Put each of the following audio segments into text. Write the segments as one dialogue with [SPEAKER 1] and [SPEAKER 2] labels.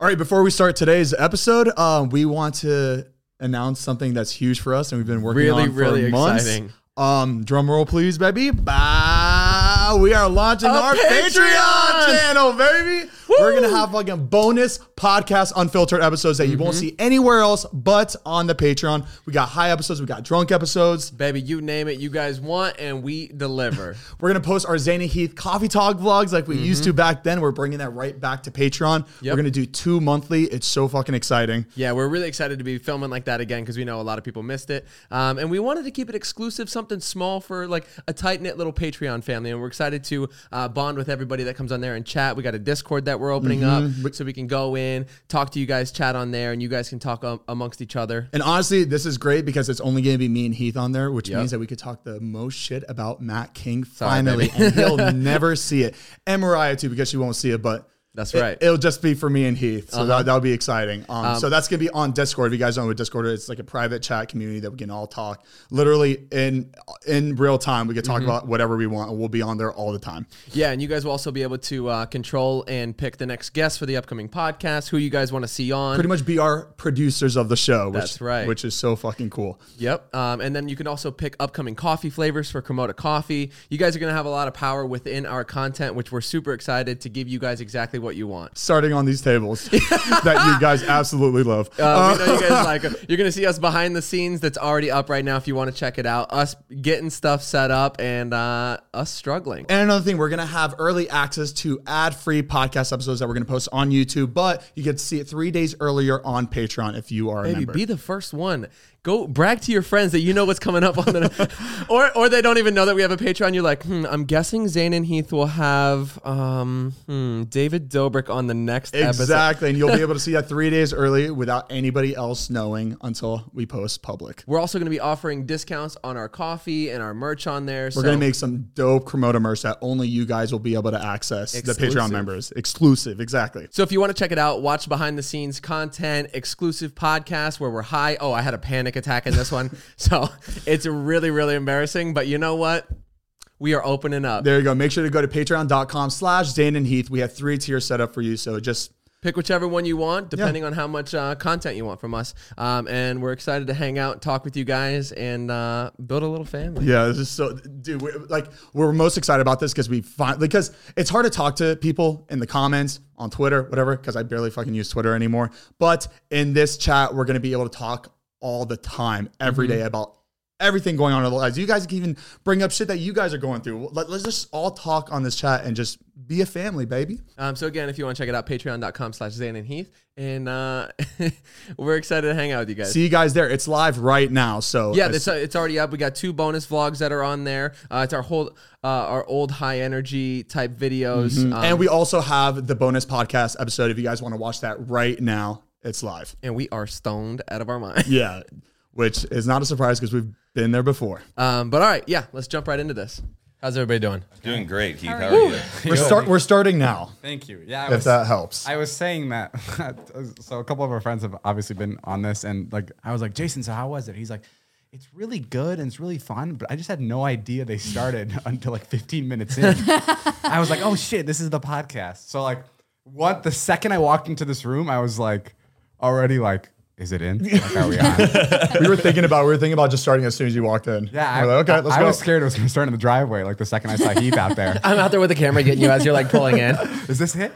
[SPEAKER 1] All right, before we start today's episode, um, we want to announce something that's huge for us and we've been working
[SPEAKER 2] Really,
[SPEAKER 1] on for
[SPEAKER 2] really
[SPEAKER 1] months.
[SPEAKER 2] exciting.
[SPEAKER 1] Um, drum roll, please, baby. Bah, we are launching our Patreon,
[SPEAKER 2] Patreon!
[SPEAKER 1] channel, baby. We're gonna have like a bonus podcast, unfiltered episodes that you won't
[SPEAKER 2] Mm-hmm.
[SPEAKER 1] see anywhere else but on the Patreon. We got high episodes, we got drunk episodes.
[SPEAKER 2] Baby, you name it, you guys want, and we deliver.
[SPEAKER 1] We're gonna post our Zana Heath coffee talk vlogs like we used to back then. We're bringing that right back to Patreon. We're
[SPEAKER 2] Mm-hmm. Yep.
[SPEAKER 1] gonna do two monthly. It's so fucking exciting.
[SPEAKER 2] yeah, we're really excited to be filming like that again because we know a lot of people missed it. Um, and we wanted to keep it exclusive, something small for like a tight knit little Patreon family. And we're excited to uh, bond with everybody that comes on there and chat. We got a Discord that we're opening up so we can go in, talk to you guys, chat on there, and you guys can talk um, amongst each other.
[SPEAKER 1] And honestly, this is great because it's only going to be me and Heath on there, which
[SPEAKER 2] Yep.
[SPEAKER 1] means that we could talk the most shit about Matt King
[SPEAKER 2] Sorry,
[SPEAKER 1] finally,
[SPEAKER 2] baby.
[SPEAKER 1] and he'll never see it. And Mariah too, because she won't see it, but.
[SPEAKER 2] That's
[SPEAKER 1] it-
[SPEAKER 2] right. Uh-huh.
[SPEAKER 1] It'll just be for me and Heath. So that, that'll be exciting. Um, so that's going to be on Discord. If you guys don't know what Discord is, it's like a private chat community that we can all talk literally in in real time. We can
[SPEAKER 2] Mm-hmm.
[SPEAKER 1] talk about whatever we want and we'll be on there all the time.
[SPEAKER 2] Yeah, and you guys will also be able to uh, control and pick the next guest for the upcoming podcast, who you guys want to see on.
[SPEAKER 1] Pretty much be our producers of the show. Which,
[SPEAKER 2] That's right.
[SPEAKER 1] Which is so fucking cool.
[SPEAKER 2] Yep. Um, and then you can also pick upcoming coffee flavors for Komoda Coffee. You guys are going to have a lot of power within our content, which we're super excited to give you guys exactly what you want.
[SPEAKER 1] Starting on these tables that you guys absolutely love.
[SPEAKER 2] Uh, we know you guys like 'em. You're going to see us behind the scenes that's already up right now if you want to check it out. Us getting stuff set up and uh, us struggling.
[SPEAKER 1] And another thing, we're gonna have early access to ad-free podcast episodes that we're gonna post on YouTube, but you get to see it three days earlier on Patreon if you are a
[SPEAKER 2] Maybe
[SPEAKER 1] member.
[SPEAKER 2] be the first one. Go brag to your friends that you know what's coming up on the, or or they don't even know that we have a Patreon. You're like, hmm, I'm guessing Zane and Heath will have um, hmm, David Dobrik on the next episode.
[SPEAKER 1] exactly, and you'll be able to see that three days early without anybody else knowing until we post public.
[SPEAKER 2] We're also going to be offering discounts on our coffee and our merch on there.
[SPEAKER 1] We're
[SPEAKER 2] so
[SPEAKER 1] gonna make some dope Komodo merch that only you guys will be able to access. The Patreon
[SPEAKER 2] Exclusive.
[SPEAKER 1] members, exclusive, exactly.
[SPEAKER 2] so if you want to check it out, watch behind the scenes content, exclusive podcast where we're high. Oh, I had a panic attack in this one. So it's really, really embarrassing. But you know what? We are opening up.
[SPEAKER 1] There you go. Make sure to go to Patreon.com/slash Zane and Heath. We have three tiers set up for you, so just
[SPEAKER 2] Pick whichever one you want, depending on how much uh, content you want from us. Um, and we're excited to hang out, talk with you guys, and uh, build a little family.
[SPEAKER 1] Yeah, this is so, dude. We're, like, we're most excited about this because we find because it's hard to talk to people in the comments on Twitter, whatever. Because I barely fucking use Twitter anymore. But in this chat, we're gonna be able to talk all the time, every day about everything going on in our lives. You guys can even bring up shit that you guys are going through. Let, let's just all talk on this chat and just be a family, baby.
[SPEAKER 2] Um, so again, if you want to check it out, patreon.com slash Zane and Heath. And uh, we're excited to hang out with you guys.
[SPEAKER 1] See you guys there. It's live right now, so
[SPEAKER 2] Yeah,
[SPEAKER 1] as
[SPEAKER 2] it's, it's already up. We got two bonus vlogs that are on there. Uh, it's our whole uh, our old high energy type videos. Um,
[SPEAKER 1] and we also have the bonus podcast episode. If you guys want to watch that right now, it's live.
[SPEAKER 2] and we are stoned out of our mind.
[SPEAKER 1] Yeah, which is not a surprise because we've been there before.
[SPEAKER 2] Um, but all right, yeah, let's jump right into this. How's everybody doing?
[SPEAKER 3] Doing great, Keith. How are you?
[SPEAKER 1] We're start. We're starting now.
[SPEAKER 4] Thank you. Yeah, I
[SPEAKER 1] If
[SPEAKER 4] was,
[SPEAKER 1] that helps.
[SPEAKER 4] I was saying that. uh, so a couple of our friends have obviously been on this, and like I was like, Jason, so how was it? He's like, it's really good and it's really fun, but I just had no idea they started until like 15 minutes in. I was like, oh shit, this is the podcast. So like, what? The second I walked into this room, I was like, already like, is it in? Like, are we on?
[SPEAKER 1] we were thinking about. We were thinking about just starting as soon as you walked in.
[SPEAKER 4] Yeah. I,
[SPEAKER 1] We're like, okay,
[SPEAKER 4] I-
[SPEAKER 1] let's
[SPEAKER 4] I
[SPEAKER 1] go.
[SPEAKER 4] was scared it was gonna start in the driveway. Like the second I saw Heath out there,
[SPEAKER 2] I'm out there with the camera getting you as you're like pulling in.
[SPEAKER 4] is this it?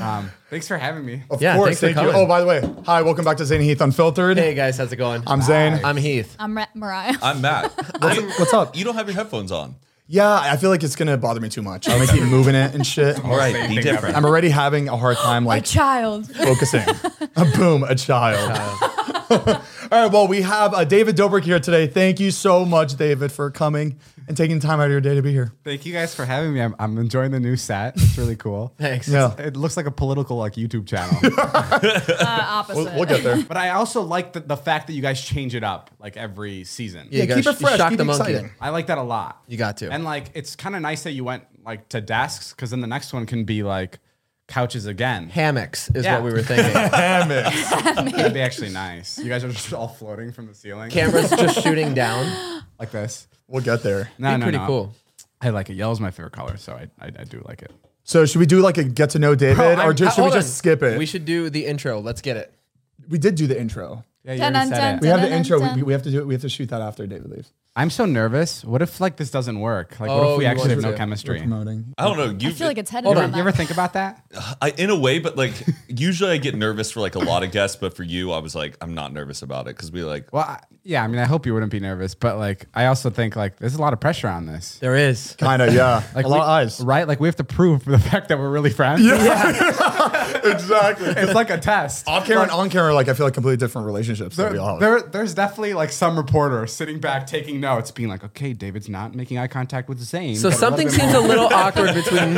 [SPEAKER 4] Um, thanks for having me.
[SPEAKER 1] Of
[SPEAKER 2] Yeah,
[SPEAKER 1] course,
[SPEAKER 2] thanks for
[SPEAKER 1] thank you.
[SPEAKER 2] coming.
[SPEAKER 1] Oh, by the way, hi, welcome back to Zane and Heath Unfiltered.
[SPEAKER 2] Hey guys, how's it going?
[SPEAKER 1] I'm Zane.
[SPEAKER 2] I'm Heath.
[SPEAKER 5] I'm Ra- Mariah.
[SPEAKER 3] I'm Matt. You-
[SPEAKER 1] What's up?
[SPEAKER 3] you don't have your headphones on.
[SPEAKER 1] Yeah, I feel like it's gonna bother me too much. I'm gonna keep moving it and shit.
[SPEAKER 3] All right, be different.
[SPEAKER 1] I'm already having a hard time
[SPEAKER 5] a
[SPEAKER 1] like
[SPEAKER 5] child.
[SPEAKER 1] focusing. Boom, a child. All right, well, we have uh, David Dobrik here today. Thank you so much, David, for coming and taking time out of your day to be here.
[SPEAKER 4] Thank you guys for having me. I'm, I'm enjoying the new set. It's really cool.
[SPEAKER 2] Thanks.
[SPEAKER 1] Yeah.
[SPEAKER 4] It looks like a political like YouTube channel.
[SPEAKER 5] Uh, opposite.
[SPEAKER 1] We'll, we'll get there.
[SPEAKER 4] but I also like the, the fact that you guys change it up like every season.
[SPEAKER 2] Yeah, you gotta sh- shock the monkey.
[SPEAKER 4] I like that a lot.
[SPEAKER 2] You got to.
[SPEAKER 4] And like it's kind of nice that you went like to desks because then the next one can be like couches again.
[SPEAKER 2] Hammocks is
[SPEAKER 4] Yeah.
[SPEAKER 2] what we were thinking.
[SPEAKER 1] Damn it.
[SPEAKER 4] That'd be actually nice. You guys are just all floating from the ceiling.
[SPEAKER 2] Cameras just shooting down.
[SPEAKER 4] like this.
[SPEAKER 1] We'll get there.
[SPEAKER 4] No,
[SPEAKER 2] Be
[SPEAKER 4] no,
[SPEAKER 2] pretty
[SPEAKER 4] no.
[SPEAKER 2] cool.
[SPEAKER 4] I like it. Yellow's my favorite color, so I, I, I do like it.
[SPEAKER 1] So should we do like a get to know David, or
[SPEAKER 4] I'm-
[SPEAKER 1] just, should we
[SPEAKER 2] Hold on.
[SPEAKER 1] just skip it?
[SPEAKER 2] We
[SPEAKER 1] We,
[SPEAKER 2] should do the intro. Let's get it.
[SPEAKER 1] did do the intro.
[SPEAKER 4] Yeah, you
[SPEAKER 5] Dun,
[SPEAKER 4] already
[SPEAKER 5] dun,
[SPEAKER 4] said
[SPEAKER 5] dun,
[SPEAKER 4] it.
[SPEAKER 1] We have the
[SPEAKER 5] Dun,
[SPEAKER 1] intro.
[SPEAKER 5] dun,
[SPEAKER 1] We, we have to do. We have to shoot that after David leaves.
[SPEAKER 4] I'm so nervous. What if like this doesn't work? Like what
[SPEAKER 2] Oh,
[SPEAKER 4] if we
[SPEAKER 2] you
[SPEAKER 4] actually
[SPEAKER 2] want
[SPEAKER 4] have no
[SPEAKER 2] to-
[SPEAKER 1] We're
[SPEAKER 4] chemistry? You
[SPEAKER 1] promoting.
[SPEAKER 3] I don't know. You
[SPEAKER 5] I feel like it's headed
[SPEAKER 2] Hold
[SPEAKER 5] on.
[SPEAKER 2] on,
[SPEAKER 5] that.
[SPEAKER 4] ever think about that?
[SPEAKER 3] I, in a way, but like usually I get nervous for like a lot of guests, but for you, I was like, I'm not nervous about it because we like
[SPEAKER 4] Well, I, yeah. I mean, I hope you wouldn't be nervous, but like, I also think like there's a lot of pressure on this.
[SPEAKER 2] There is.
[SPEAKER 1] Kind of, yeah.
[SPEAKER 4] Like
[SPEAKER 1] a lot
[SPEAKER 4] we-
[SPEAKER 1] of eyes.
[SPEAKER 4] right? Like we have to prove the fact that we're really friends.
[SPEAKER 1] Exactly.
[SPEAKER 4] it's like a test.
[SPEAKER 1] Off camera and on camera, like I feel like completely different relationships that
[SPEAKER 4] There,
[SPEAKER 1] we all have.
[SPEAKER 4] there- there's definitely like some reporter sitting back taking notes, being like, "Okay, David's not making eye contact with Zayn."
[SPEAKER 2] So
[SPEAKER 4] Gotta let
[SPEAKER 2] something
[SPEAKER 4] him
[SPEAKER 2] seems a
[SPEAKER 4] know."
[SPEAKER 2] little awkward between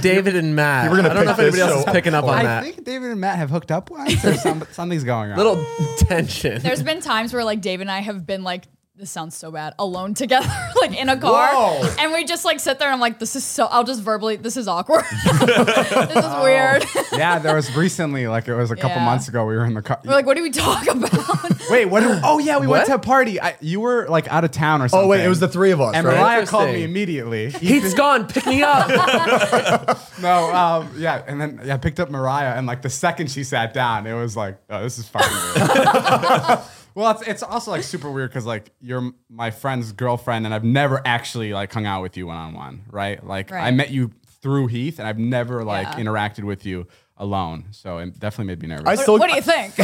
[SPEAKER 2] David and Matt.
[SPEAKER 1] were gonna
[SPEAKER 2] I don't know
[SPEAKER 1] pick
[SPEAKER 2] if
[SPEAKER 1] this
[SPEAKER 2] anybody else is
[SPEAKER 1] so
[SPEAKER 2] picking up on
[SPEAKER 4] I
[SPEAKER 2] that.
[SPEAKER 4] think David and Matt have hooked up once, or some, something's going on.
[SPEAKER 2] Little tension.
[SPEAKER 5] There's been times where like Dave and I have been like, this sounds so bad, alone together, like in a car,
[SPEAKER 4] Whoa.
[SPEAKER 5] and we just like sit there and I'm like, this is so. I'll just verbally, this is awkward. this is weird.
[SPEAKER 4] yeah, there was recently, like it was a couple
[SPEAKER 5] Yeah.
[SPEAKER 4] months ago. We were in the car.
[SPEAKER 5] We're like, what do we talk about?
[SPEAKER 4] Wait, what? Oh yeah, we
[SPEAKER 2] What?
[SPEAKER 4] went to a party. I, you were like out of town or something.
[SPEAKER 1] oh wait, it was the three of us.
[SPEAKER 4] And
[SPEAKER 1] right?
[SPEAKER 4] Mariah called me
[SPEAKER 2] Interesting.
[SPEAKER 4] immediately.
[SPEAKER 2] Heat's gone. Pick me up.
[SPEAKER 4] no, um, yeah, and then yeah, I picked up Mariah, and like the second she sat down, it was like, oh, this is fucking weird. well, it's, it's also like super weird because like you're my friend's girlfriend, and I've never actually like hung out with you one on one, right? Like I
[SPEAKER 5] Right.
[SPEAKER 4] met you through Heath, and I've never like
[SPEAKER 5] Yeah.
[SPEAKER 4] interacted with you alone, so it definitely made me nervous.
[SPEAKER 1] I still,
[SPEAKER 5] what do you think?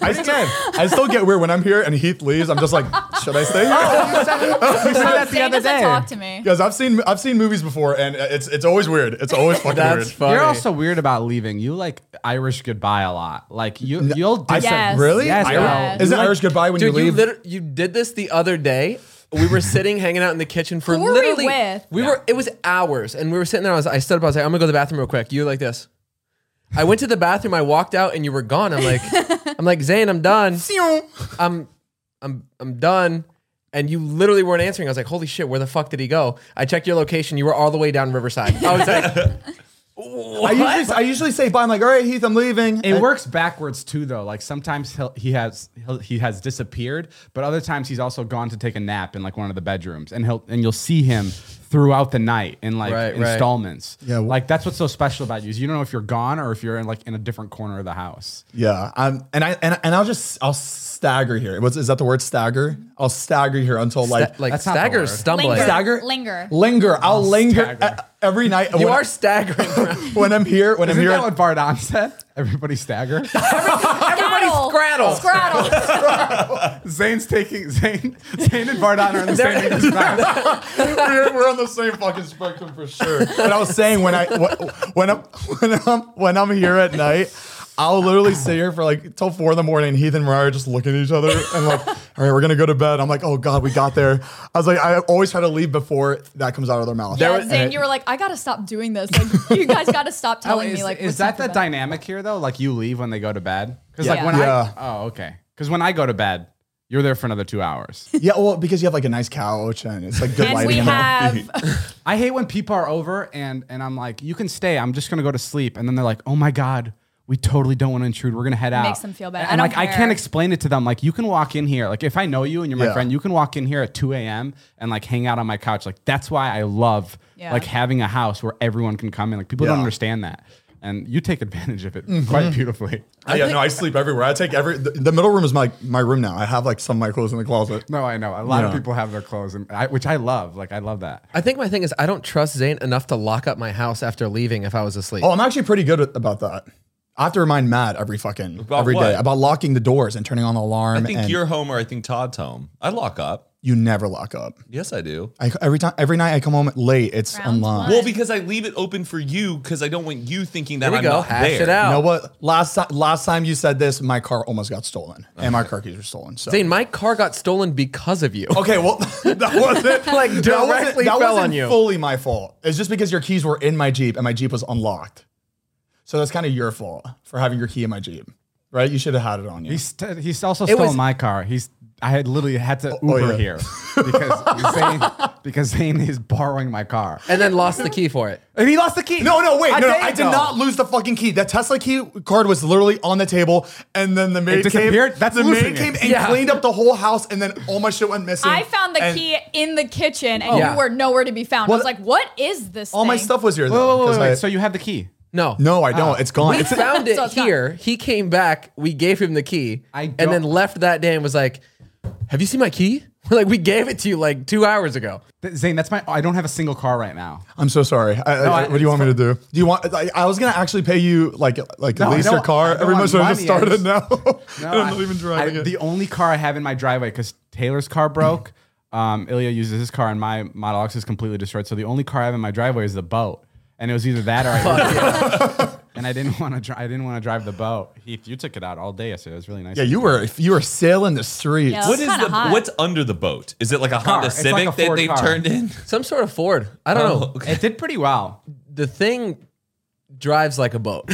[SPEAKER 1] I still, I still get weird when I'm here and Heath leaves. I'm just like, should I stay? here?
[SPEAKER 4] you said, you said that the
[SPEAKER 5] Zane
[SPEAKER 4] other
[SPEAKER 5] doesn't
[SPEAKER 4] day.
[SPEAKER 5] talk to me.
[SPEAKER 1] Because I've seen I've seen movies before, and it's it's always weird. It's always fucking
[SPEAKER 2] That's
[SPEAKER 1] weird.
[SPEAKER 2] funny.
[SPEAKER 4] You're also weird about leaving. You like Irish goodbye a lot. Like you, you'll.
[SPEAKER 1] I
[SPEAKER 4] dis-
[SPEAKER 5] Yes.
[SPEAKER 1] said, really?
[SPEAKER 4] Yes,
[SPEAKER 1] Irish-
[SPEAKER 5] yeah.
[SPEAKER 1] Is it
[SPEAKER 4] Like-
[SPEAKER 1] Irish goodbye when
[SPEAKER 2] Dude,
[SPEAKER 1] you
[SPEAKER 2] you,
[SPEAKER 1] leave?
[SPEAKER 2] liter- you did this the other day. We were sitting, hanging out in the kitchen for
[SPEAKER 5] Who were we
[SPEAKER 2] literally.
[SPEAKER 5] with?
[SPEAKER 2] we were. It was hours, and we were sitting there. I was. I stood up. I was like, I'm gonna go to the bathroom real quick. You were like this. I went to the bathroom. I walked out, and you were gone. I'm like, I'm like Zane. I'm done. I'm, I'm, I'm done. And you literally weren't answering. I was like, holy shit, where the fuck did he go? I checked your location. You were all the way down Riverside. I was like,
[SPEAKER 1] I usually I usually say bye. I'm like, all right, Heath, I'm leaving.
[SPEAKER 4] It works backwards too, though. Like sometimes he'll, he has he'll, he has disappeared, but other times he's also gone to take a nap in like one of the bedrooms, and he'll and you'll see him throughout the night in like
[SPEAKER 2] Right, right.
[SPEAKER 4] installments.
[SPEAKER 1] Yeah, wh-
[SPEAKER 4] like that's what's so special about you is you don't know if you're gone or if you're in like in a different corner of the house.
[SPEAKER 1] Yeah, I'm, and I and, and I'll just I'll stagger here. What's is that the word stagger? I'll stagger here until like
[SPEAKER 2] like
[SPEAKER 4] That's not the
[SPEAKER 2] stagger,
[SPEAKER 4] word.
[SPEAKER 2] stumbling.
[SPEAKER 5] Linger.
[SPEAKER 1] stagger,
[SPEAKER 5] Linger.
[SPEAKER 1] linger. I'll, linger
[SPEAKER 4] stagger.
[SPEAKER 1] e- every night.
[SPEAKER 2] You
[SPEAKER 1] when,
[SPEAKER 2] are staggering. bro.
[SPEAKER 1] when I'm here. When
[SPEAKER 4] Isn't
[SPEAKER 1] I'm
[SPEAKER 4] that
[SPEAKER 1] here,
[SPEAKER 4] what Bardon said? Everybody stagger.
[SPEAKER 5] Everybody
[SPEAKER 2] scrattle.
[SPEAKER 5] Scrattle.
[SPEAKER 4] Zane's taking Zane. Zane and Bardon are in the same English class.
[SPEAKER 1] we're, we're on the same fucking spectrum for sure. But I was saying when I wh- when I'm when I'm when I'm here at night, I'll literally stay here for like till four in the morning. Heath and Mariah are just looking at each other and like, all right, we're gonna go to bed. I'm like, oh god, we got there. I was like, I always try to leave before that comes out of their mouth.
[SPEAKER 5] yeah, Zane, you were like, I gotta stop doing this. Like, you guys gotta stop
[SPEAKER 4] Oh,
[SPEAKER 5] telling
[SPEAKER 4] is,
[SPEAKER 5] me. Like,
[SPEAKER 4] is
[SPEAKER 5] what's
[SPEAKER 4] that
[SPEAKER 5] good
[SPEAKER 4] the
[SPEAKER 5] for bed.
[SPEAKER 4] dynamic here though? Like you leave when they go to bed? Because
[SPEAKER 5] Yeah.
[SPEAKER 4] like when
[SPEAKER 1] Yeah.
[SPEAKER 4] I oh okay. Because when I go to bed, you're there for another two hours.
[SPEAKER 1] yeah, well, because you have like a nice couch and it's like good
[SPEAKER 5] And we
[SPEAKER 1] lighting.
[SPEAKER 5] have
[SPEAKER 4] I hate when people are over and and I'm like, you can stay. I'm just gonna go to sleep. And then they're like, oh my god, we totally don't want to intrude. We're gonna head out.
[SPEAKER 5] makes them feel bad.
[SPEAKER 4] And
[SPEAKER 5] I
[SPEAKER 4] like
[SPEAKER 5] don't
[SPEAKER 4] I
[SPEAKER 5] care.
[SPEAKER 4] can't explain it to them. Like you can walk in here. Like if I know you and you're my
[SPEAKER 1] Yeah.
[SPEAKER 4] friend, you can walk in here at 2 a.m. and like hang out on my couch. Like that's why I love
[SPEAKER 5] Yeah.
[SPEAKER 4] like having a house where everyone can come in. Like people don't
[SPEAKER 1] Yeah.
[SPEAKER 4] understand that. And you take advantage of it quite beautifully.
[SPEAKER 1] Oh, yeah, no, I sleep everywhere. I take every the, the middle room is my my room now. I have like some of my clothes in the closet.
[SPEAKER 4] No, I know. A lot of
[SPEAKER 1] Yeah.
[SPEAKER 4] people have their clothes, and I, which I love. Like I love that.
[SPEAKER 2] I think my thing is I don't trust Zane enough to lock up my house after leaving if I was asleep.
[SPEAKER 1] Oh, I'm actually pretty good at, about that. I have to remind Matt every fucking every day
[SPEAKER 3] About what?
[SPEAKER 1] about locking the doors and turning on the alarm.
[SPEAKER 3] I think
[SPEAKER 1] and
[SPEAKER 3] you're home or I think Todd's home. I lock up.
[SPEAKER 1] you never lock up.
[SPEAKER 3] Yes, I do.
[SPEAKER 1] I, every time, every night I come home late. It's
[SPEAKER 5] Round
[SPEAKER 1] unlocked.
[SPEAKER 5] one.
[SPEAKER 3] Well, because I leave it open for you because I don't want you thinking that
[SPEAKER 2] Here we
[SPEAKER 3] I'm
[SPEAKER 2] go.
[SPEAKER 3] not
[SPEAKER 2] Hash
[SPEAKER 3] there.
[SPEAKER 2] it out.
[SPEAKER 1] You know what? Last time, last time you said this, my car almost got stolen, and my car keys were stolen. So.
[SPEAKER 2] Zane, my car got stolen because of you.
[SPEAKER 1] Okay, well, that wasn't
[SPEAKER 2] Like,
[SPEAKER 1] that
[SPEAKER 2] directly
[SPEAKER 1] wasn't, that
[SPEAKER 2] fell
[SPEAKER 1] wasn't
[SPEAKER 2] on you.
[SPEAKER 1] fully my fault. It's just because your keys were in my jeep and my jeep was unlocked. So that's kind of your fault for having your key in my jeep, right? You should have had it on you.
[SPEAKER 4] He's he's also
[SPEAKER 2] It
[SPEAKER 4] stole
[SPEAKER 2] was-
[SPEAKER 4] my car. He's I had literally had to Uber
[SPEAKER 1] oh, yeah.
[SPEAKER 4] here because Zane, because Zane is borrowing my car.
[SPEAKER 2] and then lost the key for it.
[SPEAKER 4] And he lost the key.
[SPEAKER 1] No, no, wait,
[SPEAKER 4] A
[SPEAKER 1] no, no,
[SPEAKER 4] day
[SPEAKER 1] I did
[SPEAKER 4] ago.
[SPEAKER 1] not lose the fucking key. That Tesla key card was literally on the table, and then the maid
[SPEAKER 4] disappeared?
[SPEAKER 1] came.
[SPEAKER 4] That's
[SPEAKER 1] the maid
[SPEAKER 4] losing it.
[SPEAKER 1] came and
[SPEAKER 2] Yeah.
[SPEAKER 1] cleaned up the whole house, and then all my shit went missing.
[SPEAKER 5] I found the
[SPEAKER 1] and Oh.
[SPEAKER 5] key in the kitchen, and
[SPEAKER 2] Yeah.
[SPEAKER 5] you were nowhere to be found. I
[SPEAKER 1] Well,
[SPEAKER 5] was like, "What is this?"
[SPEAKER 1] All my
[SPEAKER 5] thing?
[SPEAKER 1] stuff was here
[SPEAKER 4] Wait,
[SPEAKER 1] though.
[SPEAKER 4] wait, wait,
[SPEAKER 1] 'cause
[SPEAKER 4] wait,
[SPEAKER 1] I-
[SPEAKER 4] So Ah. you have the key.
[SPEAKER 2] No.
[SPEAKER 1] no, I don't. It's gone.
[SPEAKER 2] We
[SPEAKER 1] It's
[SPEAKER 2] found it
[SPEAKER 5] So it's not-
[SPEAKER 2] here. He came back. We gave him the key,
[SPEAKER 4] I
[SPEAKER 2] and
[SPEAKER 4] don't-
[SPEAKER 2] then left that day and was like, "Have you seen my key? like we gave it to you like two hours ago."
[SPEAKER 4] Th- Zane, that's my. I don't have a single car right now.
[SPEAKER 1] I'm so sorry. I, I-
[SPEAKER 4] No, I-
[SPEAKER 1] what do you want me to do? Do you want? I, I was gonna actually pay you like like
[SPEAKER 4] No, I
[SPEAKER 1] lease
[SPEAKER 4] don't-
[SPEAKER 1] your
[SPEAKER 4] I
[SPEAKER 1] car
[SPEAKER 4] don't
[SPEAKER 1] every
[SPEAKER 4] want
[SPEAKER 1] month. So I just
[SPEAKER 4] money, I
[SPEAKER 1] started now, and
[SPEAKER 4] No,
[SPEAKER 1] I'm
[SPEAKER 4] I-
[SPEAKER 1] not even driving
[SPEAKER 4] I-
[SPEAKER 1] it.
[SPEAKER 4] The only car I have in my driveway because Taylor's car broke. um, Ilya uses his car, and my Model X is completely destroyed. So the only car I have in my driveway is the boat, and it was either that or I. and I didn't want to. Dri- I didn't want to drive the boat. Heath, you took it out all day yesterday. It was really nice.
[SPEAKER 1] yeah, you were you were sailing the streets.
[SPEAKER 5] Yeah.
[SPEAKER 3] What
[SPEAKER 5] It's
[SPEAKER 3] is
[SPEAKER 5] kinda
[SPEAKER 3] the
[SPEAKER 5] hot.
[SPEAKER 3] what's under the boat? Is it like a,
[SPEAKER 4] car.
[SPEAKER 3] Honda
[SPEAKER 4] It's like
[SPEAKER 3] Civic
[SPEAKER 4] a Ford
[SPEAKER 3] that they
[SPEAKER 4] car.
[SPEAKER 3] turned in?
[SPEAKER 2] Some sort of Ford. I don't know.
[SPEAKER 4] It did pretty well.
[SPEAKER 2] The thing drives like a boat.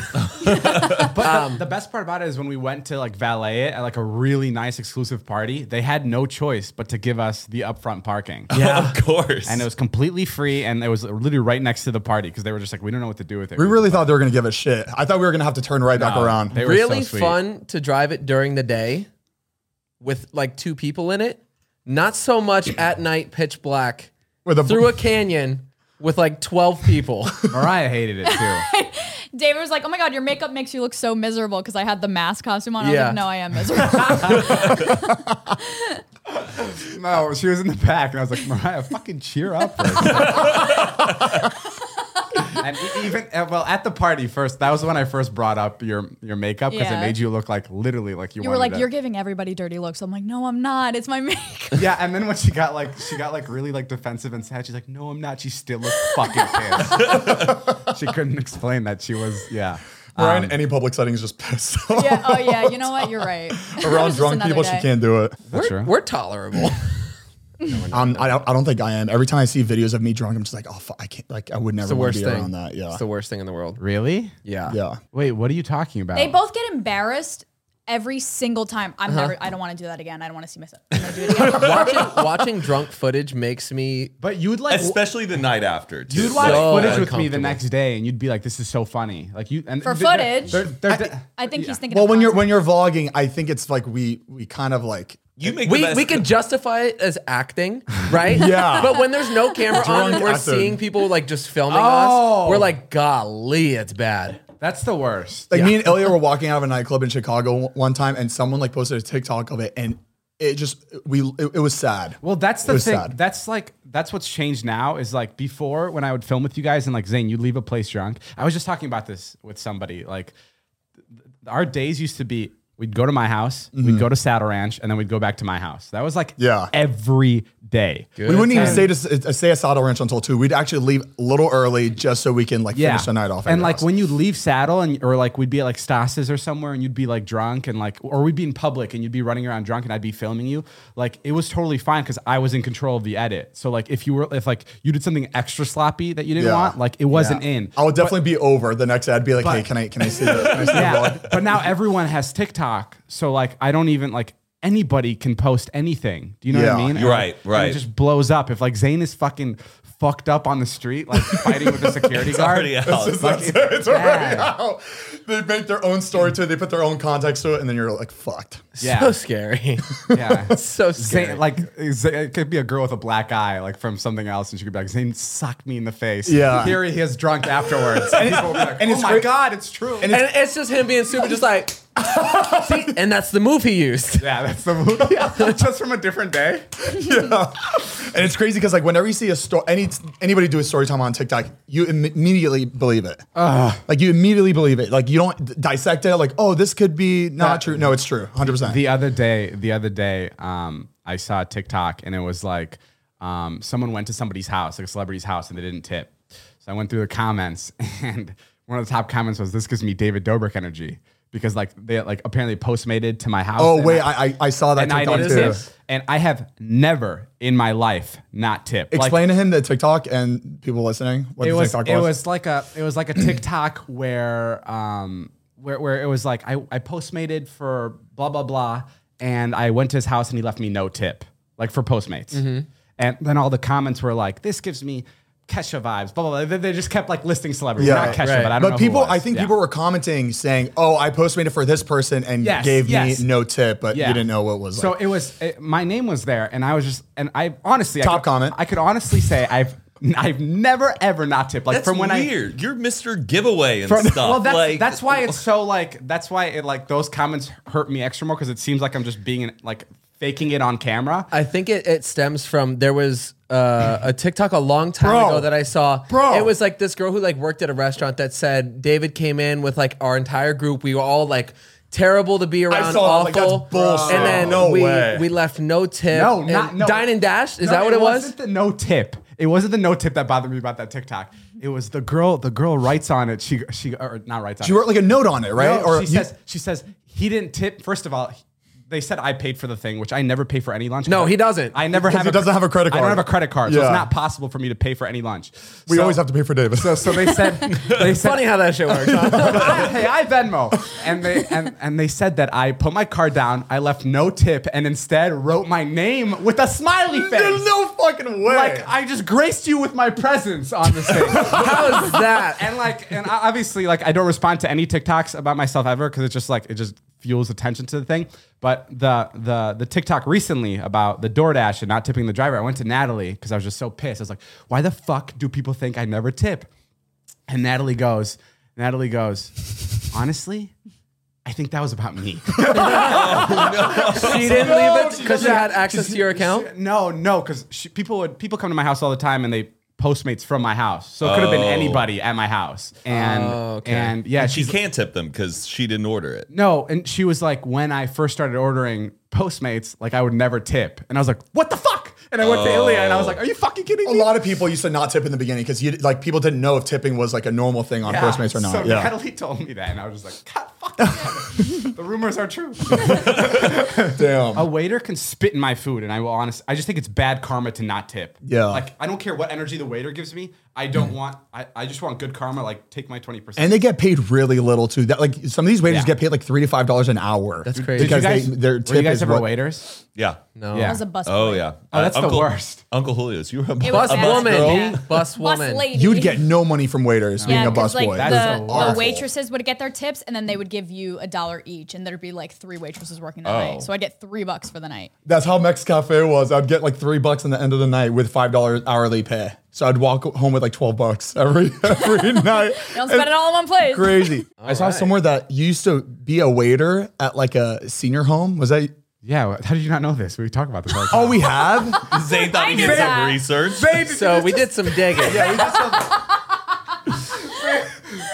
[SPEAKER 4] But the, the best part about it is when we went to like valet it at like a really nice exclusive party, they had no choice but to give us the upfront parking.
[SPEAKER 2] Yeah.
[SPEAKER 3] of course.
[SPEAKER 4] And it was completely free, and it was literally right next to the party because they were just like, we don't know what to do with it.
[SPEAKER 1] We really thought they were gonna give a shit. I thought we were gonna have to turn right back
[SPEAKER 4] No,
[SPEAKER 1] around.
[SPEAKER 4] they were so
[SPEAKER 2] really
[SPEAKER 4] sweet.
[SPEAKER 2] fun to drive it during the day with like two people in it. Not so much at night, pitch black,
[SPEAKER 1] With a-
[SPEAKER 2] through a canyon with like 12 people.
[SPEAKER 4] Mariah hated it too.
[SPEAKER 5] David was like, "Oh my god, your makeup makes you look so miserable." Because I had the mask costume on. I was
[SPEAKER 2] Yeah.
[SPEAKER 5] like, "No, I am miserable."
[SPEAKER 4] no, she was in the back, and I was like, Mariah, fucking cheer up. for us." and e- even uh, well, at the party first, that was when I first brought up your your makeup because
[SPEAKER 5] Yeah.
[SPEAKER 4] it made you look like literally like you.
[SPEAKER 5] you were
[SPEAKER 4] wanted
[SPEAKER 5] like,
[SPEAKER 4] to-
[SPEAKER 5] "You're giving everybody dirty looks." I'm like, "No, I'm not. It's my makeup."
[SPEAKER 4] Yeah, and then when she got like she got like really like defensive and sad, she's like, "No, I'm not." She still looks fucking pissed. she couldn't explain that she was. Yeah, Um,
[SPEAKER 1] We're in any public settings, just pissed. off.
[SPEAKER 5] yeah. Oh yeah. You know what? You're right. It was
[SPEAKER 1] Around
[SPEAKER 5] just
[SPEAKER 1] drunk
[SPEAKER 5] another
[SPEAKER 1] people,
[SPEAKER 5] day.
[SPEAKER 1] she can't do it.
[SPEAKER 2] we're,
[SPEAKER 4] true.
[SPEAKER 2] we're tolerable.
[SPEAKER 1] Um, I don't, I don't think I am. Every time I see videos of me drunk, I'm just like, oh, fuck, I can't. Like, I would never
[SPEAKER 2] the
[SPEAKER 1] want
[SPEAKER 2] worst
[SPEAKER 1] to be
[SPEAKER 2] thing.
[SPEAKER 1] around that. Yeah,
[SPEAKER 2] It's the worst thing in the world.
[SPEAKER 4] really?
[SPEAKER 2] Yeah.
[SPEAKER 1] yeah.
[SPEAKER 4] Wait, what are you talking about?
[SPEAKER 5] They both get embarrassed every single time. I'm
[SPEAKER 1] Uh-huh.
[SPEAKER 5] never. I don't want to do that again. I don't want to see myself. I'm gonna do it again.
[SPEAKER 2] Watching, watching drunk footage makes me.
[SPEAKER 4] But you'd like
[SPEAKER 3] Especially the night after. Too. uh,
[SPEAKER 4] you'd watch
[SPEAKER 2] so
[SPEAKER 4] footage with me the
[SPEAKER 2] uncomfortable.
[SPEAKER 4] next day, and you'd be like, "This is so funny." Like you and
[SPEAKER 5] For
[SPEAKER 4] they're-
[SPEAKER 5] footage?
[SPEAKER 4] they're- they're- they're-
[SPEAKER 5] I think he's thinking.
[SPEAKER 1] Well,
[SPEAKER 5] of
[SPEAKER 1] when you're
[SPEAKER 5] content.
[SPEAKER 1] when you're vlogging, I think it's like we we kind of like
[SPEAKER 3] you make the
[SPEAKER 2] We,
[SPEAKER 3] best-
[SPEAKER 2] we can justify it as acting, right?
[SPEAKER 1] Yeah.
[SPEAKER 2] But when there's no camera on
[SPEAKER 1] Drunk
[SPEAKER 2] and we're
[SPEAKER 1] acting.
[SPEAKER 2] seeing people like just filming
[SPEAKER 4] Oh.
[SPEAKER 2] us, we're like, golly, it's bad.
[SPEAKER 4] that's the worst.
[SPEAKER 1] like me and Ilya were walking out of a nightclub in Chicago w- one time, and someone like posted a TikTok of it, and it just we it, it was sad.
[SPEAKER 4] Well, that's
[SPEAKER 1] It
[SPEAKER 4] the
[SPEAKER 1] was
[SPEAKER 4] thing.
[SPEAKER 1] sad.
[SPEAKER 4] That's like that's what's changed now is like before when I would film with you guys and like Zane, you leave a place drunk. I was just talking about this with somebody. Like th- our days used to be we'd go to my house, we'd go to Saddle Ranch, and then we'd go back to my house. That was like
[SPEAKER 1] Mm-hmm. Yeah.
[SPEAKER 4] every day.
[SPEAKER 1] we wouldn't even stay to s- uh, stay at Saddle Ranch until two. We'd actually leave a little early just so we can like
[SPEAKER 4] Yeah.
[SPEAKER 1] finish the night off. at
[SPEAKER 4] And
[SPEAKER 1] your
[SPEAKER 4] like
[SPEAKER 1] house.
[SPEAKER 4] when you leave Saddle and or like we'd be at like Stas's or somewhere and you'd be like drunk and like or we'd be in public and you'd be running around drunk and I'd be filming you. Like it was totally fine because I was in control of the edit. So like if you were if like you did something extra sloppy that you didn't
[SPEAKER 1] Yeah.
[SPEAKER 4] want, like it wasn't in.
[SPEAKER 1] I would definitely be over the next day. I'd be like,
[SPEAKER 4] But-
[SPEAKER 1] hey, can I can I see the, can I see the vlog?
[SPEAKER 4] yeah. but now everyone has TikTok. So like I don't even like anybody can post anything. Do you know what
[SPEAKER 1] Yeah.
[SPEAKER 4] I mean? And,
[SPEAKER 3] Right,
[SPEAKER 4] like,
[SPEAKER 3] right.
[SPEAKER 4] And it just blows up. If like Zayn is fucking fucked up on the street, like fighting with a security guard.
[SPEAKER 3] already out.
[SPEAKER 4] Like, it's bad.
[SPEAKER 1] Oh, they make their own story to it. They put their own context to it, and then you're like, fucked.
[SPEAKER 4] Yeah.
[SPEAKER 2] So scary.
[SPEAKER 4] Yeah.
[SPEAKER 2] so
[SPEAKER 4] Zane-
[SPEAKER 2] scary.
[SPEAKER 4] like Zane- it could be a girl with a black eye, like from something else, and she could be like, "Zane sucked me in the face."
[SPEAKER 1] Yeah.
[SPEAKER 4] here he is drunk afterwards. and people will be like,
[SPEAKER 1] and
[SPEAKER 4] "Oh
[SPEAKER 1] it's
[SPEAKER 4] my
[SPEAKER 1] great-
[SPEAKER 4] god, it's true."
[SPEAKER 1] and
[SPEAKER 2] and it's just him being super, just like, see, and that's the move he used.
[SPEAKER 4] yeah, that's the movie. Yeah. Just from a different day.
[SPEAKER 1] And it's crazy because like whenever you see a story, any anybody do a story time on TikTok, you im- immediately believe it. like you immediately believe it. Like you don't d- dissect it. Like oh, this could be not
[SPEAKER 4] That-
[SPEAKER 1] true. No, it's true, hundred percent.
[SPEAKER 4] The other day, the other day, um, I saw a TikTok and it was like, um, someone went to somebody's house, like a celebrity's house, and they didn't tip. So I went through the comments, and one of the top comments was, "This gives me David Dobrik energy." Because like they like apparently postmated to my house.
[SPEAKER 1] Oh
[SPEAKER 4] and
[SPEAKER 1] wait,
[SPEAKER 4] I-
[SPEAKER 1] I I, I saw that
[SPEAKER 4] and I
[SPEAKER 1] TikTok
[SPEAKER 4] didn't
[SPEAKER 1] too.
[SPEAKER 4] tip. And I have never in my life not tipped. Like,
[SPEAKER 1] Explain to him the TikTok and people listening what
[SPEAKER 4] it
[SPEAKER 1] the
[SPEAKER 4] was
[SPEAKER 1] TikTok
[SPEAKER 4] it was like a it was like a TikTok where um where where it was like I I postmated for blah blah blah and I went to his house and he left me no tip, like for Postmates. And then all the comments were like, "This gives me Kesha vibes." Blah blah. blah. They- They just kept like listing celebrities,
[SPEAKER 1] Yeah,
[SPEAKER 4] not
[SPEAKER 1] right,
[SPEAKER 4] Kesha,
[SPEAKER 2] right.
[SPEAKER 4] but I don't.
[SPEAKER 1] But
[SPEAKER 4] know who it
[SPEAKER 1] people,
[SPEAKER 4] was.
[SPEAKER 1] I think
[SPEAKER 4] Yeah.
[SPEAKER 1] people were commenting saying, "Oh, I postmated for this person and
[SPEAKER 4] Yes,
[SPEAKER 1] gave
[SPEAKER 4] yes.
[SPEAKER 1] me no tip, but
[SPEAKER 4] Yeah.
[SPEAKER 1] you didn't know what was."
[SPEAKER 4] So
[SPEAKER 1] like.
[SPEAKER 4] it was it, my name was there, and I was just and I honestly I
[SPEAKER 1] Top
[SPEAKER 4] could-
[SPEAKER 1] comment.
[SPEAKER 4] I could honestly say I've I've never ever not tipped like
[SPEAKER 3] That's
[SPEAKER 4] from when I.
[SPEAKER 3] weird. You're Mr. Giveaway and
[SPEAKER 4] from-
[SPEAKER 3] stuff.
[SPEAKER 4] well, that's
[SPEAKER 3] like,
[SPEAKER 4] that's why it's so like that's why it like those comments hurt me extra more because it seems like I'm just being like faking it on camera.
[SPEAKER 2] I think it, it stems from there was uh, a TikTok a long time
[SPEAKER 1] Bro.
[SPEAKER 2] ago that I saw.
[SPEAKER 1] Bro.
[SPEAKER 2] it was like this girl who like worked at a restaurant that said David came in with like our entire group. We were all like terrible to be around,
[SPEAKER 1] saw it, I'm like,
[SPEAKER 2] awful,
[SPEAKER 1] that's bullshit.
[SPEAKER 2] and then
[SPEAKER 1] No
[SPEAKER 2] we
[SPEAKER 1] way.
[SPEAKER 2] we left no tip.
[SPEAKER 4] No,
[SPEAKER 2] And
[SPEAKER 4] not no.
[SPEAKER 2] dine and dash. Is
[SPEAKER 4] No,
[SPEAKER 2] that what it, was?
[SPEAKER 4] Wasn't the no tip. It wasn't the no tip that bothered me about that TikTok. It was the girl. The girl writes on it. She she or not writes on
[SPEAKER 1] she
[SPEAKER 4] it.
[SPEAKER 1] wrote like a note on it, right?
[SPEAKER 4] No, she
[SPEAKER 1] you-
[SPEAKER 4] says she says he didn't tip. First of all, he- they said I paid for the thing, which I never pay for any lunch.
[SPEAKER 2] No, he doesn't.
[SPEAKER 4] I never
[SPEAKER 1] Because
[SPEAKER 4] have.
[SPEAKER 1] he doesn't have a credit
[SPEAKER 4] I don't
[SPEAKER 1] card.
[SPEAKER 4] have a credit card, so
[SPEAKER 1] Yeah.
[SPEAKER 4] it's not possible for me to pay for any lunch.
[SPEAKER 1] we
[SPEAKER 4] So-
[SPEAKER 1] always have to pay for Davis.
[SPEAKER 4] So, so they said they said
[SPEAKER 2] Funny how that shit works. huh?
[SPEAKER 4] I, hey, I Venmo. And they and, and they said that I put my card down, I left no tip, and instead wrote my name with a smiley face.
[SPEAKER 1] There's no fucking way.
[SPEAKER 4] like I just graced you with my presence on this thing.
[SPEAKER 2] how is that?
[SPEAKER 4] and like and I- obviously like I don't respond to any TikToks about myself ever because it's just like it just fuels attention to the thing. But the the the TikTok recently about the DoorDash and not tipping the driver, I went to Natalie because I was just so pissed. I was like, why the fuck do people think I never tip? And Natalie goes, Natalie goes, honestly, I think that was about me.
[SPEAKER 2] she didn't leave it because she had access to your account.
[SPEAKER 4] No, no, because people would people come to my house all the time and they postmates from my house, so it could have been
[SPEAKER 3] Oh.
[SPEAKER 4] anybody at my house. And
[SPEAKER 2] Oh, okay.
[SPEAKER 4] and yeah,
[SPEAKER 3] she
[SPEAKER 4] she's
[SPEAKER 3] can't tip them because she didn't order it.
[SPEAKER 4] no, and she was like, when I first started ordering Postmates, like I would never tip, and I was like, what the fuck? And I went to Ilya and I was like, are you fucking kidding
[SPEAKER 1] a
[SPEAKER 4] me?
[SPEAKER 1] lot of people used to not tip in the beginning because you like people didn't know if tipping was like a normal thing on
[SPEAKER 4] Yeah.
[SPEAKER 1] Postmates or not.
[SPEAKER 4] So
[SPEAKER 1] yeah.
[SPEAKER 4] Natalie told me that, and I was just like, God, fuck. the rumors are true.
[SPEAKER 1] Damn.
[SPEAKER 4] a waiter can spit in my food, and I will honest. I just think it's bad karma to not tip.
[SPEAKER 1] Yeah. Mm.
[SPEAKER 4] like I don't care what energy the waiter gives me. I don't want. I, I just want good karma. Like take my twenty percent.
[SPEAKER 1] and they get paid really little too. That like some of these waiters
[SPEAKER 4] Yeah.
[SPEAKER 1] get paid like three to five dollars an hour. That's
[SPEAKER 2] crazy. Did
[SPEAKER 1] Because they, their tip
[SPEAKER 4] were you guys
[SPEAKER 1] is
[SPEAKER 4] ever
[SPEAKER 1] what-
[SPEAKER 4] waiters?
[SPEAKER 3] Yeah. No.
[SPEAKER 5] As a bus.
[SPEAKER 3] Oh
[SPEAKER 5] boy.
[SPEAKER 3] yeah.
[SPEAKER 4] Oh, that's
[SPEAKER 3] Uh,
[SPEAKER 4] the
[SPEAKER 3] Uncle,
[SPEAKER 4] worst.
[SPEAKER 3] Uncle Julio's. You were a bu-
[SPEAKER 5] It
[SPEAKER 3] a
[SPEAKER 5] was
[SPEAKER 3] bus
[SPEAKER 5] bad.
[SPEAKER 3] girl.
[SPEAKER 2] woman,
[SPEAKER 5] Yeah.
[SPEAKER 2] bus
[SPEAKER 5] Bus
[SPEAKER 2] woman.
[SPEAKER 5] lady.
[SPEAKER 1] You'd get no money from waiters being a
[SPEAKER 5] 'cause,
[SPEAKER 1] bus
[SPEAKER 5] like,
[SPEAKER 1] boy.
[SPEAKER 4] That is
[SPEAKER 5] the,
[SPEAKER 4] awful.
[SPEAKER 5] the waitresses would get their tips, and then they would give you a dollar each, and there'd be like three waitresses working that
[SPEAKER 3] Oh.
[SPEAKER 5] night. So I'd get three bucks for the night.
[SPEAKER 1] That's how Mex Cafe was. I'd get like three bucks in the end of the night with five dollars hourly pay. So I'd walk home with like twelve bucks every every night.
[SPEAKER 5] Don't spend it all in one place.
[SPEAKER 1] Crazy. I saw somewhere that you used to be a waiter at like a senior home. Was that?
[SPEAKER 4] Yeah. How did you not know this? We talk about this all the time.
[SPEAKER 1] Oh, we have.
[SPEAKER 3] Zane thought
[SPEAKER 5] I
[SPEAKER 3] he
[SPEAKER 5] knew
[SPEAKER 3] did some
[SPEAKER 5] that.
[SPEAKER 3] research.
[SPEAKER 2] So we did some digging.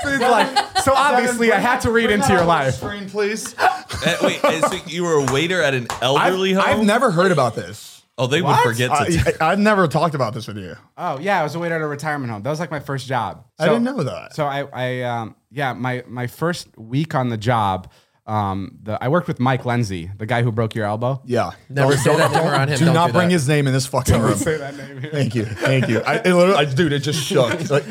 [SPEAKER 4] like, so obviously I had to read into your life.
[SPEAKER 1] Screen, please.
[SPEAKER 3] Uh, Wait, uh, so you were a waiter at an elderly home?
[SPEAKER 1] I've never heard about this.
[SPEAKER 3] Oh, they
[SPEAKER 4] What? Uh,
[SPEAKER 3] would forget to. tip.
[SPEAKER 1] I, I've never talked about this with you.
[SPEAKER 4] Oh yeah, I was a waiter at a retirement home. That was like my first job.
[SPEAKER 1] I didn't know that.
[SPEAKER 4] So I, I, um, yeah, my my first week on the job, um, the I worked with Mike Lindsay, the guy who broke your elbow.
[SPEAKER 1] Yeah.
[SPEAKER 2] Never say that number on him.
[SPEAKER 1] Do
[SPEAKER 2] Don't
[SPEAKER 1] not
[SPEAKER 2] do
[SPEAKER 1] bring
[SPEAKER 2] that.
[SPEAKER 1] his name in this fucking room.
[SPEAKER 4] that name.
[SPEAKER 1] Thank you. Thank you. I, it literally, I, dude, it just shook. It's like,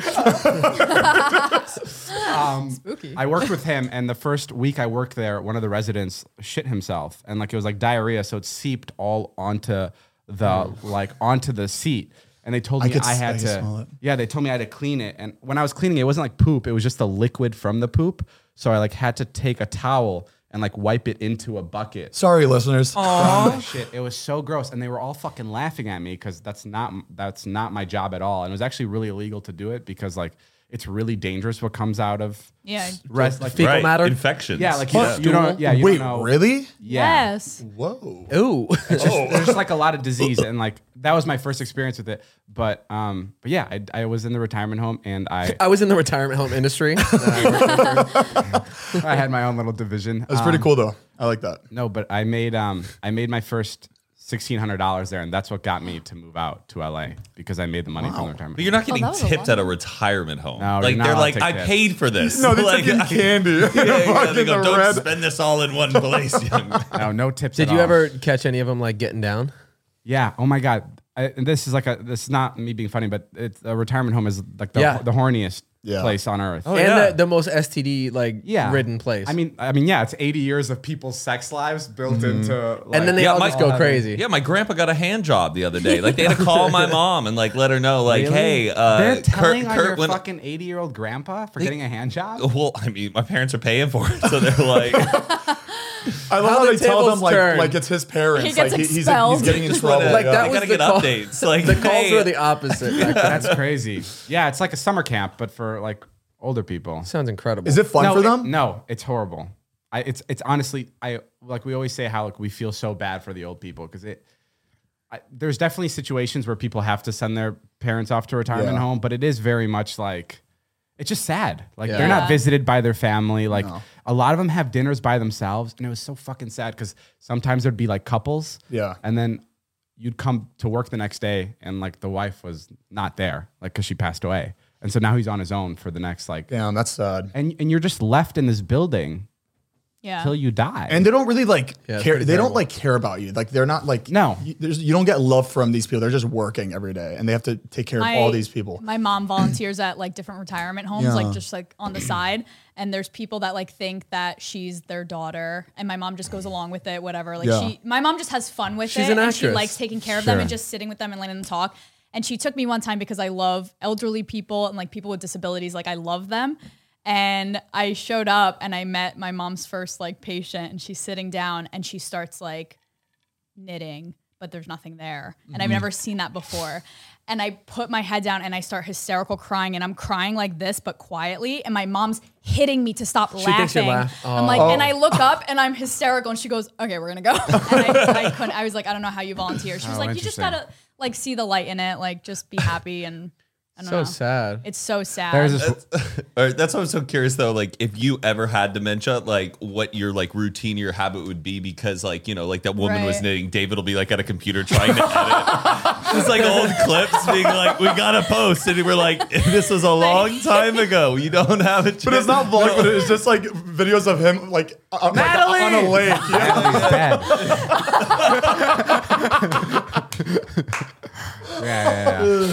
[SPEAKER 5] Spooky.
[SPEAKER 4] I worked with him, and the first week I worked there, one of the residents shit himself, and like it was like diarrhea, so it seeped all onto the like onto the seat. And they told me I,
[SPEAKER 1] could s- Oh. I
[SPEAKER 4] had
[SPEAKER 1] could smell
[SPEAKER 4] to,
[SPEAKER 1] it.
[SPEAKER 4] yeah, they told me I had to clean it. And when I was cleaning it, it wasn't like poop; it was just the liquid from the poop. So I like had to take a towel and like wipe it into a bucket.
[SPEAKER 1] sorry, listeners.
[SPEAKER 4] from that shit. It was so gross, and they were all fucking laughing at me because that's not that's not my job at all. And it was actually really illegal to do it because like it's really dangerous what comes out of
[SPEAKER 5] Yeah.
[SPEAKER 4] rest like
[SPEAKER 2] Fecal
[SPEAKER 3] right.
[SPEAKER 2] matter.
[SPEAKER 3] Infections.
[SPEAKER 4] yeah like you, you don't yeah you
[SPEAKER 1] Wait,
[SPEAKER 4] don't know.
[SPEAKER 1] really? Oh.
[SPEAKER 4] yeah
[SPEAKER 5] Yes.
[SPEAKER 1] Whoa.
[SPEAKER 2] Ooh.
[SPEAKER 4] there's just like a lot of disease and like that was my first experience with it but um but yeah I, I was in the retirement home and I
[SPEAKER 2] I was in the retirement home industry.
[SPEAKER 4] I had my own little division Um,
[SPEAKER 1] That's pretty cool, though. I like that.
[SPEAKER 4] no but I made um I made my first sixteen hundred dollars there and that's what got me to move out to LA because I made the money from the retirement
[SPEAKER 3] But you're not getting
[SPEAKER 5] Oh, that was a
[SPEAKER 3] tipped at
[SPEAKER 5] lot.
[SPEAKER 3] a retirement home.
[SPEAKER 4] No, you're
[SPEAKER 3] like
[SPEAKER 4] not
[SPEAKER 3] they're
[SPEAKER 4] allowed
[SPEAKER 3] like,
[SPEAKER 4] to
[SPEAKER 3] I
[SPEAKER 4] tip.
[SPEAKER 3] paid for this.
[SPEAKER 1] No, they
[SPEAKER 3] like,
[SPEAKER 1] took your
[SPEAKER 3] I-
[SPEAKER 1] candy.
[SPEAKER 3] Yeah, yeah, they
[SPEAKER 1] Fucking
[SPEAKER 3] go,
[SPEAKER 1] the
[SPEAKER 3] don't
[SPEAKER 1] red.
[SPEAKER 3] spend this all in one place. young man."
[SPEAKER 4] no no tips
[SPEAKER 2] Did
[SPEAKER 4] at
[SPEAKER 2] you
[SPEAKER 4] all.
[SPEAKER 2] ever catch any of them like getting down?
[SPEAKER 4] Yeah. Oh my God. I, and this is like a. This is not me being funny, but it's a retirement home is like the,
[SPEAKER 2] Yeah.
[SPEAKER 4] the horniest
[SPEAKER 1] Yeah. Oh,
[SPEAKER 4] place on earth.
[SPEAKER 2] and
[SPEAKER 3] yeah.
[SPEAKER 2] the, the most STD like
[SPEAKER 4] Oh, yeah,
[SPEAKER 2] ridden place.
[SPEAKER 4] I mean, I mean, yeah, it's 80 years of people's sex lives built into. Like,
[SPEAKER 2] and then they
[SPEAKER 3] Mm-hmm. Yeah,
[SPEAKER 2] all
[SPEAKER 3] my-
[SPEAKER 2] just go crazy.
[SPEAKER 3] Yeah, my grandpa got a hand job the other day. Like they had to call my mom and like let her know, like,
[SPEAKER 4] Really?
[SPEAKER 3] hey, uh,
[SPEAKER 4] they're telling on your
[SPEAKER 3] went-
[SPEAKER 4] fucking 80 year old grandpa for getting a hand job.
[SPEAKER 3] Well, I mean, my parents are paying for it, so they're like,
[SPEAKER 1] I love
[SPEAKER 2] How
[SPEAKER 1] how, they
[SPEAKER 2] the
[SPEAKER 1] tell them
[SPEAKER 2] tables
[SPEAKER 1] like
[SPEAKER 2] turn.
[SPEAKER 1] like it's his parents.
[SPEAKER 5] He gets
[SPEAKER 1] like he's,
[SPEAKER 5] expelled.
[SPEAKER 1] he's getting in
[SPEAKER 3] Just
[SPEAKER 1] trouble.
[SPEAKER 3] wanna-
[SPEAKER 2] Like
[SPEAKER 1] yeah.
[SPEAKER 2] that
[SPEAKER 3] We
[SPEAKER 2] was
[SPEAKER 3] gotta
[SPEAKER 2] the
[SPEAKER 3] get
[SPEAKER 2] call-
[SPEAKER 3] updates, like,
[SPEAKER 2] the calls
[SPEAKER 3] hey.
[SPEAKER 2] were the opposite. back then.
[SPEAKER 4] That's crazy. Yeah, it's like a summer camp, but for like older people.
[SPEAKER 2] Sounds incredible.
[SPEAKER 1] Is it fun
[SPEAKER 4] no,
[SPEAKER 1] for
[SPEAKER 4] it-
[SPEAKER 1] them?
[SPEAKER 4] no, it's horrible. I, it's it's honestly, I like we always say how like we feel so bad for the old people because it. I, there's definitely situations where people have to send their parents off to a retirement
[SPEAKER 1] Yeah.
[SPEAKER 4] home, but it is very much like it's just sad. Like
[SPEAKER 2] Yeah.
[SPEAKER 4] they're
[SPEAKER 5] Yeah.
[SPEAKER 4] not visited by their family. Like a lot of them have dinners by themselves, and it was so fucking sad because sometimes there'd be like couples,
[SPEAKER 1] Yeah.
[SPEAKER 4] and then you'd come to work the next day and like the wife was not there, like because she passed away, and so now he's on his own for the next like
[SPEAKER 1] Damn, that's sad.
[SPEAKER 4] and and you're just left in this building
[SPEAKER 5] Yeah.
[SPEAKER 4] till you die.
[SPEAKER 1] And they don't really like
[SPEAKER 2] it's
[SPEAKER 1] care.
[SPEAKER 2] pretty
[SPEAKER 1] They don't
[SPEAKER 2] terrible.
[SPEAKER 1] like care about you. Like they're not like
[SPEAKER 4] No.
[SPEAKER 1] You, there's, you don't get love from these people. They're just working every day, and they have to take care of
[SPEAKER 5] I-
[SPEAKER 1] all these people.
[SPEAKER 5] My mom volunteers at like different retirement homes,
[SPEAKER 1] Yeah.
[SPEAKER 5] like just like on the side. And there's people that like think that she's their daughter, and my mom just goes along with it, whatever. Like
[SPEAKER 1] Yeah.
[SPEAKER 5] she, my mom just has fun with
[SPEAKER 2] She's
[SPEAKER 5] it,
[SPEAKER 2] an
[SPEAKER 5] and she
[SPEAKER 2] actress.
[SPEAKER 5] likes taking care of them and just sitting with them and letting them talk. And she took me one time because I love elderly people and like people with disabilities. Like I love them. And I showed up and I met my mom's first like patient, and she's sitting down and she starts like knitting, but there's nothing there. And I've
[SPEAKER 2] Mm-hmm.
[SPEAKER 5] never seen that before. And I put my head down and I start hysterical crying, and I'm crying like this, but quietly. And my mom's hitting me to stop
[SPEAKER 2] thinks you're
[SPEAKER 5] laughing.
[SPEAKER 2] laugh- Oh.
[SPEAKER 5] I'm like, and I look up and I'm hysterical, and she goes, "Okay, we're gonna go." And I, I couldn't. I was like, "I don't know how you volunteer." She was
[SPEAKER 2] Oh,
[SPEAKER 5] like, "You just
[SPEAKER 4] interesting.
[SPEAKER 5] gotta like see the light in it, like just be happy." And I don't
[SPEAKER 2] so
[SPEAKER 5] know.
[SPEAKER 2] sad.
[SPEAKER 5] It's so sad.
[SPEAKER 4] There's this,
[SPEAKER 3] All right, that's why I'm so curious though. Like, if you ever had dementia, like what your like routine or your habit would be, because like you know, like that woman was
[SPEAKER 5] Right.
[SPEAKER 3] knitting. David will be like at a computer trying to edit. Just like old clips, being like, "We gotta post," and we're like, "This was a long time ago. You don't have it."
[SPEAKER 1] But it's not vlog. But it's just like videos of him like, uh, like on a
[SPEAKER 2] Natalie!
[SPEAKER 1] lake. Yeah.
[SPEAKER 4] Natalie's dead. yeah, yeah, yeah. Oh,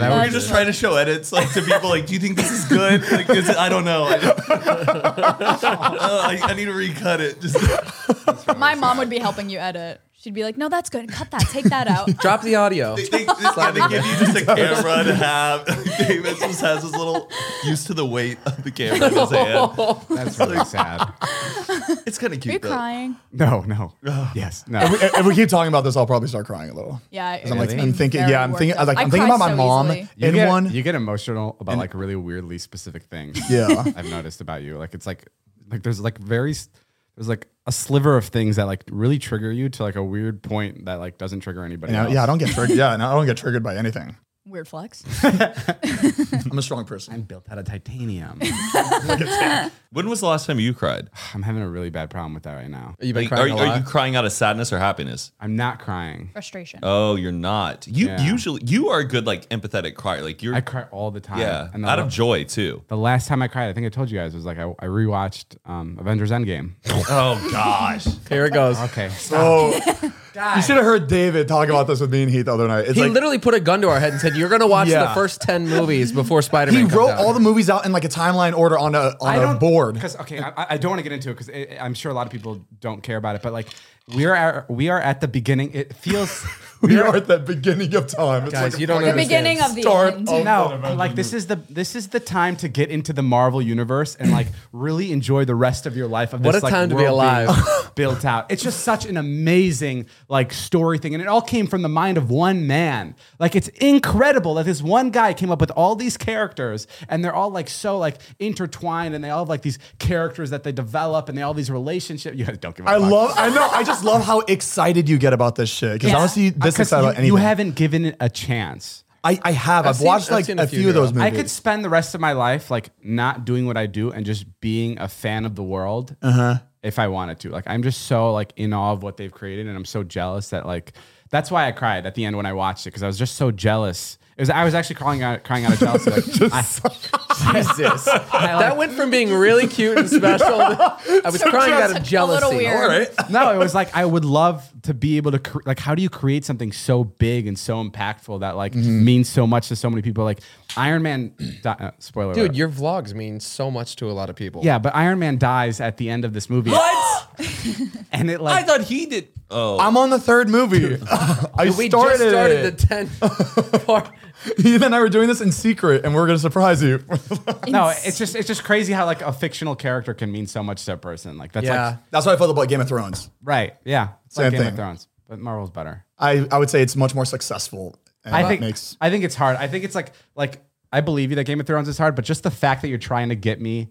[SPEAKER 4] that
[SPEAKER 3] We're
[SPEAKER 4] was-
[SPEAKER 3] just trying to show edits like to people. Like, do you think this is good? Like, is it, I don't know. I, just- Uh, I, I need to recut it. Just
[SPEAKER 5] my mom would be helping you edit. She'd be like, "No, that's good. Cut that. Take that out."
[SPEAKER 2] Drop the audio.
[SPEAKER 3] they, they, they give you just a camera to have. David just has his little used to the weight of the camera in his hand.
[SPEAKER 4] that's really sad.
[SPEAKER 3] It's kind of
[SPEAKER 5] Are you
[SPEAKER 3] cute though.
[SPEAKER 5] crying?
[SPEAKER 4] No, no. Yes, no.
[SPEAKER 1] if, if we keep talking about this, I'll probably start crying a little.
[SPEAKER 5] Yeah,
[SPEAKER 1] I'm like, I'm thinking, yeah, I'm thinking, I'm like,
[SPEAKER 5] I
[SPEAKER 1] I'm thinking
[SPEAKER 5] cry
[SPEAKER 1] about my
[SPEAKER 5] so
[SPEAKER 1] mom
[SPEAKER 5] easily.
[SPEAKER 4] You
[SPEAKER 1] in
[SPEAKER 4] get,
[SPEAKER 1] one.
[SPEAKER 4] you get emotional about like really weirdly specific things.
[SPEAKER 1] yeah.
[SPEAKER 4] I've noticed about you. Like it's like like there's like very s- there's like a sliver of things that like really trigger you to like a weird point that like doesn't trigger anybody.
[SPEAKER 1] You know,
[SPEAKER 4] else.
[SPEAKER 1] yeah, I don't get triggered. Yeah, no, I don't get triggered by anything.
[SPEAKER 5] Weird flex.
[SPEAKER 1] I'm a strong person.
[SPEAKER 4] built out of titanium.
[SPEAKER 3] When was the last time you cried?
[SPEAKER 4] I'm having a really bad problem with that right now.
[SPEAKER 2] You've been
[SPEAKER 3] Like, are,
[SPEAKER 2] crying
[SPEAKER 3] you-
[SPEAKER 2] a
[SPEAKER 3] are
[SPEAKER 2] lot.
[SPEAKER 3] you crying out of sadness or happiness?
[SPEAKER 4] I'm not crying.
[SPEAKER 5] Frustration.
[SPEAKER 3] Oh, you're not. You
[SPEAKER 4] Yeah.
[SPEAKER 3] usually you are a good like empathetic crier. Like you're
[SPEAKER 4] I cry all the time.
[SPEAKER 3] yeah,
[SPEAKER 4] And the,
[SPEAKER 3] out
[SPEAKER 4] la-
[SPEAKER 3] of joy too.
[SPEAKER 4] the last time I cried, I think I told you guys was like I, I rewatched um, Avengers Endgame.
[SPEAKER 3] Oh gosh.
[SPEAKER 2] Here it goes.
[SPEAKER 4] okay.
[SPEAKER 1] Oh, you should have heard David talk about this with me and Heath the other night. It's
[SPEAKER 2] He
[SPEAKER 1] like
[SPEAKER 2] literally put a gun to our head and said, "You're gonna watch the
[SPEAKER 1] Yeah.
[SPEAKER 2] first ten movies before Spider-Man."
[SPEAKER 1] he
[SPEAKER 2] comes
[SPEAKER 1] wrote
[SPEAKER 2] out."
[SPEAKER 1] all the movies out in like a timeline order on a on a board.
[SPEAKER 4] Because okay, I, I don't want to get into it because I'm sure a lot of people don't care about it. But like we are at, we are at the beginning. It feels
[SPEAKER 1] We are at the beginning of time. It's
[SPEAKER 2] guys.
[SPEAKER 1] like
[SPEAKER 2] you don't
[SPEAKER 5] the
[SPEAKER 2] understand.
[SPEAKER 5] beginning of the
[SPEAKER 1] Start
[SPEAKER 5] end.
[SPEAKER 1] of-
[SPEAKER 4] No,
[SPEAKER 1] Avengers
[SPEAKER 4] like this is the this is the time to get into the Marvel universe and like really enjoy the rest of your life of
[SPEAKER 2] What
[SPEAKER 4] this
[SPEAKER 2] a
[SPEAKER 4] like,
[SPEAKER 2] time to be
[SPEAKER 4] world
[SPEAKER 2] alive.
[SPEAKER 4] being built out. It's just such an amazing like story thing and it all came from the mind of one man. Like it's incredible that this one guy came up with all these characters and they're all like so like intertwined and they all have like these characters that they develop and they all have these relationships. You guys don't give a
[SPEAKER 1] I
[SPEAKER 4] fuck.
[SPEAKER 1] love. I know. I just love how excited you get about this shit. Because
[SPEAKER 5] Yeah.
[SPEAKER 1] honestly, this
[SPEAKER 4] Because
[SPEAKER 1] excited
[SPEAKER 4] you,
[SPEAKER 1] about anything.
[SPEAKER 4] you haven't given it a chance.
[SPEAKER 1] I, I have. I've,
[SPEAKER 2] seen-
[SPEAKER 1] watched
[SPEAKER 2] I've
[SPEAKER 1] like
[SPEAKER 2] seen
[SPEAKER 1] a, few of those
[SPEAKER 2] yeah.
[SPEAKER 1] movies.
[SPEAKER 4] I could spend the rest of my life like not doing what I do and just being a fan of the world
[SPEAKER 3] Uh-huh.
[SPEAKER 4] if I wanted to. Like I'm just so like in awe of what they've created and I'm so jealous that like that's why I cried at the end when I watched it because I was just so jealous It was, I was actually crying out, crying out of jealousy. Like, I,
[SPEAKER 2] Jesus. that went from being really cute and special. to- I was crying out of
[SPEAKER 5] A
[SPEAKER 2] jealousy.
[SPEAKER 5] little weird.
[SPEAKER 4] no, it was like I would love to be able to cre- like. How do you create something so big and so impactful that like
[SPEAKER 3] Mm-hmm.
[SPEAKER 4] means so much to so many people? Like Iron Man, di- uh, spoiler,
[SPEAKER 2] Dude,
[SPEAKER 4] alert.
[SPEAKER 2] your vlogs mean so much to a lot of people.
[SPEAKER 4] yeah, but Iron Man dies at the end of this movie,
[SPEAKER 3] What?
[SPEAKER 4] and it
[SPEAKER 3] I
[SPEAKER 4] like
[SPEAKER 3] thought he did. Oh,
[SPEAKER 6] I'm on the third movie. I
[SPEAKER 2] We
[SPEAKER 6] started,
[SPEAKER 2] just started
[SPEAKER 6] it.
[SPEAKER 2] the 10 part.
[SPEAKER 6] Heath and I were doing this in secret, and we're gonna surprise you.
[SPEAKER 4] no, it's just it's just crazy how like a fictional character can mean so much to a person. Like that's
[SPEAKER 2] Yeah.
[SPEAKER 4] like
[SPEAKER 1] That's what I felt about Game of Thrones.
[SPEAKER 4] right, yeah, it's
[SPEAKER 1] Same
[SPEAKER 4] like Game
[SPEAKER 1] thing.
[SPEAKER 4] of Thrones, but Marvel's better.
[SPEAKER 1] I, I would say it's much more successful. And
[SPEAKER 4] I
[SPEAKER 1] that
[SPEAKER 4] think
[SPEAKER 1] makes
[SPEAKER 4] I think it's hard. I think it's like like I believe you that Game of Thrones is hard, but just the fact that you're trying to get me,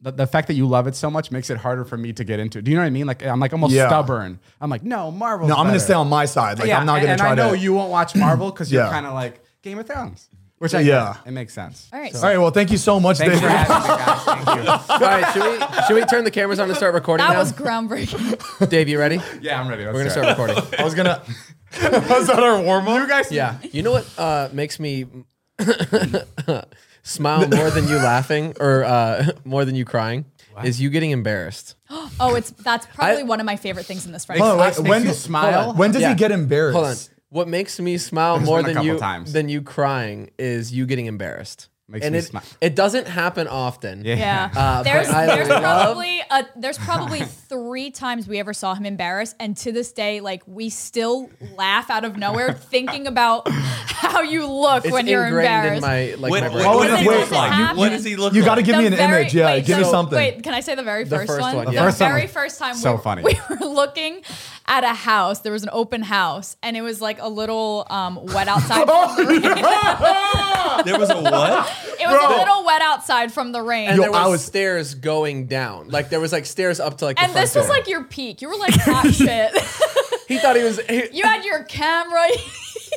[SPEAKER 4] the, the fact that you love it so much makes it harder for me to get into. it. Do you know what I mean? Like I'm like almost
[SPEAKER 1] Yeah.
[SPEAKER 4] stubborn. I'm like no Marvel.
[SPEAKER 1] no. I'm gonna stay on my side. Like
[SPEAKER 4] Yeah,
[SPEAKER 1] I'm not
[SPEAKER 4] and,
[SPEAKER 1] gonna
[SPEAKER 4] and
[SPEAKER 1] try
[SPEAKER 4] I know
[SPEAKER 1] to.
[SPEAKER 4] you won't watch Marvel because you're
[SPEAKER 1] Yeah.
[SPEAKER 4] kind of like Game of Thrones, which I
[SPEAKER 1] Yeah.
[SPEAKER 4] yeah it makes sense.
[SPEAKER 5] All right.
[SPEAKER 1] All right. Well, thank you so much,
[SPEAKER 4] Thanks
[SPEAKER 1] David.
[SPEAKER 4] for having me, guys. Thank you.
[SPEAKER 2] All right, should we, should we turn the cameras on and start recording
[SPEAKER 5] That
[SPEAKER 2] now?
[SPEAKER 5] was groundbreaking.
[SPEAKER 2] Dave, you ready?
[SPEAKER 4] Yeah, I'm ready. Let's
[SPEAKER 2] We're going to
[SPEAKER 4] do it.
[SPEAKER 2] start recording.
[SPEAKER 6] I was gonna.
[SPEAKER 3] was that our warm up? You guys,
[SPEAKER 2] Yeah. You know what uh, makes me smile more than you laughing or uh, more than you crying is you getting embarrassed.
[SPEAKER 5] Oh, it's that's probably one of my favorite things in this friendship.
[SPEAKER 1] Hold on,
[SPEAKER 4] Makes
[SPEAKER 1] wait,
[SPEAKER 4] you
[SPEAKER 1] Oh, when-
[SPEAKER 4] smile.
[SPEAKER 1] When does
[SPEAKER 2] Oh, Yeah.
[SPEAKER 1] he get embarrassed?
[SPEAKER 2] Hold on. What makes me smile
[SPEAKER 4] There's
[SPEAKER 2] more
[SPEAKER 4] been a
[SPEAKER 2] than
[SPEAKER 4] couple
[SPEAKER 2] you
[SPEAKER 4] times.
[SPEAKER 2] than you crying is you getting embarrassed.
[SPEAKER 4] Makes
[SPEAKER 2] and
[SPEAKER 4] me
[SPEAKER 2] it,
[SPEAKER 4] smile.
[SPEAKER 2] it doesn't happen often.
[SPEAKER 5] Yeah.
[SPEAKER 2] Uh,
[SPEAKER 5] there's
[SPEAKER 2] but I
[SPEAKER 5] there's
[SPEAKER 2] love-
[SPEAKER 5] probably a, there's probably three times we ever saw him embarrassed, and to this day, like we still laugh out of nowhere thinking about how you look
[SPEAKER 2] It's
[SPEAKER 5] when you're
[SPEAKER 2] ingrained
[SPEAKER 5] embarrassed.
[SPEAKER 2] in my like
[SPEAKER 3] What,
[SPEAKER 2] my
[SPEAKER 3] what,
[SPEAKER 2] brain.
[SPEAKER 3] what
[SPEAKER 1] Because
[SPEAKER 3] does
[SPEAKER 1] it
[SPEAKER 3] he
[SPEAKER 1] doesn't
[SPEAKER 3] look like? You- What
[SPEAKER 5] happen.
[SPEAKER 3] does he look
[SPEAKER 1] You
[SPEAKER 3] like?
[SPEAKER 1] got to give me
[SPEAKER 5] The
[SPEAKER 1] an
[SPEAKER 5] very-
[SPEAKER 1] image. Yeah,
[SPEAKER 5] wait,
[SPEAKER 1] give me
[SPEAKER 5] so-
[SPEAKER 1] something.
[SPEAKER 5] Wait, can I say the very first,
[SPEAKER 2] first one,
[SPEAKER 5] one?
[SPEAKER 2] yeah.
[SPEAKER 5] The
[SPEAKER 4] First time
[SPEAKER 5] very
[SPEAKER 4] was
[SPEAKER 5] first time
[SPEAKER 4] so
[SPEAKER 5] we,
[SPEAKER 4] funny.
[SPEAKER 5] we were looking at a house. There was an open house, and it was like a little um, wet outside. from the rain.
[SPEAKER 3] There was a what?
[SPEAKER 5] It was a little wet outside from the rain.
[SPEAKER 2] and
[SPEAKER 1] Yo,
[SPEAKER 2] there was,
[SPEAKER 1] I was-
[SPEAKER 2] stairs going down. Like there was like stairs up to like the
[SPEAKER 5] and
[SPEAKER 2] front
[SPEAKER 5] this was
[SPEAKER 2] door.
[SPEAKER 5] like your peak. You were like hot shit.
[SPEAKER 2] he thought he was he,
[SPEAKER 5] You had your camera.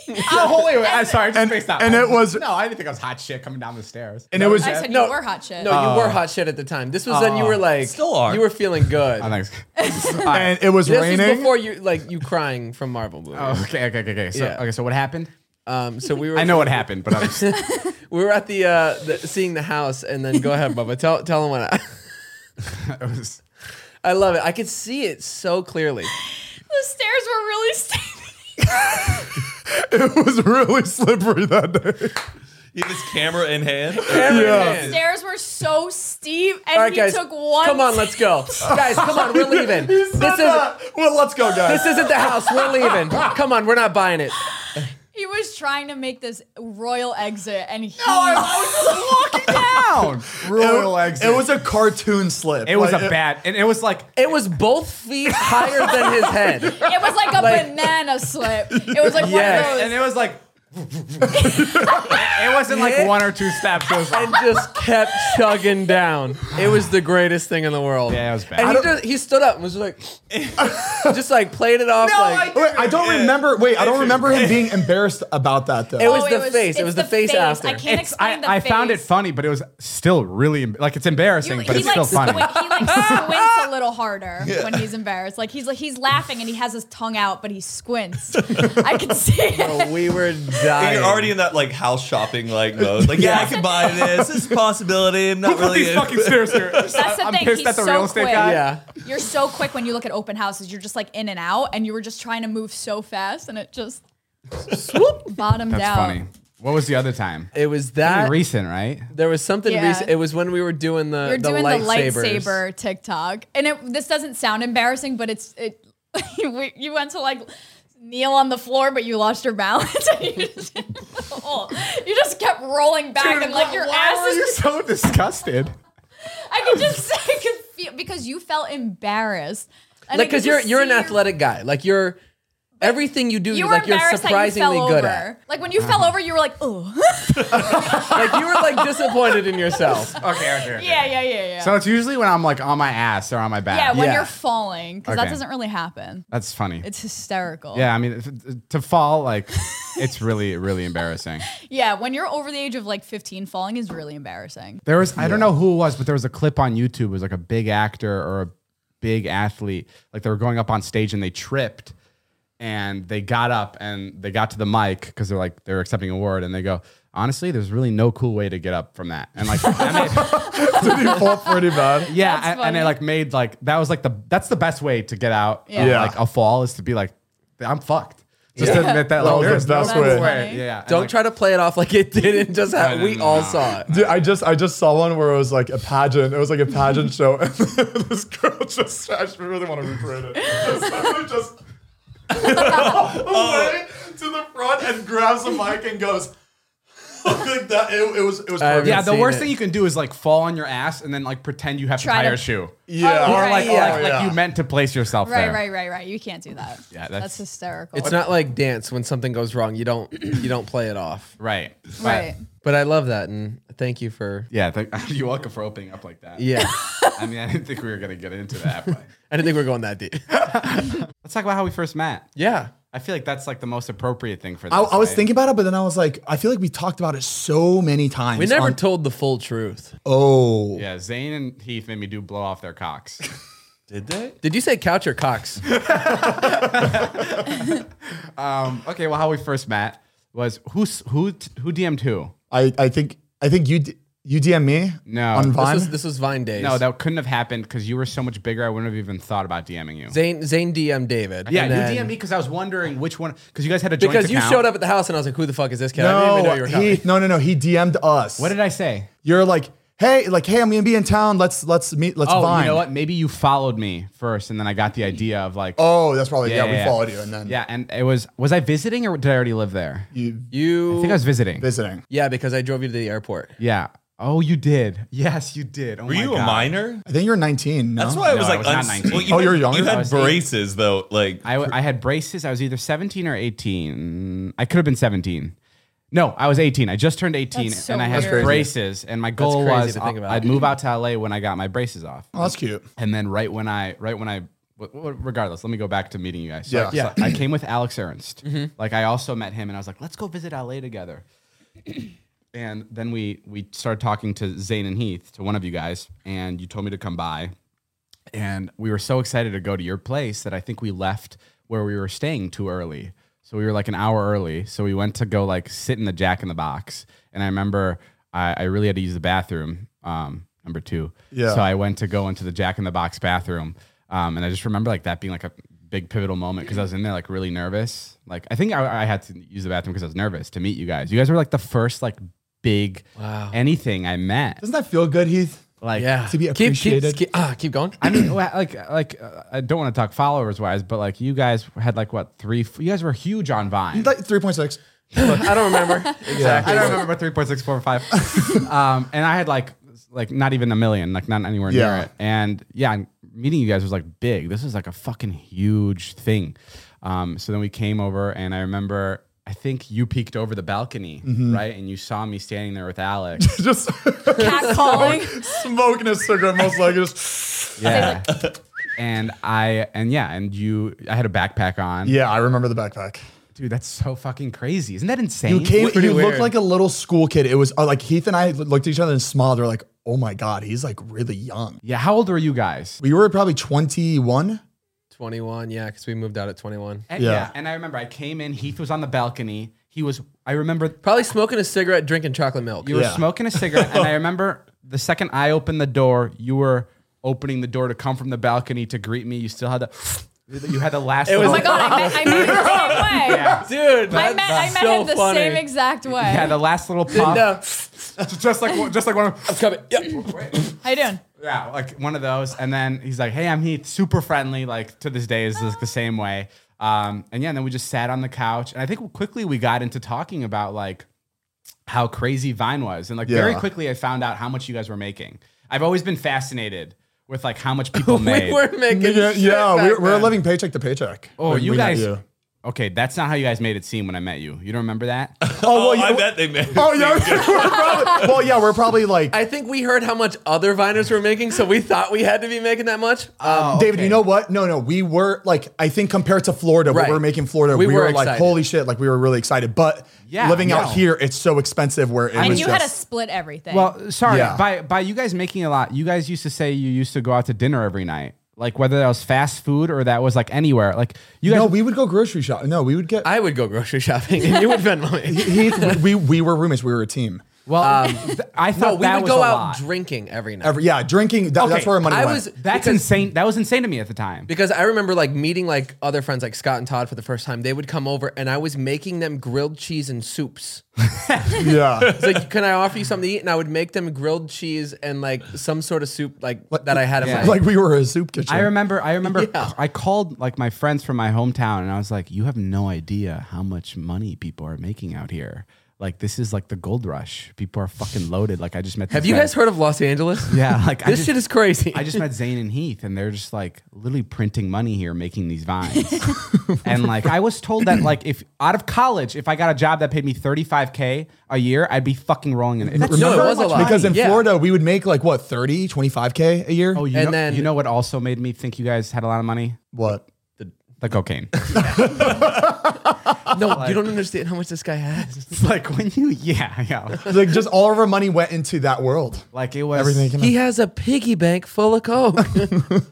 [SPEAKER 4] Oh, holy! wait, I'm sorry, I just
[SPEAKER 1] and-
[SPEAKER 4] spaced out.
[SPEAKER 1] and it was-
[SPEAKER 4] no, I didn't think I was hot shit coming down the stairs.
[SPEAKER 1] and it was
[SPEAKER 5] I said
[SPEAKER 2] No.
[SPEAKER 5] you were hot shit.
[SPEAKER 2] Uh, No, you
[SPEAKER 4] Uh,
[SPEAKER 2] were hot shit at the time. This was when you were like
[SPEAKER 3] Still are.
[SPEAKER 2] You were feeling good.
[SPEAKER 4] I think.
[SPEAKER 1] and it was
[SPEAKER 2] this was
[SPEAKER 1] raining.
[SPEAKER 2] before you like you crying from Marvel movie.
[SPEAKER 4] Oh, okay, okay, okay, okay. So,
[SPEAKER 2] Yeah.
[SPEAKER 4] okay, so what happened?
[SPEAKER 2] Um, so we were.
[SPEAKER 4] I know what happened, but I'm just,
[SPEAKER 2] We were at the, uh, the seeing the house, and then go ahead, Bubba. Tell tell him what. I,
[SPEAKER 4] it was,
[SPEAKER 2] I love it. I could see it so clearly.
[SPEAKER 5] The stairs were really steep.
[SPEAKER 1] it was really slippery that day.
[SPEAKER 3] You have his camera in hand.
[SPEAKER 5] The stairs were so steep, and
[SPEAKER 2] All right,
[SPEAKER 5] he
[SPEAKER 2] guys.
[SPEAKER 5] took one.
[SPEAKER 2] Come on, let's go, guys. Come on, we're leaving. this is
[SPEAKER 1] well, let's go, guys.
[SPEAKER 2] this isn't the house. We're leaving. Come on, we're not buying it.
[SPEAKER 5] He was trying to make this royal exit, and he.
[SPEAKER 4] down. Royal Oh, exit.
[SPEAKER 1] It was a cartoon slip.
[SPEAKER 4] It was
[SPEAKER 1] Like,
[SPEAKER 4] a bad, and it was like
[SPEAKER 2] It was both feet higher than his head.
[SPEAKER 5] It was like a
[SPEAKER 2] Like-
[SPEAKER 5] banana slip. It was like
[SPEAKER 2] Yes.
[SPEAKER 5] one of
[SPEAKER 4] and
[SPEAKER 5] those.
[SPEAKER 4] it was like it wasn't like one or two steps. It was like,
[SPEAKER 2] and just kept chugging down. It was the greatest thing in the world.
[SPEAKER 4] Yeah, it was bad.
[SPEAKER 2] And
[SPEAKER 4] I
[SPEAKER 2] he, just, he stood up and was like, just like played it off. like,
[SPEAKER 1] Wait, I don't remember. Wait, I don't remember him being embarrassed about that though.
[SPEAKER 2] It was
[SPEAKER 5] Oh,
[SPEAKER 2] the face. It
[SPEAKER 5] it's
[SPEAKER 2] was the face after.
[SPEAKER 5] I can't
[SPEAKER 4] it's
[SPEAKER 5] explain the
[SPEAKER 4] I, I found it
[SPEAKER 5] face.
[SPEAKER 4] funny, but it was still really em- like it's embarrassing, but
[SPEAKER 5] he
[SPEAKER 4] it's still
[SPEAKER 5] like,
[SPEAKER 4] funny.
[SPEAKER 5] squint- he like squints a little harder when he's embarrassed. Like he's like he's laughing and he has his tongue out, but he squints. I can see it.
[SPEAKER 2] we were
[SPEAKER 3] And
[SPEAKER 2] dying.
[SPEAKER 3] you're already in that like house shopping like mode. Like, yeah, I can buy this. This is a possibility. I'm not really. in-
[SPEAKER 4] stairs here.
[SPEAKER 5] That's the
[SPEAKER 4] I'm
[SPEAKER 5] thing.
[SPEAKER 4] pissed
[SPEAKER 5] he's
[SPEAKER 4] at the
[SPEAKER 5] so
[SPEAKER 4] real estate
[SPEAKER 5] quick.
[SPEAKER 4] guy.
[SPEAKER 2] yeah.
[SPEAKER 5] You're so quick when you look at open houses. You're just like in and out, and you were just trying to move so fast, and it just swoop bottomed
[SPEAKER 4] That's
[SPEAKER 5] out.
[SPEAKER 4] funny. What was the other time?
[SPEAKER 2] It was
[SPEAKER 4] Pretty
[SPEAKER 1] Uh,
[SPEAKER 2] that.
[SPEAKER 4] recent, right?
[SPEAKER 2] there was something.
[SPEAKER 5] Yeah.
[SPEAKER 2] Recent, it was when we were doing the,
[SPEAKER 5] You're
[SPEAKER 2] the,
[SPEAKER 5] doing
[SPEAKER 2] lightsabers.
[SPEAKER 5] the lightsaber TikTok, and it, this doesn't sound embarrassing, but it's it. we- you went to like kneel on the floor, but you lost your balance. and you, just, oh, you just kept rolling back, and like your ass is. just-
[SPEAKER 4] so disgusted?
[SPEAKER 5] I could just I could feel because you felt embarrassed. And I
[SPEAKER 2] Like,
[SPEAKER 5] could
[SPEAKER 2] because you're
[SPEAKER 5] just
[SPEAKER 2] you're an
[SPEAKER 5] see your-
[SPEAKER 2] athletic guy. Like you're everything you do.
[SPEAKER 5] You were
[SPEAKER 2] like you're
[SPEAKER 5] embarrassed that
[SPEAKER 2] surprisingly
[SPEAKER 5] you fell
[SPEAKER 2] good
[SPEAKER 5] over.
[SPEAKER 2] at.
[SPEAKER 5] Like when you fell over, you were like, "Oh,
[SPEAKER 2] Like you were like disappointed in yourself.
[SPEAKER 4] Okay, okay. okay.
[SPEAKER 5] yeah, yeah, yeah, yeah."
[SPEAKER 4] So it's usually when I'm like on my ass or on my back.
[SPEAKER 5] yeah, when
[SPEAKER 2] Yeah.
[SPEAKER 5] you're falling, because that
[SPEAKER 4] Okay.
[SPEAKER 5] doesn't really happen.
[SPEAKER 4] That's funny.
[SPEAKER 5] It's hysterical.
[SPEAKER 4] yeah, I mean, if- to fall like it's really, really embarrassing.
[SPEAKER 5] Yeah, when you're over the age of like 15, falling is really embarrassing.
[SPEAKER 4] There was I don't know who it was, but there was a clip on YouTube. It was like a big actor or a big athlete, like they were going up on stage and they tripped, and they got up and they got to the mic because they're like they're accepting an award and they go honestly there's really no cool way to get up from that and like I made-
[SPEAKER 6] Did he fall pretty bad?
[SPEAKER 4] yeah,
[SPEAKER 5] That's
[SPEAKER 4] and, and it
[SPEAKER 5] funny.
[SPEAKER 4] like made like that was like the that's the best way to get out. of,
[SPEAKER 5] Yeah.
[SPEAKER 4] like a fall is to be like, I'm fucked. Just
[SPEAKER 5] Yeah.
[SPEAKER 4] admit that.
[SPEAKER 6] That
[SPEAKER 4] Like,
[SPEAKER 6] was the
[SPEAKER 4] there's
[SPEAKER 6] best
[SPEAKER 4] no
[SPEAKER 6] way.
[SPEAKER 5] Funny.
[SPEAKER 4] Yeah, yeah. And,
[SPEAKER 2] Don't
[SPEAKER 4] like,
[SPEAKER 2] try to play it off like it didn't just happen. We all saw it.
[SPEAKER 6] Dude, I just I just saw one where it was like a pageant. It was like a pageant show, and this girl just I just really want to recreate it. This just away to the front and grabs the mic and goes like that. It, it was it was
[SPEAKER 2] I
[SPEAKER 6] perfect.
[SPEAKER 4] Yeah, the
[SPEAKER 2] seen
[SPEAKER 4] worst
[SPEAKER 2] it.
[SPEAKER 4] thing you can do is like fall on your ass and then like pretend you have
[SPEAKER 5] Try
[SPEAKER 4] to tie
[SPEAKER 5] to-
[SPEAKER 4] a shoe.
[SPEAKER 6] yeah,
[SPEAKER 5] Oh,
[SPEAKER 4] Or like,
[SPEAKER 5] Right,
[SPEAKER 4] or,
[SPEAKER 5] yeah.
[SPEAKER 4] like, like you meant to place yourself
[SPEAKER 5] Right,
[SPEAKER 4] there.
[SPEAKER 5] right, right, right. You can't do that. Yeah, that's,
[SPEAKER 4] that's-
[SPEAKER 5] hysterical.
[SPEAKER 2] It's not like dance when something goes wrong. You don't you don't play it off.
[SPEAKER 4] Right. But-
[SPEAKER 5] right.
[SPEAKER 2] But I love that and thank you for
[SPEAKER 4] Yeah, thank, you're welcome for opening up like that.
[SPEAKER 2] yeah.
[SPEAKER 4] I mean, I didn't think we were gonna get into that. But.
[SPEAKER 2] I didn't think we were going that deep.
[SPEAKER 4] Let's talk about how we first met.
[SPEAKER 2] Yeah.
[SPEAKER 4] I feel like that's like the most appropriate thing for. This,
[SPEAKER 1] I, I was
[SPEAKER 4] right?
[SPEAKER 1] thinking about it, but then I was like, I feel like we talked about it so many times.
[SPEAKER 2] We never
[SPEAKER 1] on-
[SPEAKER 2] told the full truth.
[SPEAKER 1] oh,
[SPEAKER 4] Yeah, Zane and Heath made me do blow off their cocks.
[SPEAKER 3] Did they?
[SPEAKER 2] Did you say couch or Cox?
[SPEAKER 4] Um, okay, well, how we first met was who s- who t- who DM'd who?
[SPEAKER 1] I, I think I think you d- you DM me
[SPEAKER 4] No.
[SPEAKER 1] on
[SPEAKER 4] This
[SPEAKER 2] This
[SPEAKER 1] Vine.
[SPEAKER 2] was this was Vine days.
[SPEAKER 4] No, that couldn't have happened because you were so much bigger. I wouldn't have even thought about DMing you.
[SPEAKER 2] Zane Zane DM David.
[SPEAKER 4] yeah,
[SPEAKER 2] and then-
[SPEAKER 4] you DM'd me because I was wondering which one because you guys had a joint
[SPEAKER 2] because you
[SPEAKER 4] account.
[SPEAKER 2] showed up at the house and I was like, who the fuck is this kid? I didn't even know you
[SPEAKER 1] no,
[SPEAKER 2] were coming.
[SPEAKER 1] he, no, no, no. He DM'd us.
[SPEAKER 4] What did I say?
[SPEAKER 1] You're like, hey, like, hey, I'm gonna be in town. Let's let's meet. Let's
[SPEAKER 4] Oh,
[SPEAKER 1] Vine.
[SPEAKER 4] you know what? Maybe you followed me first, and then I got the idea of like,
[SPEAKER 1] Oh, that's probably yeah. we followed you, and then
[SPEAKER 4] yeah, and it was was I visiting or did I already live there?
[SPEAKER 1] you
[SPEAKER 2] you
[SPEAKER 4] I think I was visiting.
[SPEAKER 1] visiting.
[SPEAKER 2] Yeah, because I drove you to the airport.
[SPEAKER 4] yeah. Oh, you did. Yes, you did. Oh
[SPEAKER 3] Were
[SPEAKER 4] my
[SPEAKER 3] you
[SPEAKER 4] God.
[SPEAKER 3] a minor?
[SPEAKER 1] I think you're 19. No?
[SPEAKER 3] That's why I
[SPEAKER 4] No,
[SPEAKER 3] was
[SPEAKER 4] I
[SPEAKER 3] like,
[SPEAKER 4] was not
[SPEAKER 3] uns-
[SPEAKER 4] 19.
[SPEAKER 3] you
[SPEAKER 1] Oh,
[SPEAKER 3] had-
[SPEAKER 1] you're younger?
[SPEAKER 3] You
[SPEAKER 1] I
[SPEAKER 3] had
[SPEAKER 4] was eight.
[SPEAKER 3] braces though. Like
[SPEAKER 4] I, I had braces. I was either 17 or 18. I could have been 17. No, I was 18. I just turned 18
[SPEAKER 5] That's so
[SPEAKER 4] and I had
[SPEAKER 5] That's crazy.
[SPEAKER 4] braces. And my goal
[SPEAKER 2] crazy
[SPEAKER 4] was
[SPEAKER 2] to think about.
[SPEAKER 4] I'd move out to LA when I got my braces off.
[SPEAKER 1] Oh, that's cute.
[SPEAKER 4] And then right when I, right when I, w- w- regardless, let me go back to meeting you guys. So
[SPEAKER 1] Yeah.
[SPEAKER 4] I, so I came with Alex Ernst. Like I also met him and I was like, let's go visit LA together. and then we, we started talking to Zane and Heath, to one of you guys. And you told me to come by and we were so excited to go to your place that I think we left where we were staying too early. So we were like an hour early. So we went to go like sit in the Jack in the Box, and I remember I, I really had to use the bathroom, um, number two.
[SPEAKER 1] Yeah.
[SPEAKER 4] So I went to go into the Jack in the Box bathroom, um, and I just remember like that being like a big pivotal moment because I was in there like really nervous. Like I think I, I had to use the bathroom because I was nervous to meet you guys. You guys were like the first like big anything I met.
[SPEAKER 1] Doesn't that feel good, Heath?
[SPEAKER 4] Like
[SPEAKER 2] Yeah.
[SPEAKER 1] To be
[SPEAKER 2] Keep- keep-
[SPEAKER 1] appreciated.
[SPEAKER 2] keep- ah, keep going.
[SPEAKER 4] I mean, well, like, like uh, I don't want to talk followers wise, but like you guys had like what three? f- You guys were huge on Vine.
[SPEAKER 1] Like 3.6.
[SPEAKER 2] I don't remember.
[SPEAKER 4] I don't remember three point six four five. um, and I had like like not even a million, like not anywhere
[SPEAKER 1] Yeah.
[SPEAKER 4] near it. And yeah, and meeting you guys was like big. This is like a fucking huge thing. Um, so then we came over, and I remember. I think you peeked over the balcony,
[SPEAKER 1] Mm-hmm.
[SPEAKER 4] right? And you saw me standing there with Alex.
[SPEAKER 1] Just
[SPEAKER 5] Cat calling.
[SPEAKER 1] smoking a cigarette, most likely. Just,
[SPEAKER 4] yeah. and I and yeah, and you I had a backpack on.
[SPEAKER 1] yeah, I remember the backpack.
[SPEAKER 4] Dude, that's so fucking crazy. Isn't that insane?
[SPEAKER 1] You came.
[SPEAKER 2] Pretty
[SPEAKER 1] you
[SPEAKER 2] weird.
[SPEAKER 1] looked like a little school kid. It was uh, like Heath and I looked at each other and smiled. They're like, "Oh my god, he's like really young."
[SPEAKER 4] yeah, how old were you guys?
[SPEAKER 1] We were probably 21.
[SPEAKER 2] 21, yeah, because we moved out at 21.
[SPEAKER 4] And-
[SPEAKER 1] Yeah.
[SPEAKER 4] And I remember I came in, Heath was on the balcony. He was I remember
[SPEAKER 2] Probably smoking a cigarette, drinking chocolate milk.
[SPEAKER 4] you were
[SPEAKER 1] Yeah.
[SPEAKER 4] smoking a cigarette and I remember the second I opened the door, you were opening the door to come from the balcony to greet me. You still had the you had the last
[SPEAKER 2] was
[SPEAKER 5] Oh
[SPEAKER 4] little-
[SPEAKER 5] my god, I met, I met him the same way.
[SPEAKER 2] Dude,
[SPEAKER 5] I met, I met him the same exact way.
[SPEAKER 4] yeah, the last little puff.
[SPEAKER 2] No,
[SPEAKER 4] Just like one- just like one of
[SPEAKER 2] it's coming. Yep.
[SPEAKER 5] How you doing?
[SPEAKER 4] Yeah, like one of those. And then he's like, "Hey, I'm Heath." Super friendly. Like to this day is like the same way. Um, and yeah, and then we just sat on the couch, and I think quickly we got into talking about like how crazy Vine was, and like very
[SPEAKER 1] Yeah.
[SPEAKER 4] quickly I found out how much you guys were making. I've always been fascinated with like how much people made.
[SPEAKER 2] we were making.
[SPEAKER 1] Yeah,
[SPEAKER 2] shit
[SPEAKER 1] yeah,
[SPEAKER 2] back
[SPEAKER 1] we're, we're
[SPEAKER 2] then.
[SPEAKER 1] living paycheck to paycheck.
[SPEAKER 4] oh,
[SPEAKER 1] When
[SPEAKER 4] you
[SPEAKER 1] we met
[SPEAKER 4] guys. Okay, that's not how you guys made it seem when I met you. You don't remember that?
[SPEAKER 1] Oh,
[SPEAKER 3] oh,
[SPEAKER 1] well,
[SPEAKER 3] I
[SPEAKER 1] you,
[SPEAKER 3] bet they made.
[SPEAKER 1] oh yeah, we're probably, well yeah, we're probably like
[SPEAKER 2] I think we heard how much other Viners were making, so we thought we had to be making that much. Um,
[SPEAKER 1] David, you know what? No, no, we were like, I think compared to Florida, what
[SPEAKER 2] Right.
[SPEAKER 1] we're making Florida,
[SPEAKER 2] We
[SPEAKER 1] we,
[SPEAKER 2] were
[SPEAKER 1] were, like,
[SPEAKER 2] excited.
[SPEAKER 1] holy shit, like we were really excited. But
[SPEAKER 4] Yeah,
[SPEAKER 1] living
[SPEAKER 4] no.
[SPEAKER 1] out here, it's so expensive where it
[SPEAKER 5] And
[SPEAKER 1] was
[SPEAKER 5] you
[SPEAKER 1] just,
[SPEAKER 5] had to split everything.
[SPEAKER 4] Well, sorry.
[SPEAKER 1] Yeah.
[SPEAKER 4] By by you guys making a lot, you guys used to say you used to go out to dinner every night. like whether that was fast food or that was like anywhere. Like you guys,
[SPEAKER 1] no, we would go grocery shop. No, we would get.
[SPEAKER 2] I would go grocery shopping and you would Venmo me.
[SPEAKER 1] Heath, we we were roommates. We were a team.
[SPEAKER 4] well, th- I
[SPEAKER 2] um,
[SPEAKER 4] thought
[SPEAKER 2] No, we
[SPEAKER 4] that
[SPEAKER 2] would
[SPEAKER 4] was
[SPEAKER 2] go
[SPEAKER 4] a
[SPEAKER 2] out
[SPEAKER 4] lot.
[SPEAKER 2] drinking every night.
[SPEAKER 1] Every, yeah, drinking. That, That's
[SPEAKER 4] Okay,
[SPEAKER 1] where our money
[SPEAKER 2] I
[SPEAKER 1] went.
[SPEAKER 2] was
[SPEAKER 4] That's
[SPEAKER 2] because-
[SPEAKER 4] insane. That was insane to me at the time.
[SPEAKER 2] Because I remember like meeting like other friends like Scott and Todd for the first time. They would come over and I was making them grilled cheese and soups.
[SPEAKER 1] yeah.
[SPEAKER 2] It's like, can I offer you something to eat? And I would make them grilled cheese and like some sort of soup like that I had in my
[SPEAKER 1] like we were a soup kitchen.
[SPEAKER 4] I remember. I remember.
[SPEAKER 2] Yeah.
[SPEAKER 4] I called like my friends from my hometown, and I was like, "You have no idea how much money people are making out here. Like this is like the gold rush. People are fucking loaded. Like I just met.
[SPEAKER 2] Have
[SPEAKER 4] these
[SPEAKER 2] you guys heard of Los Angeles?
[SPEAKER 4] Yeah, like I
[SPEAKER 2] this
[SPEAKER 4] just,
[SPEAKER 2] shit is crazy.
[SPEAKER 4] I just met Zayn and Heath, and they're just like literally printing money here, making these vines. and like I was told that like if out of college, if I got a job that paid me thirty five k a year, I'd be fucking rolling in it.
[SPEAKER 2] No, it
[SPEAKER 1] Remember?
[SPEAKER 2] was a lot.
[SPEAKER 1] Because in
[SPEAKER 2] Yeah.
[SPEAKER 1] Florida, we would make like what 30, 25k a year.
[SPEAKER 4] Oh, you
[SPEAKER 2] And
[SPEAKER 4] know,
[SPEAKER 2] then-
[SPEAKER 4] you know what also made me think you guys had a lot of money?
[SPEAKER 1] what?
[SPEAKER 4] The cocaine.
[SPEAKER 2] no, you don't understand how much this guy has.
[SPEAKER 4] it's like when you, yeah, yeah.
[SPEAKER 1] Like just all of our money went into that world.
[SPEAKER 4] Like it was
[SPEAKER 1] Everything. came out.
[SPEAKER 2] He has a piggy bank full of coke.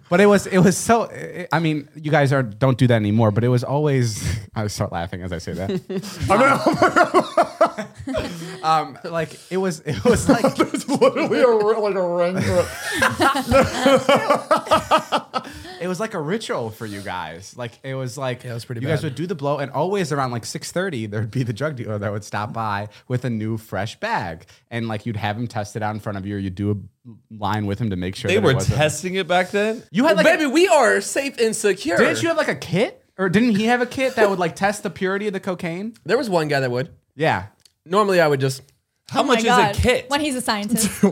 [SPEAKER 4] But it was it was so. I mean, you guys are don't do that anymore. But it was always. I start laughing as I say that. um, like it was it was like
[SPEAKER 1] literally a, like a ring.
[SPEAKER 4] it was like a ritual for you guys. Like it was like
[SPEAKER 2] it was pretty
[SPEAKER 4] you guys
[SPEAKER 2] bad.
[SPEAKER 4] would do the blow, and always around like six thirty, there'd be the drug dealer that would stop by with a new fresh bag, and like you'd have him test it out in front of you, or you'd do a line with him to make sure
[SPEAKER 3] They
[SPEAKER 4] that it
[SPEAKER 3] were
[SPEAKER 4] wasn't-
[SPEAKER 3] testing it back then.
[SPEAKER 4] You had like
[SPEAKER 2] Baby,
[SPEAKER 4] a,
[SPEAKER 2] we are safe and secure.
[SPEAKER 4] didn't you have like a kit, or didn't he have a kit that would like test the purity of the cocaine?
[SPEAKER 2] there was one guy that would.
[SPEAKER 4] Yeah.
[SPEAKER 2] Normally I would just
[SPEAKER 3] How
[SPEAKER 5] Oh my
[SPEAKER 3] much is
[SPEAKER 5] God.
[SPEAKER 3] a kit?
[SPEAKER 5] When he's a scientist.
[SPEAKER 2] pull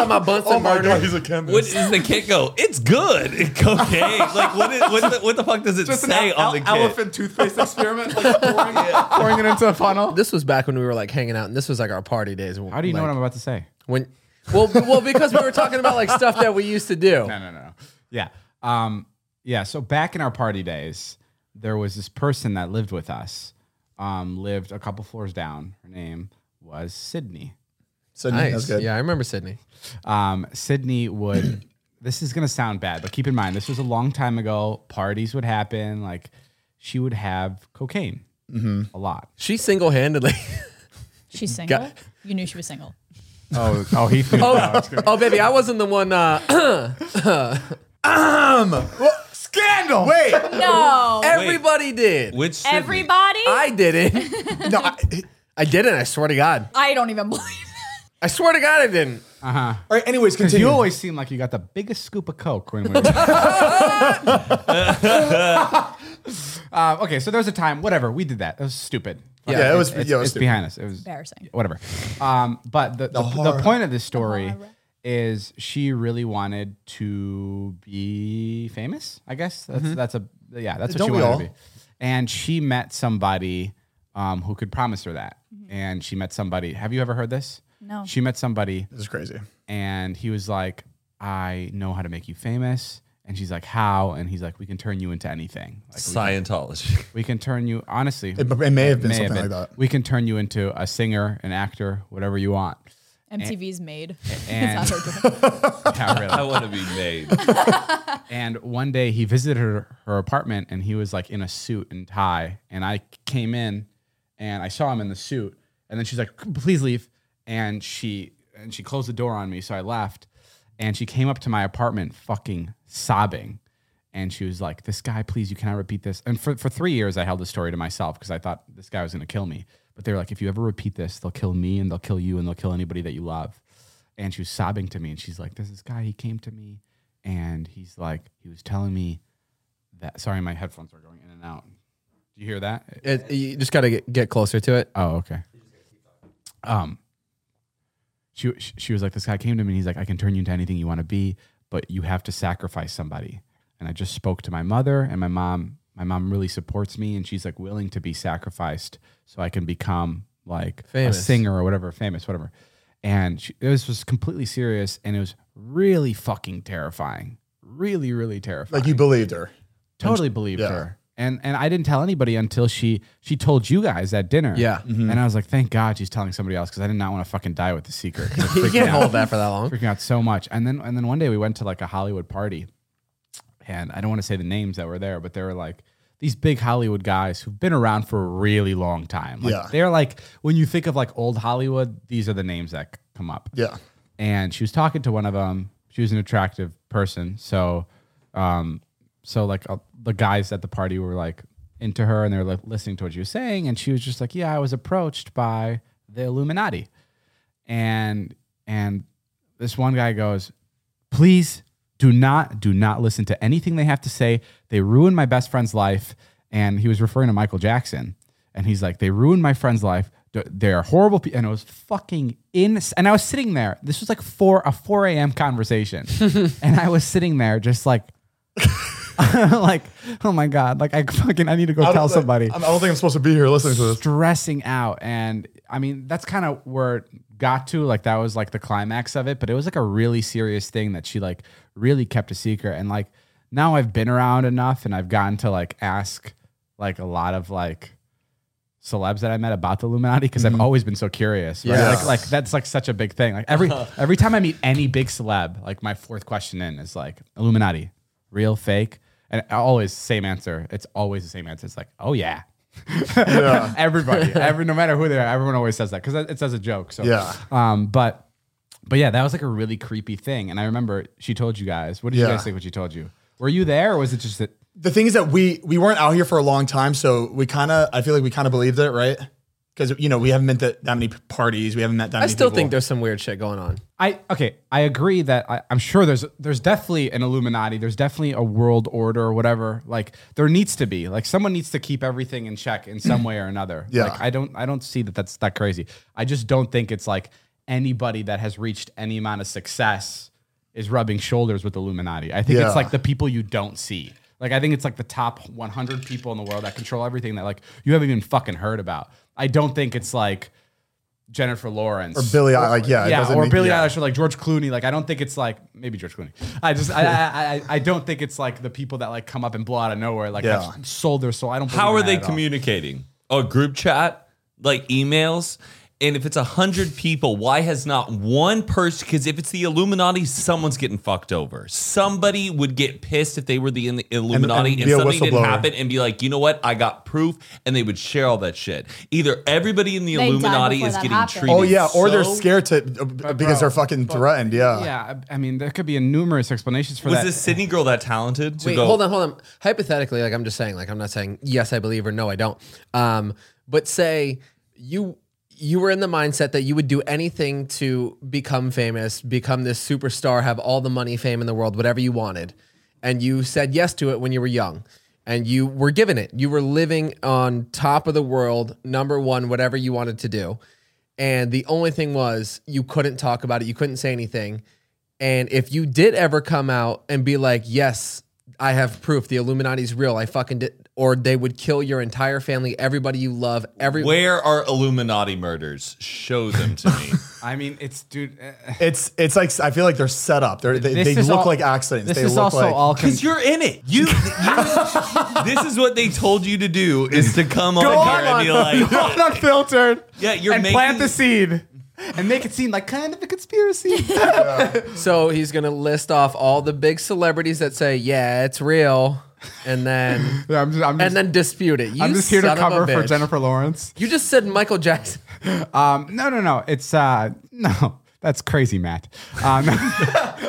[SPEAKER 2] out my Bunsen
[SPEAKER 6] Oh my
[SPEAKER 2] burner.
[SPEAKER 6] god, he's a chemist.
[SPEAKER 3] What is the kit go? It's good. It cocaine. like what, is, what, the, what the fuck does it say on the kit?
[SPEAKER 4] toothpaste experiment, like pouring it, pouring it into a funnel.
[SPEAKER 2] This was back when we were like hanging out, and this was like our party days.
[SPEAKER 4] How do you know what I'm about to say?
[SPEAKER 2] When, well, b- well, because we were talking about like stuff that we used to do.
[SPEAKER 4] No, no, no, no. Yeah. Um, yeah. So back in our party days, there was this person that lived with us, um, lived a couple floors down. Her name was Sydney.
[SPEAKER 1] So that's
[SPEAKER 2] Nice.
[SPEAKER 1] good.
[SPEAKER 2] Yeah, I remember Sydney.
[SPEAKER 4] Um, Sydney would, this is going to sound bad, but keep in mind, this was a long time ago. Parties would happen. Like she would have cocaine a lot.
[SPEAKER 2] She single handedly.
[SPEAKER 5] She's single. You knew she was single.
[SPEAKER 4] Oh, oh, he threw
[SPEAKER 2] oh, oh, baby, I wasn't the one. Uh,
[SPEAKER 1] Scandal. Wait.
[SPEAKER 5] No.
[SPEAKER 2] everybody did.
[SPEAKER 3] Which Sydney?
[SPEAKER 5] Everybody? I,
[SPEAKER 2] I didn't.
[SPEAKER 1] No, I,
[SPEAKER 2] I didn't. I swear to God.
[SPEAKER 5] don't even believe it.
[SPEAKER 2] I swear to God, I didn't.
[SPEAKER 1] all right. Anyways,
[SPEAKER 4] Because
[SPEAKER 1] continue.
[SPEAKER 4] you always seem like you got the biggest scoop of coke when we were. uh, okay, so there was a time, whatever, we did that. It was stupid.
[SPEAKER 1] yeah, it was.
[SPEAKER 4] It's,
[SPEAKER 1] yeah, it was
[SPEAKER 4] it's
[SPEAKER 1] stupid.
[SPEAKER 4] behind us. It was
[SPEAKER 5] Embarrassing.
[SPEAKER 4] whatever. Um, but the, the, the,
[SPEAKER 1] horror.
[SPEAKER 4] point of this story is she really wanted to be famous. I guess that's that's a yeah that's
[SPEAKER 1] Mm-hmm. Don't
[SPEAKER 4] what
[SPEAKER 1] we
[SPEAKER 4] she wanted
[SPEAKER 1] all?
[SPEAKER 4] to be. And she met somebody um, who could promise her that. And she met somebody. Have you ever heard this?
[SPEAKER 5] No.
[SPEAKER 4] She met somebody
[SPEAKER 1] This is crazy.
[SPEAKER 4] and he was like, I know how to make you famous. And she's like, How? And he's like, We can turn you into anything. Like,
[SPEAKER 3] Scientology.
[SPEAKER 4] we can turn you, honestly.
[SPEAKER 1] It, it may have been
[SPEAKER 4] may
[SPEAKER 1] something
[SPEAKER 4] have been,
[SPEAKER 1] like that.
[SPEAKER 4] We can turn you into a singer, an actor, whatever you want.
[SPEAKER 5] MTV's made.
[SPEAKER 4] and-
[SPEAKER 5] It's not so different.
[SPEAKER 4] Yeah, really.
[SPEAKER 3] I want to be made.
[SPEAKER 4] And one day he visited her, her apartment and he was like in a suit and tie. And I came in and I saw him in the suit. And then she's like, please leave. And she and she closed the door on me. So I left. And she came up to my apartment fucking sobbing. And she was like, This guy, please, you cannot repeat this. And for, for three years I held the story to myself because I thought this guy was gonna kill me. But they were like, if you ever repeat this, they'll kill me and they'll kill you and they'll kill anybody that you love and she was sobbing to me and she's like there's this guy he came to me and he's like he was telling me that sorry my headphones are going in and out do you hear that
[SPEAKER 2] It, you just got to get, get closer to it.
[SPEAKER 4] oh okay um she she was like this guy came to me and he's like i can turn you into anything you want to be but you have to sacrifice somebody and i just spoke to my mother and my mom my mom really supports me and she's like willing to be sacrificed so i can become like a
[SPEAKER 2] Famous.
[SPEAKER 4] singer or whatever famous whatever and she, this was completely serious and it was really fucking terrifying really really terrifying
[SPEAKER 1] Like you believed her.
[SPEAKER 4] totally believed
[SPEAKER 1] yeah.
[SPEAKER 4] her and and i didn't tell anybody until she she told you guys at dinner
[SPEAKER 2] Yeah.
[SPEAKER 4] and i was like thank god she's telling somebody else because i did not want to fucking die with the secret 'cause I was
[SPEAKER 2] You
[SPEAKER 4] freaking
[SPEAKER 2] can't
[SPEAKER 4] out,
[SPEAKER 2] hold that for that long.
[SPEAKER 4] freaking out so much and then and then one day we went to like a hollywood party and I don't want to say the names that were there, but they were like these big Hollywood guys who've been around for a really long time. Like,
[SPEAKER 1] Yeah.
[SPEAKER 4] They're like, when you think of like old Hollywood, these are the names that c- come up
[SPEAKER 1] Yeah.
[SPEAKER 4] and she was talking to one of them. She was an attractive person, so, um, so like uh, the guys at the party were like into her, and they were like listening to what she was saying, and she was just like, "Yeah, I was approached by the Illuminati," and and this one guy goes, "Please do not do not listen to anything they have to say. They ruined my best friend's life." And he was referring to Michael Jackson, and he's like, "They ruined my friend's life. D- They're horrible people." And it was fucking in. And I was sitting there. This was like four a four a.m. conversation, and I was sitting there just like. like, oh my god! Like, I fucking I need to go
[SPEAKER 6] I don't
[SPEAKER 4] tell
[SPEAKER 6] think-
[SPEAKER 4] somebody
[SPEAKER 6] I don't think I'm supposed to be here listening to this.
[SPEAKER 4] stressing out and i mean that's kind of where it got to like that was like the climax of it but it was like a really serious thing that she like really kept a secret and like now i've been around enough and i've gotten to like ask like a lot of like celebs that i met about the illuminati because i've always been so curious right?
[SPEAKER 2] Yes.
[SPEAKER 4] like, like that's like such a big thing like every every time i meet any big celeb like my fourth question in is like illuminati real fake and I always same answer it's always the same answer it's like oh yeah everybody, every no matter who they are, everyone always says that because it's as a joke. So
[SPEAKER 1] Yeah.
[SPEAKER 4] um, but but yeah, that was like a really creepy thing, and I remember she told you guys. What did you
[SPEAKER 1] Yeah.
[SPEAKER 4] guys think? What she told you? Were you there, or was it just that?
[SPEAKER 1] The thing is that we we weren't out here for a long time, so we kind of I feel like we kind of believed it, right? Because you know we haven't been to that many parties, we haven't met that.
[SPEAKER 2] I
[SPEAKER 1] many
[SPEAKER 2] still
[SPEAKER 1] people.
[SPEAKER 2] think there's some weird shit going on.
[SPEAKER 4] I okay, I agree that I, I'm sure there's there's definitely an Illuminati, there's definitely a world order or whatever. Like there needs to be like someone needs to keep everything in check in some way or another.
[SPEAKER 1] Yeah.
[SPEAKER 4] like, I don't I don't see that that's that crazy. I just don't think it's like anybody that has reached any amount of success is rubbing shoulders with Illuminati. I think
[SPEAKER 1] Yeah.
[SPEAKER 4] it's like the people you don't see. Like I think it's like the top 100 people in the world that control everything that like you haven't even fucking heard about. I don't think it's like Jennifer Lawrence
[SPEAKER 1] or Billy, I like yeah, it
[SPEAKER 4] yeah,
[SPEAKER 1] doesn't
[SPEAKER 4] or
[SPEAKER 1] make-
[SPEAKER 4] Billy
[SPEAKER 1] yeah.
[SPEAKER 4] Eilish or like George Clooney. Like I don't think it's like maybe George Clooney. I just I I, I, I don't think it's like the people that like come up and blow out of nowhere like
[SPEAKER 1] Yeah.
[SPEAKER 4] have sold their soul. I don't.
[SPEAKER 3] How
[SPEAKER 4] believe
[SPEAKER 3] are
[SPEAKER 4] in that
[SPEAKER 3] they
[SPEAKER 4] at all.
[SPEAKER 3] communicating? A group chat, like emails. And if it's a hundred people, why has not one person? Because if it's the Illuminati, someone's getting fucked over. Somebody would get pissed if they were the, in the Illuminati and,
[SPEAKER 1] be a
[SPEAKER 3] something didn't
[SPEAKER 1] whistleblower.
[SPEAKER 3] happen and be like, you know what? I got proof, and they would share all that shit. Either everybody in the
[SPEAKER 5] died
[SPEAKER 3] Illuminati
[SPEAKER 5] before
[SPEAKER 3] is
[SPEAKER 5] that
[SPEAKER 3] getting
[SPEAKER 5] happened.
[SPEAKER 3] treated.
[SPEAKER 1] Oh yeah, or they're
[SPEAKER 3] so-
[SPEAKER 1] scared to uh, because they're fucking threatened. Yeah.
[SPEAKER 4] Yeah, I, I mean there could be a numerous explanations for
[SPEAKER 3] Was
[SPEAKER 4] that.
[SPEAKER 3] this Sydney girl that talented? to
[SPEAKER 2] Wait,
[SPEAKER 3] go-
[SPEAKER 2] hold on, hold on. Hypothetically, like I'm just saying, like I'm not saying yes, I believe or no, I don't. Um, but say you you were in the mindset that you would do anything to become famous, become this superstar, have all the money, fame in the world, whatever you wanted, and you said yes to it when you were young. And you were given it. You were living on top of the world, number one, whatever you wanted to do. And the only thing was you couldn't talk about it. You couldn't say anything. And if you did ever come out and be like, yes, I have proof, the Illuminati's real, I fucking did, or they would kill your entire family, everybody you love, every.
[SPEAKER 3] Where are Illuminati murders? Show them to me.
[SPEAKER 4] I mean it's dude. eh, eh.
[SPEAKER 1] It's it's like I feel like they're set up. They're, they
[SPEAKER 4] This
[SPEAKER 1] they
[SPEAKER 4] is
[SPEAKER 1] look
[SPEAKER 4] all-
[SPEAKER 1] like accidents.
[SPEAKER 4] This
[SPEAKER 1] they
[SPEAKER 4] is
[SPEAKER 1] look
[SPEAKER 4] also
[SPEAKER 1] like
[SPEAKER 4] all. con-
[SPEAKER 3] Because you're in it. You, you- This is what they told you to do: is to come on here and be like,
[SPEAKER 4] unfiltered.
[SPEAKER 3] Yeah, you're
[SPEAKER 4] and
[SPEAKER 3] making-
[SPEAKER 4] plant the seed and make it seem like kind of a conspiracy.
[SPEAKER 2] So he's going to list off all the big celebrities that say, yeah, it's real, and then
[SPEAKER 4] Yeah, I'm just, I'm just,
[SPEAKER 2] and then dispute it. You
[SPEAKER 4] I'm just here to
[SPEAKER 2] son of a
[SPEAKER 4] cover for
[SPEAKER 2] bitch.
[SPEAKER 4] Jennifer Lawrence.
[SPEAKER 2] You just said Michael Jackson.
[SPEAKER 4] Um, no, no, no. It's uh, no. That's crazy, Matt. Um,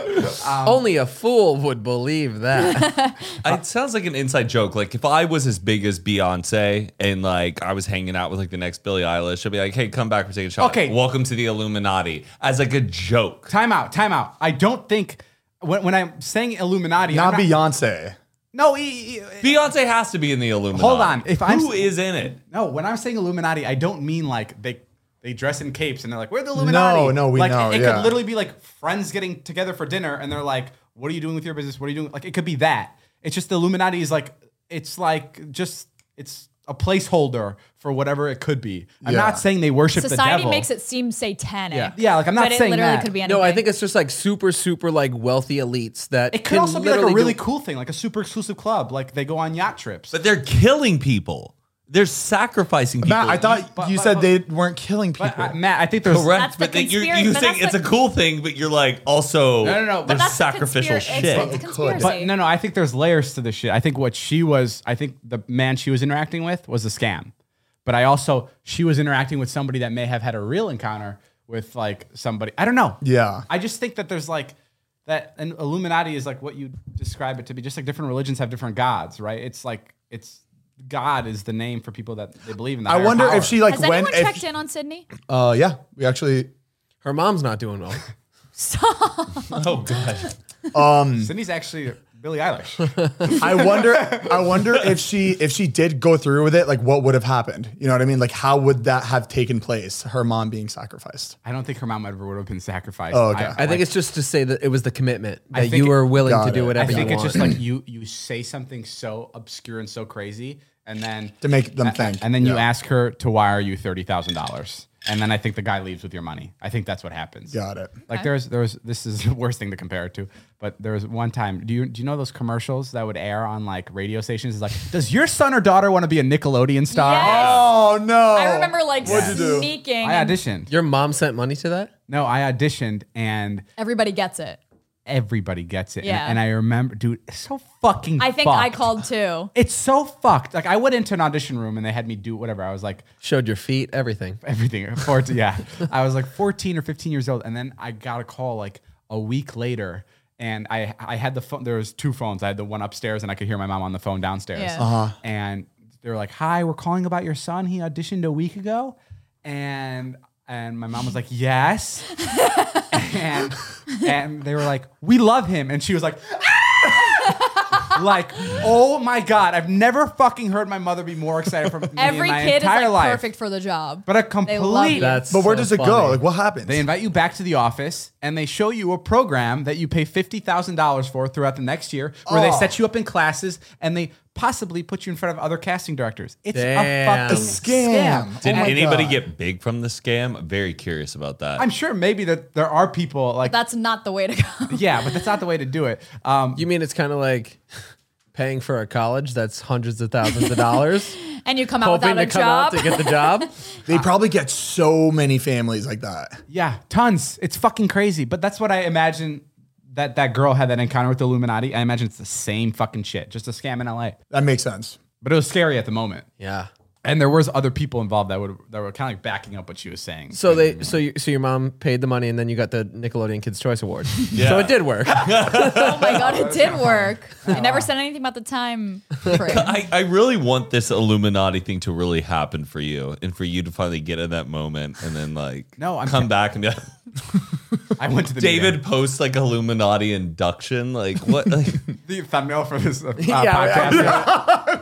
[SPEAKER 2] Only a fool would believe that.
[SPEAKER 3] it sounds like an inside joke. Like if I was as big as Beyonce and like I was hanging out with like the next Billie Eilish, I'd be like, "Hey, come back, we're taking a shot.
[SPEAKER 4] Okay.
[SPEAKER 3] welcome to the Illuminati." As like a joke.
[SPEAKER 4] Time out, time out. I don't think when, when I'm saying Illuminati,
[SPEAKER 1] not
[SPEAKER 4] I'm
[SPEAKER 1] Beyonce.
[SPEAKER 4] No, e- e-
[SPEAKER 3] Beyonce has to be in the Illuminati.
[SPEAKER 4] Hold on, if I'm-
[SPEAKER 3] who is in it?
[SPEAKER 4] no. When I'm saying Illuminati, I don't mean like they they dress in capes and they're like, "We're the Illuminati."
[SPEAKER 1] No, no, we
[SPEAKER 4] like,
[SPEAKER 1] know,
[SPEAKER 4] It, it
[SPEAKER 1] yeah.
[SPEAKER 4] could literally be like friends getting together for dinner and they're like, "What are you doing with your business? What are you doing?" Like it could be that. It's just the Illuminati is like it's like just it's a placeholder for whatever it could be. I'm
[SPEAKER 1] Yeah.
[SPEAKER 4] not saying they worship the
[SPEAKER 5] Society
[SPEAKER 4] devil.
[SPEAKER 5] makes it seem satanic.
[SPEAKER 4] Yeah. Yeah, like, I'm not
[SPEAKER 5] but
[SPEAKER 4] saying
[SPEAKER 5] it literally
[SPEAKER 4] that.
[SPEAKER 5] could be anything.
[SPEAKER 2] no, I think it's just like super, super like wealthy elites that
[SPEAKER 4] It could also be like a
[SPEAKER 2] literally
[SPEAKER 4] really
[SPEAKER 2] do-
[SPEAKER 4] cool thing, like a super exclusive club, like they go on yacht trips.
[SPEAKER 3] But they're killing people. They're sacrificing people.
[SPEAKER 6] Matt, I thought
[SPEAKER 4] But-
[SPEAKER 6] you
[SPEAKER 4] but-
[SPEAKER 6] said
[SPEAKER 4] but-
[SPEAKER 6] they weren't killing people.
[SPEAKER 4] But, uh, Matt, I think there's
[SPEAKER 3] correct,
[SPEAKER 5] That's the
[SPEAKER 3] but that you're,
[SPEAKER 5] conspira-
[SPEAKER 3] you're
[SPEAKER 5] but
[SPEAKER 3] saying it's
[SPEAKER 5] that's
[SPEAKER 3] a
[SPEAKER 5] the-
[SPEAKER 3] cool thing, but you're like also
[SPEAKER 4] No, no, no, but
[SPEAKER 3] there's
[SPEAKER 5] that's the
[SPEAKER 3] sacrificial
[SPEAKER 5] conspira-
[SPEAKER 3] shit.
[SPEAKER 5] It's,
[SPEAKER 6] It
[SPEAKER 5] it's a
[SPEAKER 6] could.
[SPEAKER 5] conspiracy.
[SPEAKER 4] But no, no, I think there's layers to this shit. I think what she was, I think the man she was interacting with was a scam. But I also, she was interacting with somebody that may have had a real encounter with like somebody. I don't know.
[SPEAKER 1] Yeah.
[SPEAKER 4] I just think that there's like, that and Illuminati is like what you describe it to be. Just like different religions have different gods, right? It's like, it's God is the name for people that they believe in. the
[SPEAKER 1] I
[SPEAKER 4] higher
[SPEAKER 1] wonder
[SPEAKER 4] power.
[SPEAKER 1] if she like
[SPEAKER 5] Has
[SPEAKER 1] went.
[SPEAKER 5] anyone
[SPEAKER 1] if-
[SPEAKER 5] checked in on Sydney?
[SPEAKER 1] Uh, yeah, we actually.
[SPEAKER 2] Her mom's not doing well.
[SPEAKER 3] Oh god.
[SPEAKER 4] Cindy's actually Billie Eilish.
[SPEAKER 1] I wonder. I wonder if she if she did go through with it, like what would have happened? You know what I mean? Like how would that have taken place? Her mom being sacrificed.
[SPEAKER 4] I don't think her mom ever would have been sacrificed.
[SPEAKER 1] Oh, okay.
[SPEAKER 4] I-
[SPEAKER 2] I think it's just to say that it was the commitment
[SPEAKER 4] I
[SPEAKER 2] that
[SPEAKER 4] think
[SPEAKER 2] you were willing
[SPEAKER 1] Got
[SPEAKER 2] to do
[SPEAKER 1] it.
[SPEAKER 2] whatever
[SPEAKER 4] I think
[SPEAKER 2] you
[SPEAKER 4] it's
[SPEAKER 2] want.
[SPEAKER 4] just like you you say something so obscure and so crazy, and then
[SPEAKER 1] To make them
[SPEAKER 4] a- a-
[SPEAKER 1] think.
[SPEAKER 4] and then you
[SPEAKER 1] Yeah.
[SPEAKER 4] ask her to wire you thirty thousand dollars, and then I think the guy leaves with your money. I think that's what happens.
[SPEAKER 1] Got it.
[SPEAKER 4] Like there's there was this is the worst thing to compare it to, but there was one time. Do you do you know those commercials that would air on like radio stations? It's like, does your son or daughter want to be a Nickelodeon star?
[SPEAKER 5] Yes.
[SPEAKER 1] Oh no!
[SPEAKER 5] I remember like
[SPEAKER 1] What'd you do?
[SPEAKER 5] sneaking.
[SPEAKER 4] I
[SPEAKER 5] and
[SPEAKER 4] auditioned.
[SPEAKER 2] Your mom sent money to that?
[SPEAKER 4] No, I auditioned and
[SPEAKER 5] Everybody gets it.
[SPEAKER 4] everybody gets it. And-
[SPEAKER 5] Yeah.
[SPEAKER 4] And, I remember, dude, it's so fucking.
[SPEAKER 5] I think I
[SPEAKER 4] fucked.
[SPEAKER 5] called too.
[SPEAKER 4] It's so fucked. Like I went into an audition room and they had me do whatever. I was like
[SPEAKER 2] Showed your feet, everything.
[SPEAKER 4] everything. 14, yeah. I was like 14 or 15 years old and then I got a call like a week later and I I had the phone there was two phones. I had the one upstairs and I could hear my mom on the phone downstairs.
[SPEAKER 5] Yeah.
[SPEAKER 4] And they were like, "Hi, we're calling about your son. He auditioned a week ago." And and my mom was like, "Yes." and and they were like, "We love him." And she was like, like, oh my god, I've never fucking heard my mother be more excited for me
[SPEAKER 5] Every
[SPEAKER 4] in my
[SPEAKER 5] kid is
[SPEAKER 4] entire
[SPEAKER 5] like
[SPEAKER 4] life.
[SPEAKER 5] perfect for the job.
[SPEAKER 4] But a
[SPEAKER 5] love
[SPEAKER 4] complete.
[SPEAKER 5] you. That-
[SPEAKER 2] That's
[SPEAKER 1] But where
[SPEAKER 2] so
[SPEAKER 1] does it
[SPEAKER 2] funny.
[SPEAKER 1] go? Like what happens?
[SPEAKER 4] They invite you back to the office and they show you a program that you pay fifty thousand dollars for throughout the next year, where they
[SPEAKER 1] Oh.
[SPEAKER 4] set you up in classes and they possibly put you in front of other casting directors. It's
[SPEAKER 2] Damn.
[SPEAKER 4] a fucking
[SPEAKER 2] A
[SPEAKER 1] scam.
[SPEAKER 4] scam. Oh
[SPEAKER 3] Did
[SPEAKER 1] Oh my
[SPEAKER 3] anybody
[SPEAKER 1] God.
[SPEAKER 3] get big from the scam? I'm very curious about that.
[SPEAKER 4] I'm sure maybe that there are people like
[SPEAKER 5] That's not the way to go.
[SPEAKER 4] yeah, but that's not the way to do it. Um,
[SPEAKER 2] You mean it's kind of like paying for a college that's hundreds of thousands of dollars,
[SPEAKER 5] And you come out
[SPEAKER 2] hoping
[SPEAKER 5] without
[SPEAKER 2] to
[SPEAKER 5] a
[SPEAKER 2] come out
[SPEAKER 5] job.
[SPEAKER 2] to get the job?
[SPEAKER 1] They probably get so many families like that.
[SPEAKER 4] Yeah, tons. It's fucking crazy. But that's what I imagine that that girl had that encounter with the Illuminati. I imagine it's the same fucking shit, just a scam in LA.
[SPEAKER 1] That makes sense.
[SPEAKER 4] But it was scary at the moment,
[SPEAKER 2] Yeah.
[SPEAKER 4] and there was other people involved that would that were kind of like backing up what she was saying.
[SPEAKER 2] So they, so you, so your mom paid the money, and then you got the Nickelodeon Kids Choice Award.
[SPEAKER 3] Yeah.
[SPEAKER 2] So it did work.
[SPEAKER 5] oh my god, it did work. I never said anything about the time. frame.
[SPEAKER 3] I, I really want this Illuminati thing to really happen for you and for you to finally get in that moment and then like
[SPEAKER 4] No, I'm-
[SPEAKER 3] come back and be like,
[SPEAKER 4] I went to the
[SPEAKER 3] David
[SPEAKER 4] meeting.
[SPEAKER 3] posts like Illuminati induction. Like what like
[SPEAKER 4] the thumbnail for this uh,
[SPEAKER 2] yeah.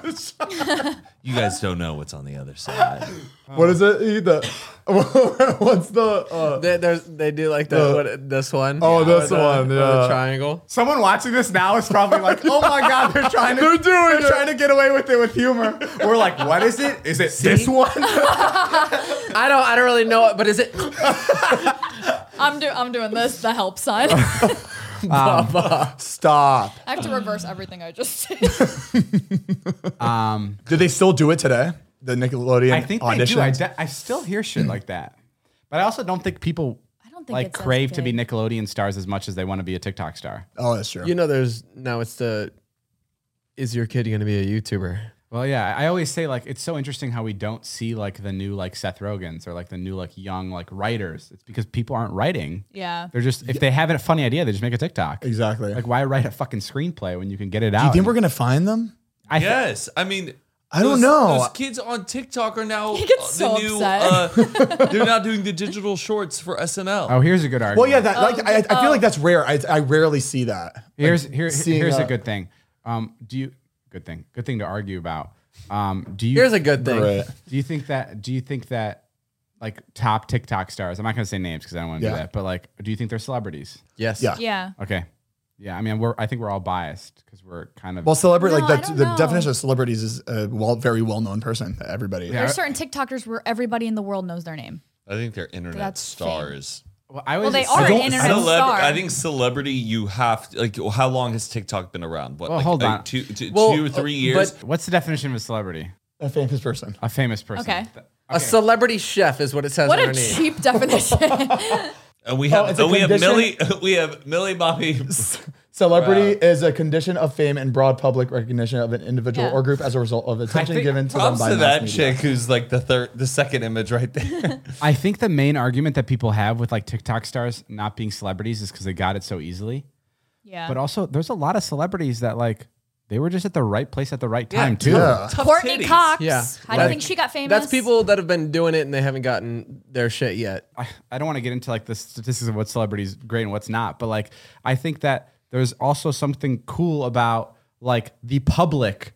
[SPEAKER 4] podcast.
[SPEAKER 3] you guys don't know what's on the other side.
[SPEAKER 4] Oh.
[SPEAKER 6] What is it? Eat the- What's the? Uh,
[SPEAKER 2] They, there's, they do like the, what, this one.
[SPEAKER 6] Oh,
[SPEAKER 2] Yeah,
[SPEAKER 6] this
[SPEAKER 2] with the-
[SPEAKER 6] one,
[SPEAKER 2] with
[SPEAKER 6] yeah.
[SPEAKER 2] The triangle.
[SPEAKER 4] Someone watching this now is probably like, "Oh my god, they're trying to
[SPEAKER 6] They're doing
[SPEAKER 4] they're
[SPEAKER 6] it.
[SPEAKER 4] trying to get away with it with humor." We're like, "What is it? Is it this one?"
[SPEAKER 2] I don't, I don't really know it, but is it?
[SPEAKER 5] I'm do I'm doing this, the help sign.
[SPEAKER 1] Stop.
[SPEAKER 5] I have to reverse everything I just did.
[SPEAKER 1] Do they still do it today? The Nickelodeon
[SPEAKER 4] I think
[SPEAKER 1] audition.
[SPEAKER 4] they do. I, de- I still hear shit like that, but I also don't think people
[SPEAKER 5] I don't think
[SPEAKER 4] like
[SPEAKER 5] it's as
[SPEAKER 4] crave to be
[SPEAKER 5] big.
[SPEAKER 4] Nickelodeon stars as much as they want to be a TikTok star.
[SPEAKER 1] oh, that's true.
[SPEAKER 2] You know, there's now it's the. Is your kid going to be a YouTuber?
[SPEAKER 4] Well, yeah, I always say like it's so interesting how we don't see like the new like Seth Rogans or like the new like young like writers. It's because people aren't writing.
[SPEAKER 5] Yeah.
[SPEAKER 4] They're just if they have a funny idea, they just make a TikTok.
[SPEAKER 1] exactly.
[SPEAKER 4] Like why write a fucking screenplay when you can get it out?
[SPEAKER 1] do you think we're gonna find them?
[SPEAKER 4] I th-
[SPEAKER 3] Yes. I mean
[SPEAKER 1] I don't know.
[SPEAKER 3] Those kids on TikTok are now
[SPEAKER 5] He gets
[SPEAKER 3] uh, the
[SPEAKER 5] so
[SPEAKER 3] new
[SPEAKER 5] upset.
[SPEAKER 3] uh they're now doing the digital shorts for SNL.
[SPEAKER 4] Oh, here's a good argument.
[SPEAKER 1] Well, yeah, that
[SPEAKER 5] Oh,
[SPEAKER 1] like I, I feel like that's rare. I, I rarely see that.
[SPEAKER 4] Here's here,
[SPEAKER 1] seeing
[SPEAKER 4] here's a
[SPEAKER 1] a-
[SPEAKER 4] good thing. Um, do you good thing? Good thing to argue about. Um, do you
[SPEAKER 2] Here's a good thing.
[SPEAKER 1] Right.
[SPEAKER 4] Do you think that? Do you think that? Like top TikTok stars. I'm not gonna say names because I don't want to
[SPEAKER 1] Yeah.
[SPEAKER 4] do that. But like, do you think they're celebrities?
[SPEAKER 2] Yes.
[SPEAKER 1] Yeah.
[SPEAKER 5] Yeah.
[SPEAKER 4] Okay. Yeah. I mean, we're. I think we're all biased because we're kind of.
[SPEAKER 1] Well, celebrity
[SPEAKER 5] No, I
[SPEAKER 1] like the,
[SPEAKER 5] don't
[SPEAKER 1] the
[SPEAKER 5] know.
[SPEAKER 1] definition of celebrities is a well, very well known person. that Everybody.
[SPEAKER 5] There's certain TikTokers where everybody in the world knows their name.
[SPEAKER 3] I think they're internet
[SPEAKER 5] That's fame.
[SPEAKER 3] stars.
[SPEAKER 4] Well, I was.
[SPEAKER 5] Well, they are an
[SPEAKER 1] don't-
[SPEAKER 5] internet
[SPEAKER 3] Celeb-
[SPEAKER 5] star.
[SPEAKER 3] I think celebrity, you have to, like. How long has TikTok been around? What,
[SPEAKER 4] Well,
[SPEAKER 3] like,
[SPEAKER 4] hold
[SPEAKER 3] like
[SPEAKER 4] on.
[SPEAKER 3] two, two,
[SPEAKER 2] Well,
[SPEAKER 3] two or
[SPEAKER 2] uh,
[SPEAKER 3] three years.
[SPEAKER 4] What's the definition of a celebrity?
[SPEAKER 1] A famous person.
[SPEAKER 4] A famous person.
[SPEAKER 5] Okay.
[SPEAKER 4] Th-
[SPEAKER 2] A celebrity chef is what it says
[SPEAKER 5] What a
[SPEAKER 2] underneath.
[SPEAKER 5] cheap definition.
[SPEAKER 3] And we have
[SPEAKER 6] Oh, it's a
[SPEAKER 3] we have
[SPEAKER 6] condition?
[SPEAKER 3] Millie we have Millie Bobby
[SPEAKER 6] Celebrity is a condition of fame and broad public recognition of an individual
[SPEAKER 5] Yeah.
[SPEAKER 6] or group as a result of attention
[SPEAKER 4] think
[SPEAKER 6] given to them
[SPEAKER 3] props
[SPEAKER 6] by
[SPEAKER 3] to
[SPEAKER 6] mass
[SPEAKER 3] that
[SPEAKER 6] media.
[SPEAKER 3] chick who's like the third the second image right there.
[SPEAKER 4] I think the main argument that people have with like TikTok stars not being celebrities is because they got it so easily.
[SPEAKER 5] yeah.
[SPEAKER 4] But also, there's a lot of celebrities that like they were just at the right place at the right time too.
[SPEAKER 1] Yeah.
[SPEAKER 3] Tough
[SPEAKER 5] Courtney
[SPEAKER 3] titties.
[SPEAKER 5] Cox.
[SPEAKER 2] Yeah.
[SPEAKER 5] How do you
[SPEAKER 2] Like,
[SPEAKER 5] think she got famous?
[SPEAKER 2] That's people that have been doing it and they haven't gotten their shit yet.
[SPEAKER 4] I, I don't want to get into like the statistics of what celebrities great and what's not, but like I think that there's also something cool about like the public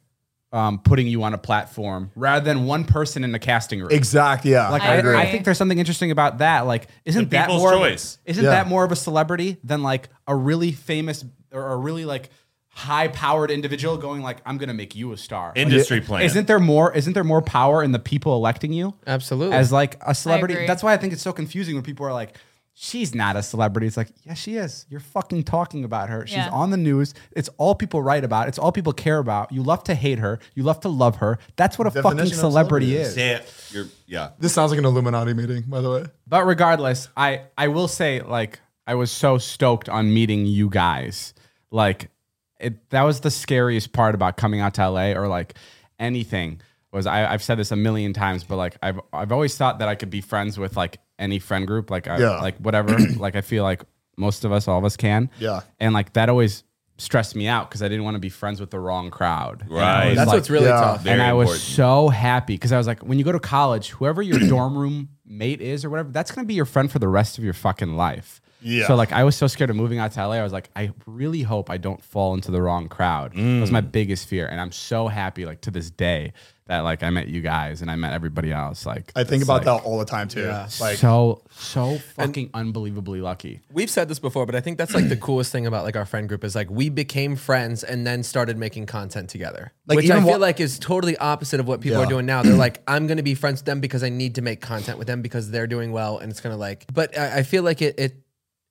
[SPEAKER 4] um, putting you on a platform rather than one person in a casting room.
[SPEAKER 1] Exactly. Yeah.
[SPEAKER 4] Like
[SPEAKER 5] I
[SPEAKER 4] I,
[SPEAKER 5] agree.
[SPEAKER 4] I think there's something interesting about that. Like, isn't that
[SPEAKER 3] people's
[SPEAKER 4] more
[SPEAKER 3] choice.
[SPEAKER 4] Isn't
[SPEAKER 1] Yeah.
[SPEAKER 4] that more of a celebrity than like a really famous or a really like high powered individual going like, I'm gonna make you a star. Like,
[SPEAKER 3] Industry plan.
[SPEAKER 4] isn't there more? Isn't there more power in the people electing you?
[SPEAKER 2] Absolutely.
[SPEAKER 4] As like a celebrity.
[SPEAKER 5] agree.
[SPEAKER 4] That's why I think it's so confusing when people are like. She's not a celebrity. It's like, yeah, she is. You're fucking talking about her. She's
[SPEAKER 5] Yeah.
[SPEAKER 4] on the news. It's all people write about. It's all people care about. You love to hate her. You love to love her. That's what a
[SPEAKER 1] Definition
[SPEAKER 4] fucking
[SPEAKER 1] of
[SPEAKER 4] celebrity
[SPEAKER 1] celebrity.
[SPEAKER 4] is.
[SPEAKER 3] Yeah, you're yeah.
[SPEAKER 6] This sounds like an Illuminati meeting, by the way.
[SPEAKER 4] But regardless, I I will say like I was so stoked on meeting you guys. Like it that was the scariest part about coming out to LA or like anything was I, I've said this a million times, but like I've I've always thought that I could be friends with like any friend group, like I,
[SPEAKER 1] Yeah.
[SPEAKER 4] like whatever. like I feel like most of us, all of us can.
[SPEAKER 1] Yeah.
[SPEAKER 4] And like that always stressed me out because I didn't want to be friends with the wrong crowd. And I
[SPEAKER 3] Right.
[SPEAKER 4] was
[SPEAKER 2] That's
[SPEAKER 4] like-
[SPEAKER 2] what's really
[SPEAKER 1] yeah.
[SPEAKER 2] tough.
[SPEAKER 3] Very
[SPEAKER 4] and I was
[SPEAKER 3] important.
[SPEAKER 4] so happy because I was like, when you go to college, whoever your dorm room mate is or whatever, that's gonna be your friend for the rest of your fucking life.
[SPEAKER 1] Yeah.
[SPEAKER 4] So like, I was so scared of moving out to LA. I was like, I really hope I don't fall into the wrong crowd. That was my
[SPEAKER 1] Mm.
[SPEAKER 4] biggest fear, and I'm so happy like to this day that like I met you guys and I met everybody else. Like
[SPEAKER 1] I think
[SPEAKER 4] it's,
[SPEAKER 1] about
[SPEAKER 4] like,
[SPEAKER 1] that all the time too. Like
[SPEAKER 4] so so fucking unbelievably lucky.
[SPEAKER 2] We've said this before, but I think that's like the coolest thing about like our friend group is like we became friends and then started making content together.
[SPEAKER 1] Like,
[SPEAKER 2] which I
[SPEAKER 1] even
[SPEAKER 2] feel
[SPEAKER 1] wha-
[SPEAKER 2] like is totally opposite of what people
[SPEAKER 1] Yeah.
[SPEAKER 2] are doing now. They're like, I'm gonna be friends with them because I need to make content with them because they're doing well and it's gonna like but I, I feel like it it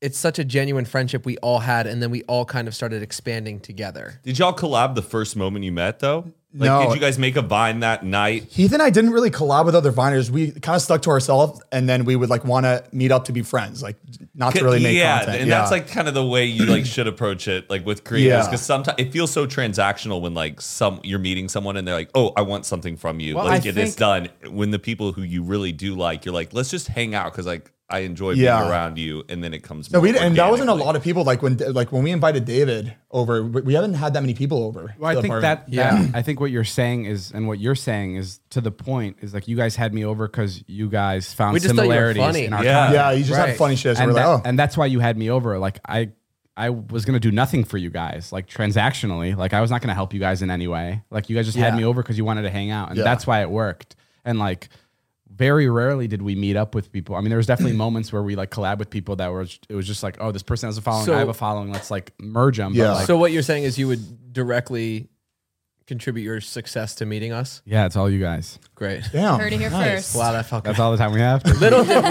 [SPEAKER 2] it's such a genuine friendship we all had and then we all kind of started expanding together.
[SPEAKER 3] Did y'all collab the first moment you met though? Like
[SPEAKER 1] No.
[SPEAKER 3] did you guys make a vine that night?
[SPEAKER 1] Heath and I didn't really collab with other viners. We kind of stuck to ourselves, and then we would like want to meet up to be friends, like not to really make
[SPEAKER 3] yeah,
[SPEAKER 1] content.
[SPEAKER 3] and that's like kind of the way you like should approach it, like with creators,
[SPEAKER 1] Yeah.
[SPEAKER 3] because sometimes it feels so transactional when like some you're meeting someone and they're like, "Oh, I want something from you,
[SPEAKER 4] Well, I
[SPEAKER 3] let's get this
[SPEAKER 4] think-
[SPEAKER 3] done." When the people who you really do like, you're like, "Let's just hang out," because like I enjoy
[SPEAKER 1] Yeah.
[SPEAKER 3] being around you, and then it comes.
[SPEAKER 1] no, we
[SPEAKER 3] more
[SPEAKER 1] and that wasn't a
[SPEAKER 3] organically.
[SPEAKER 1] lot of people. Like when like when we invited David over, we we haven't had that many people over.
[SPEAKER 4] Well,
[SPEAKER 1] to
[SPEAKER 4] I
[SPEAKER 1] the
[SPEAKER 4] think
[SPEAKER 1] apartment.
[SPEAKER 4] that, that I think what you're saying is, and what you're saying is to the point is like you guys had me over because you guys found
[SPEAKER 2] We just thought you were
[SPEAKER 4] similarities
[SPEAKER 2] funny.
[SPEAKER 4] in our
[SPEAKER 3] Yeah.
[SPEAKER 4] content.
[SPEAKER 1] yeah, you just had
[SPEAKER 2] Right.
[SPEAKER 1] funny shit. So
[SPEAKER 4] and,
[SPEAKER 1] we're
[SPEAKER 4] that-
[SPEAKER 1] like, oh,
[SPEAKER 4] and that's why you had me over. Like I, I was gonna do nothing for you guys, like transactionally. Like I was not gonna help you guys in any way. Like you guys just had
[SPEAKER 2] Yeah.
[SPEAKER 4] me over because you wanted to hang out, and
[SPEAKER 1] Yeah.
[SPEAKER 4] that's why it worked. And like, very rarely did we meet up with people. I mean, there was definitely moments where we like collab with people that were. It was just like, oh, this person has a following,
[SPEAKER 2] So-
[SPEAKER 4] I have a following. Let's like merge them.
[SPEAKER 1] Yeah.
[SPEAKER 4] like,
[SPEAKER 2] so what you're saying is you would directly contribute your success to meeting us?
[SPEAKER 4] yeah, it's all you guys.
[SPEAKER 2] Great.
[SPEAKER 1] damn,
[SPEAKER 5] Heard it here first.
[SPEAKER 2] Wow, that felt good.
[SPEAKER 4] That's all the time we have.
[SPEAKER 2] Little did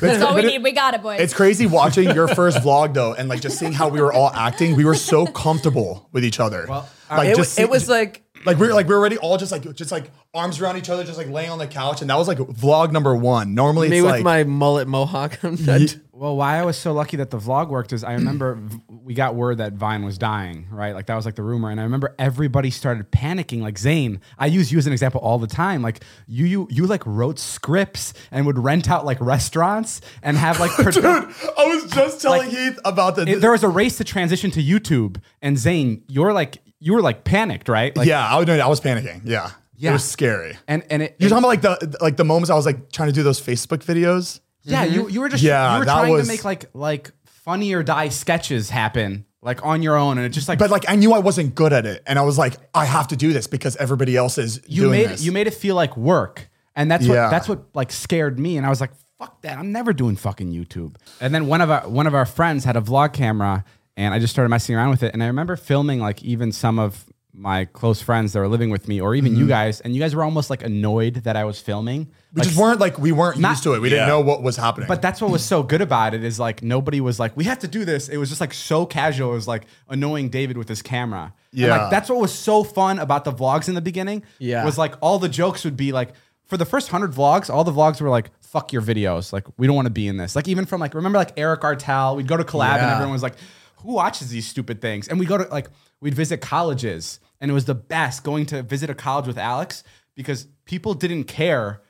[SPEAKER 2] we
[SPEAKER 5] That's all we need. We got it, boys.
[SPEAKER 1] It's crazy watching your first vlog though, and like just seeing how we were all acting. We were so comfortable with each other. like
[SPEAKER 2] uh, it,
[SPEAKER 1] just
[SPEAKER 2] wa- it was like
[SPEAKER 1] like we were like we were already all just like just like arms around each other, just like laying on the couch, and that was like vlog number one. Normally,
[SPEAKER 2] me
[SPEAKER 1] it's
[SPEAKER 2] with
[SPEAKER 1] like
[SPEAKER 2] my mullet mohawk. I'm dead.
[SPEAKER 4] Well, why I was so lucky that the vlog worked is I remember v- we got word that Vine was dying, right? Like that was like the rumor, and I remember everybody started panicking. Like Zayn, I use you as an example all the time. Like you, you, you like wrote scripts and would rent out like restaurants and have like. produ-
[SPEAKER 1] I was just telling Heath about the.
[SPEAKER 4] it- there was a race to transition to YouTube, and Zayn, you're like you were like panicked, right? Like,
[SPEAKER 1] yeah, I was doing. I was panicking. Yeah,
[SPEAKER 4] Yeah.
[SPEAKER 1] it was scary.
[SPEAKER 4] and and it,
[SPEAKER 1] You're talking about like the like the moments I was like trying to do those Facebook videos.
[SPEAKER 4] Yeah, you you were just
[SPEAKER 1] Mm-hmm. Yeah,
[SPEAKER 4] you were
[SPEAKER 1] that
[SPEAKER 4] trying
[SPEAKER 1] was-
[SPEAKER 4] to make like like funny or die sketches happen like on your own, and it just like
[SPEAKER 1] But like I knew I wasn't good at it, and I was like, I have to do this because everybody else is
[SPEAKER 4] you
[SPEAKER 1] doing
[SPEAKER 4] made
[SPEAKER 1] this.
[SPEAKER 4] you made it feel like work, and that's what
[SPEAKER 1] Yeah.
[SPEAKER 4] that's what like scared me, and I was like, "Fuck that! I'm never doing fucking YouTube." And then one of our one of our friends had a vlog camera, and I just started messing around with it, and I remember filming like even some of my close friends that were living with me, or even
[SPEAKER 1] Mm-hmm.
[SPEAKER 4] you guys, and you guys were almost like annoyed that I was filming.
[SPEAKER 1] We
[SPEAKER 4] Like,
[SPEAKER 1] just weren't like we weren't
[SPEAKER 4] Not-
[SPEAKER 1] used to it. We didn't know what was happening.
[SPEAKER 4] But that's what was so good about it is like nobody was like, we have to do this. It was just like so casual. It was like annoying David with his camera. And,
[SPEAKER 1] Yeah.
[SPEAKER 4] like that's what was so fun about the vlogs in the beginning.
[SPEAKER 2] Yeah.
[SPEAKER 4] Was like all the jokes would be like for the first hundred vlogs, all the vlogs were like, fuck your videos. Like we don't want to be in this. Like even from like remember like Eric Artel, we'd go to collab and
[SPEAKER 2] Yeah.
[SPEAKER 4] everyone was like, who watches these stupid things? And we go to like we'd visit colleges and it was the best going to visit a college with Alex because people didn't care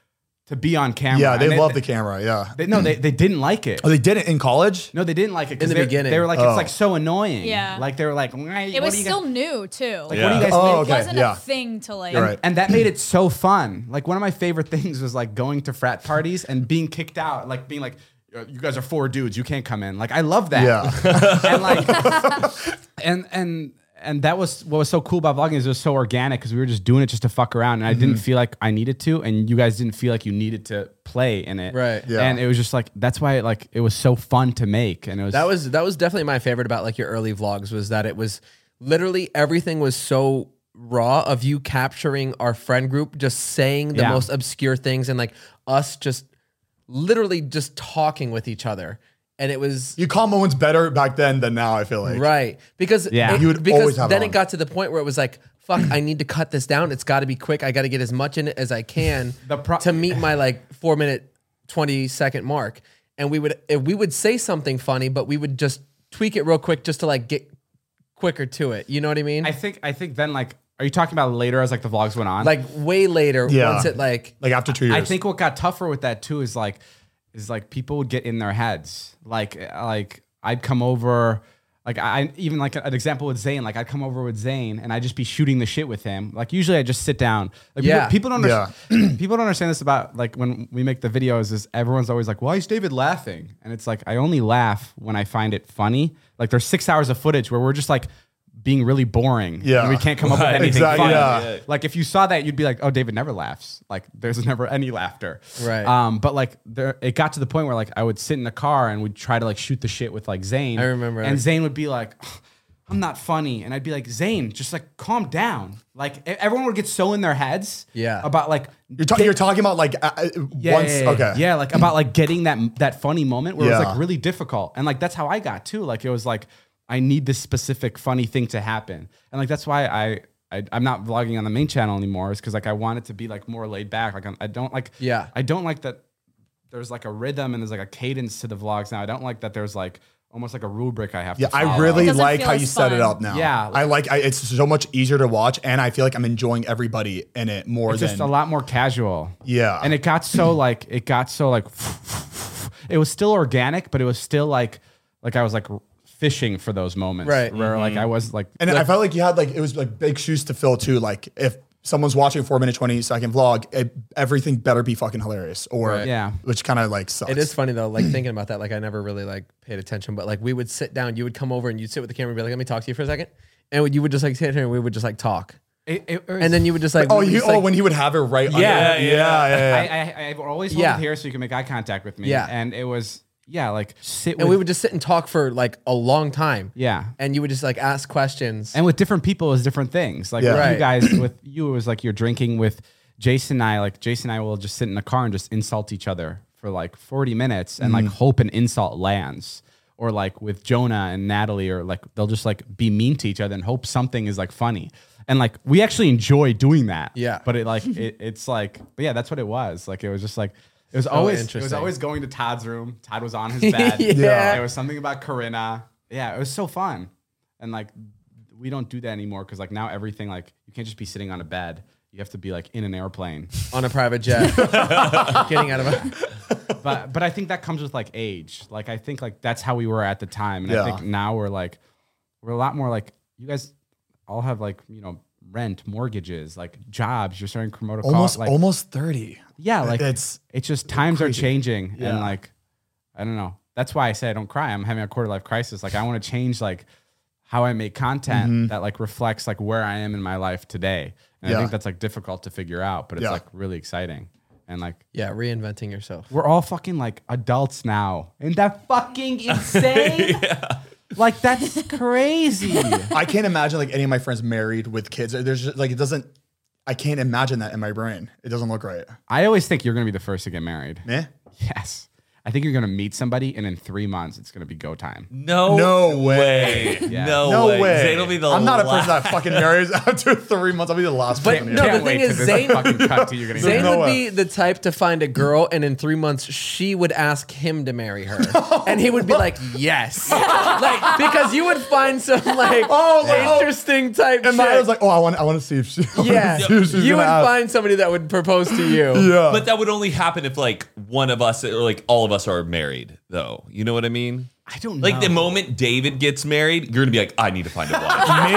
[SPEAKER 4] to be on camera.
[SPEAKER 1] yeah, they
[SPEAKER 4] And
[SPEAKER 1] love the camera. Yeah.
[SPEAKER 4] they, no, they, they didn't like it.
[SPEAKER 1] Oh, they did it in college.
[SPEAKER 4] No, they didn't like it. 'cause
[SPEAKER 2] In the
[SPEAKER 4] they-
[SPEAKER 2] beginning.
[SPEAKER 4] They were like,
[SPEAKER 1] Oh.
[SPEAKER 4] it's like so annoying.
[SPEAKER 5] Yeah.
[SPEAKER 4] Like they were like, "Mwah,
[SPEAKER 5] It
[SPEAKER 4] what
[SPEAKER 5] was
[SPEAKER 4] do you
[SPEAKER 5] still
[SPEAKER 4] guys,
[SPEAKER 5] new too.
[SPEAKER 4] like, what do you guys
[SPEAKER 1] Oh,
[SPEAKER 4] make?"
[SPEAKER 5] It
[SPEAKER 1] okay.
[SPEAKER 5] wasn't
[SPEAKER 1] yeah.
[SPEAKER 5] a thing to like.
[SPEAKER 1] You're right.
[SPEAKER 4] And that made it so fun. Like one of my favorite things was like going to frat parties and being kicked out, like being like, "Uh, you guys are four dudes, you can't come in. Like I love that.
[SPEAKER 1] Yeah.
[SPEAKER 4] and like, and and and that was what was so cool about vlogging is it was so organic because we were just doing it just to fuck around, and I didn't feel like I needed to, and you guys didn't feel like you needed to play in it.
[SPEAKER 2] Right.
[SPEAKER 1] Yeah.
[SPEAKER 4] And it was just like that's why like it was so fun to make, and it was
[SPEAKER 2] That was that was definitely my favorite about like your early vlogs was that it was literally everything was so raw of you capturing our friend group just saying the
[SPEAKER 4] Yeah.
[SPEAKER 2] most obscure things and like us just literally just talking with each other and it was
[SPEAKER 1] You call Owens better back then than now. I feel like.
[SPEAKER 2] right because
[SPEAKER 4] Yeah.
[SPEAKER 2] it-
[SPEAKER 4] You
[SPEAKER 1] would
[SPEAKER 2] because
[SPEAKER 1] always have it
[SPEAKER 2] then
[SPEAKER 1] on.
[SPEAKER 2] it got to the point where it was like fuck I need to cut this down it's got to be quick I got to get as much in it as I can
[SPEAKER 4] The pro-
[SPEAKER 2] to meet my like 4 minute 20 second mark and we would if we would say something funny but we would just tweak it real quick just to like get quicker to it you know what I mean
[SPEAKER 4] I think I think then like are you talking about later as like the vlogs went on?
[SPEAKER 2] like way later
[SPEAKER 1] Yeah.
[SPEAKER 2] once it like
[SPEAKER 1] Like after two years.
[SPEAKER 4] I think what got tougher with that too is like is like people would get in their heads. Like eh, like I'd come over like I even like an example with Zayn, like I'd come over with Zayn and I'd just be shooting the shit with him. Like usually I just sit down. Like
[SPEAKER 2] Yeah.
[SPEAKER 4] people, people don't understand people don't understand this about like when we make the videos is everyone's always like, Why is David laughing? And it's like I only laugh when I find it funny. Like there's six hours of footage where we're just like being really boring.
[SPEAKER 1] Yeah.
[SPEAKER 4] And we can't come up with
[SPEAKER 3] Right.
[SPEAKER 4] anything
[SPEAKER 1] Exactly,
[SPEAKER 4] funny.
[SPEAKER 1] yeah.
[SPEAKER 4] Like if you saw that, you'd be like, "Oh, David never laughs. Like there's never any laughter."
[SPEAKER 2] Right.
[SPEAKER 4] Um, but like there, it got to the point where like I would sit in the car and would try to like shoot the shit with like Zane.
[SPEAKER 2] I remember.
[SPEAKER 4] And Zane would be like, "Ugh, "I'm not funny," and I'd be like, "Zane, just like calm down." Like e- everyone would get so in their heads.
[SPEAKER 2] Yeah.
[SPEAKER 4] About like
[SPEAKER 1] you're, ta- you're talking about like uh, uh,
[SPEAKER 4] yeah,
[SPEAKER 1] once.
[SPEAKER 4] yeah, yeah.
[SPEAKER 1] okay.
[SPEAKER 4] Yeah, like about like getting that that funny moment where it was
[SPEAKER 1] Yeah.
[SPEAKER 4] like really difficult, and like that's how I got too. Like it was like I need this specific funny thing to happen, and like that's why I. I, I'm not vlogging on the main channel anymore, is because like I want it to be like more laid back. Like I'm, I don't like,
[SPEAKER 2] Yeah.
[SPEAKER 4] I don't like that. There's like a rhythm and there's like a cadence to the vlogs now. I don't like that. There's like almost like a rubric I have.
[SPEAKER 1] Yeah,
[SPEAKER 4] to
[SPEAKER 1] I
[SPEAKER 4] follow.
[SPEAKER 1] really
[SPEAKER 5] Doesn't
[SPEAKER 1] like
[SPEAKER 5] feel
[SPEAKER 1] how
[SPEAKER 5] as
[SPEAKER 1] you set it
[SPEAKER 5] fun.
[SPEAKER 1] up now.
[SPEAKER 4] Yeah.
[SPEAKER 1] I like. I, it's so much easier to watch, and I feel like I'm enjoying everybody in it more
[SPEAKER 4] It's
[SPEAKER 1] than.
[SPEAKER 4] just a lot more casual.
[SPEAKER 1] Yeah.
[SPEAKER 4] And it got
[SPEAKER 2] Ah.
[SPEAKER 4] so like it got so like it was still organic, but it was still like like I was like fishing for those moments.
[SPEAKER 2] Right. uh,
[SPEAKER 4] Where like I was like
[SPEAKER 1] And I felt like you had like it was like big shoes to fill too. Like if someone's watching a four minute twenty second vlog, it, everything better be fucking hilarious. Or
[SPEAKER 2] Right.
[SPEAKER 4] Yeah.
[SPEAKER 1] which kind of like sucks.
[SPEAKER 2] It is funny though, like thinking about that. Like I never really like paid attention, but like we would sit down, you would come over and you'd sit with the camera and be like, "Let me talk to you for a second. and you would just like sit here and we would just like talk,
[SPEAKER 4] it, it, it was-
[SPEAKER 2] and then you would just like,
[SPEAKER 1] Oh,
[SPEAKER 2] we would
[SPEAKER 1] you,
[SPEAKER 2] just,
[SPEAKER 1] oh,
[SPEAKER 2] like-
[SPEAKER 1] when he would have it right. under
[SPEAKER 3] Yeah,
[SPEAKER 1] it.
[SPEAKER 3] yeah,
[SPEAKER 1] yeah, yeah, yeah.
[SPEAKER 4] I, I I've always hold
[SPEAKER 2] Yeah.
[SPEAKER 4] it here so you can make eye contact with me.
[SPEAKER 2] Yeah.
[SPEAKER 4] And it was yeah, like sit
[SPEAKER 2] and
[SPEAKER 4] with,
[SPEAKER 2] we would just sit and talk for like a long time.
[SPEAKER 4] Yeah.
[SPEAKER 2] and you would just like ask questions.
[SPEAKER 4] and with different people is different things. Like
[SPEAKER 1] Yeah.
[SPEAKER 4] with
[SPEAKER 2] Right.
[SPEAKER 4] you guys, with you, it was like you're drinking with Jason and I. Like Jason and I will just sit in the car and just insult each other for like 40 minutes and like
[SPEAKER 2] Mm.
[SPEAKER 4] hope an insult lands. Or like with Jonah and Natalie, or like they'll just like be mean to each other and hope something is like funny. And like we actually enjoy doing that.
[SPEAKER 2] Yeah.
[SPEAKER 4] But it like it, it's like but yeah, that's what it was. Like it was just like it was always it was
[SPEAKER 2] interesting.
[SPEAKER 4] always going to Todd's room. Todd was on his bed.
[SPEAKER 2] Yeah.
[SPEAKER 4] There was something about Corinna. Yeah, it was so fun. And like we don't do that anymore because like now everything like you can't just be sitting on a bed. You have to be like in an airplane.
[SPEAKER 2] on a private jet, getting out of a.
[SPEAKER 4] but but I think that comes with like age. Like I think like that's how we were at the time. And
[SPEAKER 1] Yeah.
[SPEAKER 4] I think now we're like we're a lot more like you guys all have like, you know, rent, mortgages, like jobs, you're starting to promote a
[SPEAKER 1] Almost,
[SPEAKER 4] like,
[SPEAKER 1] almost thirty.
[SPEAKER 4] Yeah, like
[SPEAKER 1] It's-
[SPEAKER 4] it's it's just times are changing, and like I don't know. That's why I say I don't cry. I'm having a quarter life crisis. Like I want to change like how I make content
[SPEAKER 1] Mm-hmm.
[SPEAKER 4] that like reflects like where I am in my life today. And
[SPEAKER 1] Yeah.
[SPEAKER 4] I think that's like difficult to figure out, but it's
[SPEAKER 1] Yeah.
[SPEAKER 4] like really exciting. And like
[SPEAKER 2] Yeah, reinventing yourself.
[SPEAKER 4] we're all fucking like adults now. Isn't that fucking insane? Like that's crazy.
[SPEAKER 1] I can't imagine like any of my friends married with kids. There's just, like it doesn't. I can't imagine that in my brain. It doesn't look right.
[SPEAKER 4] I always think you're gonna be the first to get married.
[SPEAKER 1] Eh?
[SPEAKER 4] Yes. I think you're gonna meet somebody, and in three months, it's gonna be go time.
[SPEAKER 3] No,
[SPEAKER 1] No
[SPEAKER 3] way.
[SPEAKER 4] Yeah.
[SPEAKER 3] No,
[SPEAKER 1] No
[SPEAKER 3] way.
[SPEAKER 1] way.
[SPEAKER 3] Zayn will be the
[SPEAKER 1] I'm not a
[SPEAKER 3] last.
[SPEAKER 1] person that fucking marries after three months. I'll be the last
[SPEAKER 2] But
[SPEAKER 1] person.
[SPEAKER 2] no,
[SPEAKER 1] here.
[SPEAKER 2] the thing is, Zayn-
[SPEAKER 4] fucking cut to you're gonna.
[SPEAKER 2] Zayn
[SPEAKER 4] get
[SPEAKER 1] no
[SPEAKER 2] would
[SPEAKER 1] way.
[SPEAKER 2] be the type to find a girl, and in three months, she would ask him to marry her, and he would be like, "Yes," like because you would find some like
[SPEAKER 1] Oh, like, oh.
[SPEAKER 2] interesting type.
[SPEAKER 1] And I
[SPEAKER 2] chick.
[SPEAKER 1] was like, oh, I want, I want to see if she. I wanna
[SPEAKER 2] "Yeah,"
[SPEAKER 1] see if she's
[SPEAKER 2] you would
[SPEAKER 1] gonna ask.
[SPEAKER 2] find somebody that would propose to you.
[SPEAKER 1] Yeah.
[SPEAKER 3] But that would only happen if like one of us or like all of us are married, though. You know what I mean?
[SPEAKER 4] I don't
[SPEAKER 3] Like the
[SPEAKER 4] know.
[SPEAKER 3] moment David gets married, you're gonna be like, I need to find a wife.
[SPEAKER 1] me?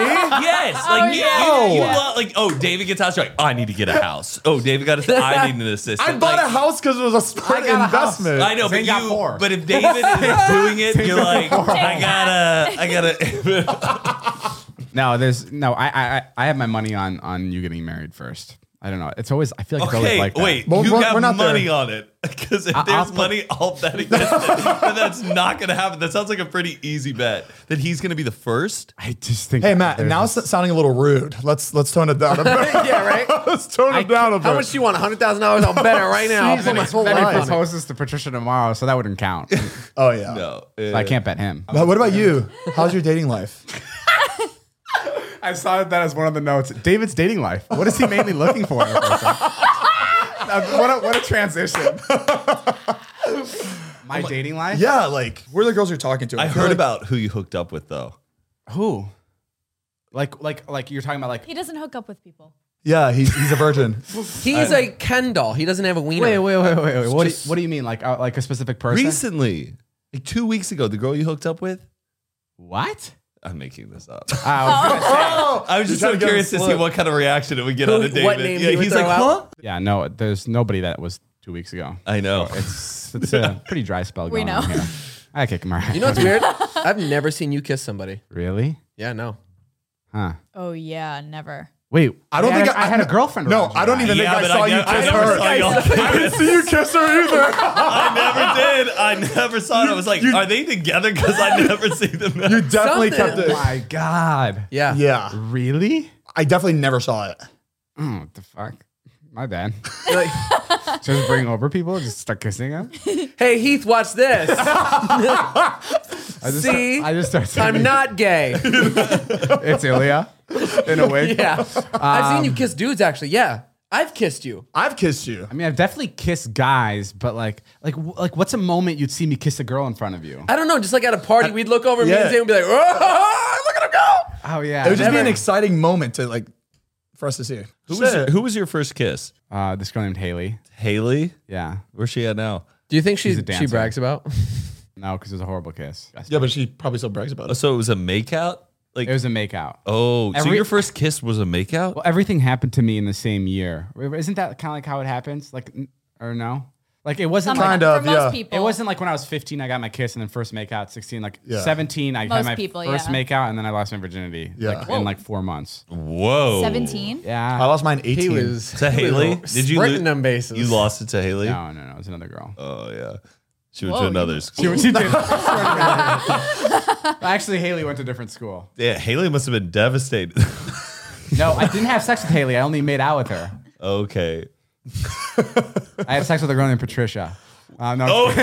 [SPEAKER 3] yes, like you,
[SPEAKER 5] yeah.
[SPEAKER 3] you- you
[SPEAKER 5] No.
[SPEAKER 3] love- like oh, David gets house, you're like, I need to get a house. Oh, David got a th- I need an assistant.
[SPEAKER 1] I bought
[SPEAKER 3] Like,
[SPEAKER 1] a house because it was a smart
[SPEAKER 4] I got a house.
[SPEAKER 1] investment.
[SPEAKER 3] I know, but
[SPEAKER 4] Zayn got
[SPEAKER 3] you,
[SPEAKER 4] four.
[SPEAKER 3] but if David is doing it, you're like, I gotta, I gotta.
[SPEAKER 4] No, there's no. I I I- I have my money on on you getting married first. I don't know. It's always. I feel like it's always
[SPEAKER 3] okay,
[SPEAKER 4] like that.
[SPEAKER 3] wait,
[SPEAKER 1] Well,
[SPEAKER 3] you
[SPEAKER 1] we're-
[SPEAKER 3] have
[SPEAKER 1] we're not
[SPEAKER 3] money
[SPEAKER 1] there.
[SPEAKER 3] on it because if
[SPEAKER 4] I'll
[SPEAKER 3] there's
[SPEAKER 4] put-
[SPEAKER 3] money, I'll bet against it. But that's not gonna happen. That sounds like a pretty easy bet that he's gonna be the first.
[SPEAKER 4] I just think.
[SPEAKER 1] Hey Matt,
[SPEAKER 4] there's
[SPEAKER 1] now
[SPEAKER 4] this-
[SPEAKER 1] it's sounding a little rude. Let's let's tone it down a bit.
[SPEAKER 2] Yeah, right.
[SPEAKER 1] let's tone it
[SPEAKER 4] I-
[SPEAKER 1] down a bit.
[SPEAKER 2] How much do you want? Hundred thousand dollars? I'll bet it right now. I'll put
[SPEAKER 1] Season
[SPEAKER 2] my
[SPEAKER 1] is full
[SPEAKER 2] bet
[SPEAKER 1] lies.
[SPEAKER 2] on it.
[SPEAKER 4] proposes to Patricia tomorrow, so that wouldn't count. So
[SPEAKER 1] oh yeah.
[SPEAKER 3] No, Eh,
[SPEAKER 4] I can't bet him.
[SPEAKER 1] But what about you? How's your dating life?
[SPEAKER 4] I saw that as one of the notes. David's dating life. What is he mainly looking for? in a person? Uh, what, a, what a transition. My dating life?
[SPEAKER 1] Yeah, like where are the girls you're talking to?
[SPEAKER 3] I
[SPEAKER 1] feel
[SPEAKER 3] heard
[SPEAKER 1] like-
[SPEAKER 3] about who you hooked up with though.
[SPEAKER 4] Who? Like, like, like you're talking about like.
[SPEAKER 5] He doesn't hook up with people.
[SPEAKER 1] Yeah, he's he's a virgin.
[SPEAKER 2] He's a Ken doll. He doesn't have a wiener.
[SPEAKER 4] Wait, wait, wait, wait, wait. What,
[SPEAKER 3] Just-
[SPEAKER 4] do, what do you mean? Like, uh, like a specific person?
[SPEAKER 3] Recently, like two weeks ago, the girl you hooked up with.
[SPEAKER 4] What?
[SPEAKER 3] I'm making this up.
[SPEAKER 4] I was gonna
[SPEAKER 5] Oh.
[SPEAKER 4] say-
[SPEAKER 3] I was just
[SPEAKER 1] You're
[SPEAKER 3] so
[SPEAKER 1] trying to get
[SPEAKER 3] curious to
[SPEAKER 1] him
[SPEAKER 3] see
[SPEAKER 1] split.
[SPEAKER 3] what kind of reaction it would get out of David.
[SPEAKER 2] what name
[SPEAKER 3] yeah,
[SPEAKER 2] you would
[SPEAKER 3] he's like,
[SPEAKER 2] throw out?
[SPEAKER 3] huh?
[SPEAKER 4] yeah, no, there's nobody that was two weeks ago.
[SPEAKER 3] I know.
[SPEAKER 4] It's, it's a pretty dry spell
[SPEAKER 5] We
[SPEAKER 4] going
[SPEAKER 5] know.
[SPEAKER 4] on here. I kick him around.
[SPEAKER 2] You know what's weird? I've never seen you kiss somebody.
[SPEAKER 4] Really?
[SPEAKER 2] Yeah, no.
[SPEAKER 4] Huh.
[SPEAKER 5] Oh yeah, never.
[SPEAKER 4] Wait,
[SPEAKER 1] I don't
[SPEAKER 4] yeah,
[SPEAKER 1] think
[SPEAKER 4] I, I had a girlfriend.
[SPEAKER 1] No,
[SPEAKER 4] around
[SPEAKER 1] I don't
[SPEAKER 4] July.
[SPEAKER 1] even
[SPEAKER 3] yeah,
[SPEAKER 1] think I
[SPEAKER 3] but
[SPEAKER 1] saw
[SPEAKER 3] I,
[SPEAKER 1] you
[SPEAKER 3] ne- I
[SPEAKER 1] kiss
[SPEAKER 3] never
[SPEAKER 1] her.
[SPEAKER 3] saw y'all.
[SPEAKER 1] I didn't see you kiss her either.
[SPEAKER 3] I never did. I never saw it. I was like, are they together? Because I never see them.
[SPEAKER 1] You definitely kept it.
[SPEAKER 2] Something.
[SPEAKER 4] Oh my god.
[SPEAKER 2] Yeah.
[SPEAKER 1] Yeah,
[SPEAKER 4] Really?
[SPEAKER 1] I definitely never saw it.
[SPEAKER 4] Oh, what the fuck? My bad.
[SPEAKER 2] Like,
[SPEAKER 4] Just bring over people, just start kissing them.
[SPEAKER 2] hey Heath, watch this.
[SPEAKER 4] I just
[SPEAKER 2] See?
[SPEAKER 4] I just start saying,
[SPEAKER 2] I'm not gay.
[SPEAKER 4] It's Ilya in a wig.
[SPEAKER 2] Yeah. Um, I've seen you kiss dudes actually. Yeah. I've kissed you.
[SPEAKER 1] I've kissed you.
[SPEAKER 4] I mean, I've definitely kissed guys, but like, like, w- like, what's a moment you'd see me kiss a girl in front of
[SPEAKER 1] Uh,
[SPEAKER 4] you?
[SPEAKER 2] I don't know, just like at a party, we'd look over me
[SPEAKER 1] yeah.
[SPEAKER 2] and Zane would be like, oh, look at him go.
[SPEAKER 4] Oh yeah,
[SPEAKER 1] It would just be
[SPEAKER 4] Never.
[SPEAKER 1] an exciting moment to like for us to see.
[SPEAKER 3] Who was,
[SPEAKER 1] Shit.
[SPEAKER 3] your, who was your first kiss?
[SPEAKER 4] uh, this girl named Haley.
[SPEAKER 3] Haley?
[SPEAKER 4] Yeah,
[SPEAKER 3] Where's she at now?
[SPEAKER 2] Do you think she,
[SPEAKER 4] She's a dancer.
[SPEAKER 2] she brags about?
[SPEAKER 4] no, because it was a horrible kiss.
[SPEAKER 1] Yeah, but she probably still brags about
[SPEAKER 3] Oh,
[SPEAKER 1] it.
[SPEAKER 3] so it was a makeout? Like,
[SPEAKER 4] It was a makeout.
[SPEAKER 3] oh, so
[SPEAKER 4] Every-
[SPEAKER 3] your first kiss was a makeout?
[SPEAKER 4] Well, everything happened to me in the same year. Isn't that kind of like how it happens? Like, n- or no? Like it wasn't
[SPEAKER 5] Some-
[SPEAKER 4] like,
[SPEAKER 1] Kind
[SPEAKER 5] for
[SPEAKER 1] of,
[SPEAKER 5] most
[SPEAKER 1] yeah.
[SPEAKER 5] people.
[SPEAKER 4] It wasn't like when I was 15, I got my kiss and then first makeout. 16, like
[SPEAKER 1] Yeah.
[SPEAKER 4] 17, I had
[SPEAKER 5] Most
[SPEAKER 4] my
[SPEAKER 5] people,
[SPEAKER 4] first
[SPEAKER 5] yeah.
[SPEAKER 4] makeout and then I lost my virginity
[SPEAKER 1] Yeah.
[SPEAKER 4] like, in like four months.
[SPEAKER 3] Whoa.
[SPEAKER 5] 17.
[SPEAKER 1] I
[SPEAKER 4] Yeah.
[SPEAKER 1] lost mine 18.
[SPEAKER 2] He was
[SPEAKER 3] To Haley? Did you
[SPEAKER 2] sprinting
[SPEAKER 3] lose?
[SPEAKER 2] them bases.
[SPEAKER 3] You lost it to Haley?
[SPEAKER 4] No, no, no. It was another girl.
[SPEAKER 3] Oh, yeah. She went
[SPEAKER 5] Whoa.
[SPEAKER 3] to another school.
[SPEAKER 4] She, she did. Actually, Haley went to different school.
[SPEAKER 3] yeah, Haley must have been devastated.
[SPEAKER 4] No, I didn't have sex with Haley. I only made out with her.
[SPEAKER 3] okay.
[SPEAKER 4] I had sex with a girl named Patricia. Uh, no,
[SPEAKER 3] Oh,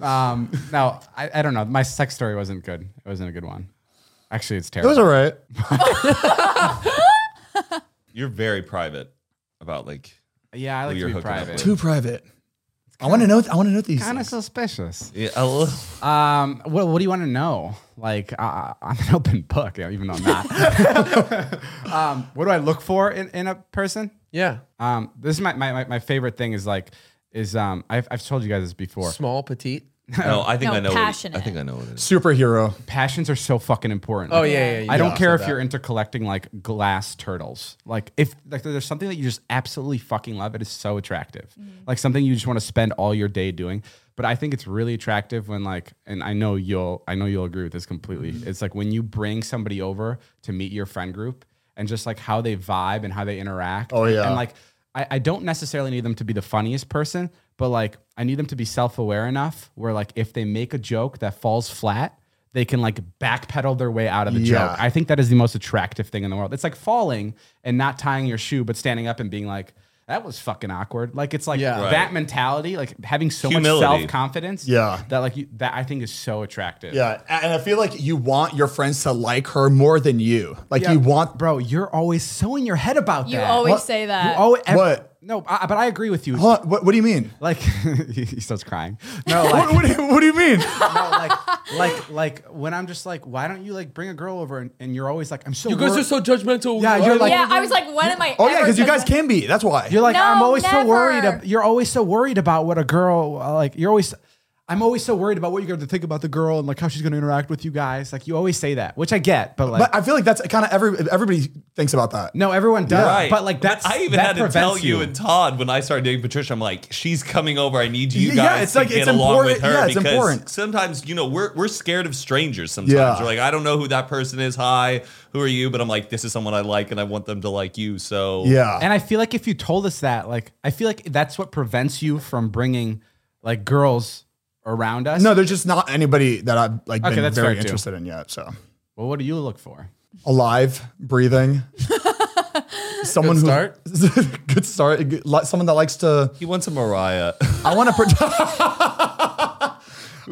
[SPEAKER 4] um, no I, I don't know. My sex story wasn't good. It wasn't a good one. Actually, it's
[SPEAKER 1] It
[SPEAKER 4] terrible.
[SPEAKER 1] was all right.
[SPEAKER 3] you're very private about like.
[SPEAKER 4] Yeah, I
[SPEAKER 3] Who
[SPEAKER 4] like to
[SPEAKER 3] you're
[SPEAKER 4] be
[SPEAKER 3] hooking up
[SPEAKER 4] private.
[SPEAKER 3] with.
[SPEAKER 1] Too private. I want to know. I want to know these.
[SPEAKER 4] Kind of
[SPEAKER 1] things.
[SPEAKER 4] suspicious.
[SPEAKER 3] Yeah, a little-
[SPEAKER 4] Um, what, what do you want to know? Like, uh, I'm an open book, yeah, even though I'm not. um, what do I look for in, in a person?
[SPEAKER 2] Yeah.
[SPEAKER 4] Um, this is my, my, my- my favorite thing is like, is um, I've, I've told you guys this before.
[SPEAKER 2] Small, petite.
[SPEAKER 3] No, I think
[SPEAKER 5] No,
[SPEAKER 3] I know. what it-
[SPEAKER 5] passionate.
[SPEAKER 3] I think I know what it is.
[SPEAKER 1] Superhero.
[SPEAKER 4] Passions are so fucking important.
[SPEAKER 2] Oh, yeah, yeah, yeah.
[SPEAKER 4] I
[SPEAKER 2] Yeah.
[SPEAKER 4] don't care if you're into collecting like glass turtles. Like if like there's something that you just absolutely fucking love, it is so attractive. Like something you just want to spend all your day doing. But I think it's really attractive when like, and I know you'll I know you'll agree with this completely.
[SPEAKER 2] Mm-hmm.
[SPEAKER 4] It's like when you bring somebody over to meet your friend group and just like how they vibe and how they interact.
[SPEAKER 1] Oh, yeah.
[SPEAKER 4] And like I, I don't necessarily need them to be the funniest person, but like I need them to be self aware enough where like if they make a joke that falls flat, they can like backpedal their way out of the
[SPEAKER 1] Yeah.
[SPEAKER 4] joke. I think that is the most attractive thing in the world. It's like falling and not tying your shoe, but standing up and being like, that was fucking awkward. Like it's like
[SPEAKER 2] Yeah.
[SPEAKER 4] that mentality, like having so
[SPEAKER 3] Humility.
[SPEAKER 4] much self confidence.
[SPEAKER 1] Yeah.
[SPEAKER 4] That like you, that I think is so attractive.
[SPEAKER 1] Yeah, a- and I feel like you want your friends to like her more than you. Like
[SPEAKER 4] Yeah,
[SPEAKER 1] you want
[SPEAKER 4] bro. You're always so in your head about
[SPEAKER 5] You
[SPEAKER 4] that.
[SPEAKER 5] always
[SPEAKER 1] What?
[SPEAKER 5] say
[SPEAKER 4] You
[SPEAKER 5] that.
[SPEAKER 4] always- ev-
[SPEAKER 1] What?
[SPEAKER 4] No, I, but I agree with you.
[SPEAKER 1] Hold on, what, what do you mean?
[SPEAKER 4] Like he, he starts crying. No, like,
[SPEAKER 1] What, what, do you, what do you mean?
[SPEAKER 4] no, like, like, like when I'm just like, why don't you like bring a girl over? And, and you're always like, I'm so.
[SPEAKER 2] You guys
[SPEAKER 4] wor-
[SPEAKER 2] are so judgmental.
[SPEAKER 4] Yeah, you're like-
[SPEAKER 5] yeah, I was like, when am I?
[SPEAKER 1] Oh yeah,
[SPEAKER 5] ever
[SPEAKER 1] because you
[SPEAKER 5] gonna-
[SPEAKER 1] guys can be. That's why.
[SPEAKER 4] You're like,
[SPEAKER 5] No,
[SPEAKER 4] I'm always so worried.
[SPEAKER 5] never.
[SPEAKER 4] Ab- you're always so worried about what a girl uh, like. You're always. I'm always so worried about what you're going to think about the girl and like how she's going to interact with you guys. Like you always say that, which I get, but like
[SPEAKER 1] but I feel like that's kind of every everybody thinks about that.
[SPEAKER 4] no, everyone does.
[SPEAKER 3] Right.
[SPEAKER 4] But like that's
[SPEAKER 3] I even
[SPEAKER 4] that
[SPEAKER 3] had to tell
[SPEAKER 4] prevents
[SPEAKER 3] you. and Todd when I started dating Patricia. I'm like, she's coming over. I need you
[SPEAKER 1] Yeah,
[SPEAKER 3] guys
[SPEAKER 1] it's
[SPEAKER 3] to
[SPEAKER 1] like-
[SPEAKER 3] get
[SPEAKER 1] it's
[SPEAKER 3] along with
[SPEAKER 1] important.
[SPEAKER 3] her
[SPEAKER 1] Yeah, it's
[SPEAKER 3] because
[SPEAKER 1] important.
[SPEAKER 3] sometimes you know we're we're scared of strangers. Sometimes
[SPEAKER 1] Yeah.
[SPEAKER 3] we're like, I don't know who that person is. Hi, who are you? But I'm like, this is someone I like, and I want them to like you. So
[SPEAKER 1] Yeah.
[SPEAKER 4] And I feel like if you told us that, like, I feel like that's what prevents you from bringing like girls around us.
[SPEAKER 1] no, there's just not anybody that I've like
[SPEAKER 4] Okay,
[SPEAKER 1] been
[SPEAKER 4] that's
[SPEAKER 1] very
[SPEAKER 4] fair, too.
[SPEAKER 1] interested in yet. So
[SPEAKER 4] Well, what do you look for?
[SPEAKER 1] alive, breathing. Someone
[SPEAKER 2] Good
[SPEAKER 1] who
[SPEAKER 2] start.
[SPEAKER 1] good start. Good- li- Someone that likes to.
[SPEAKER 3] he wants a Mariah.
[SPEAKER 1] I want to. Pro-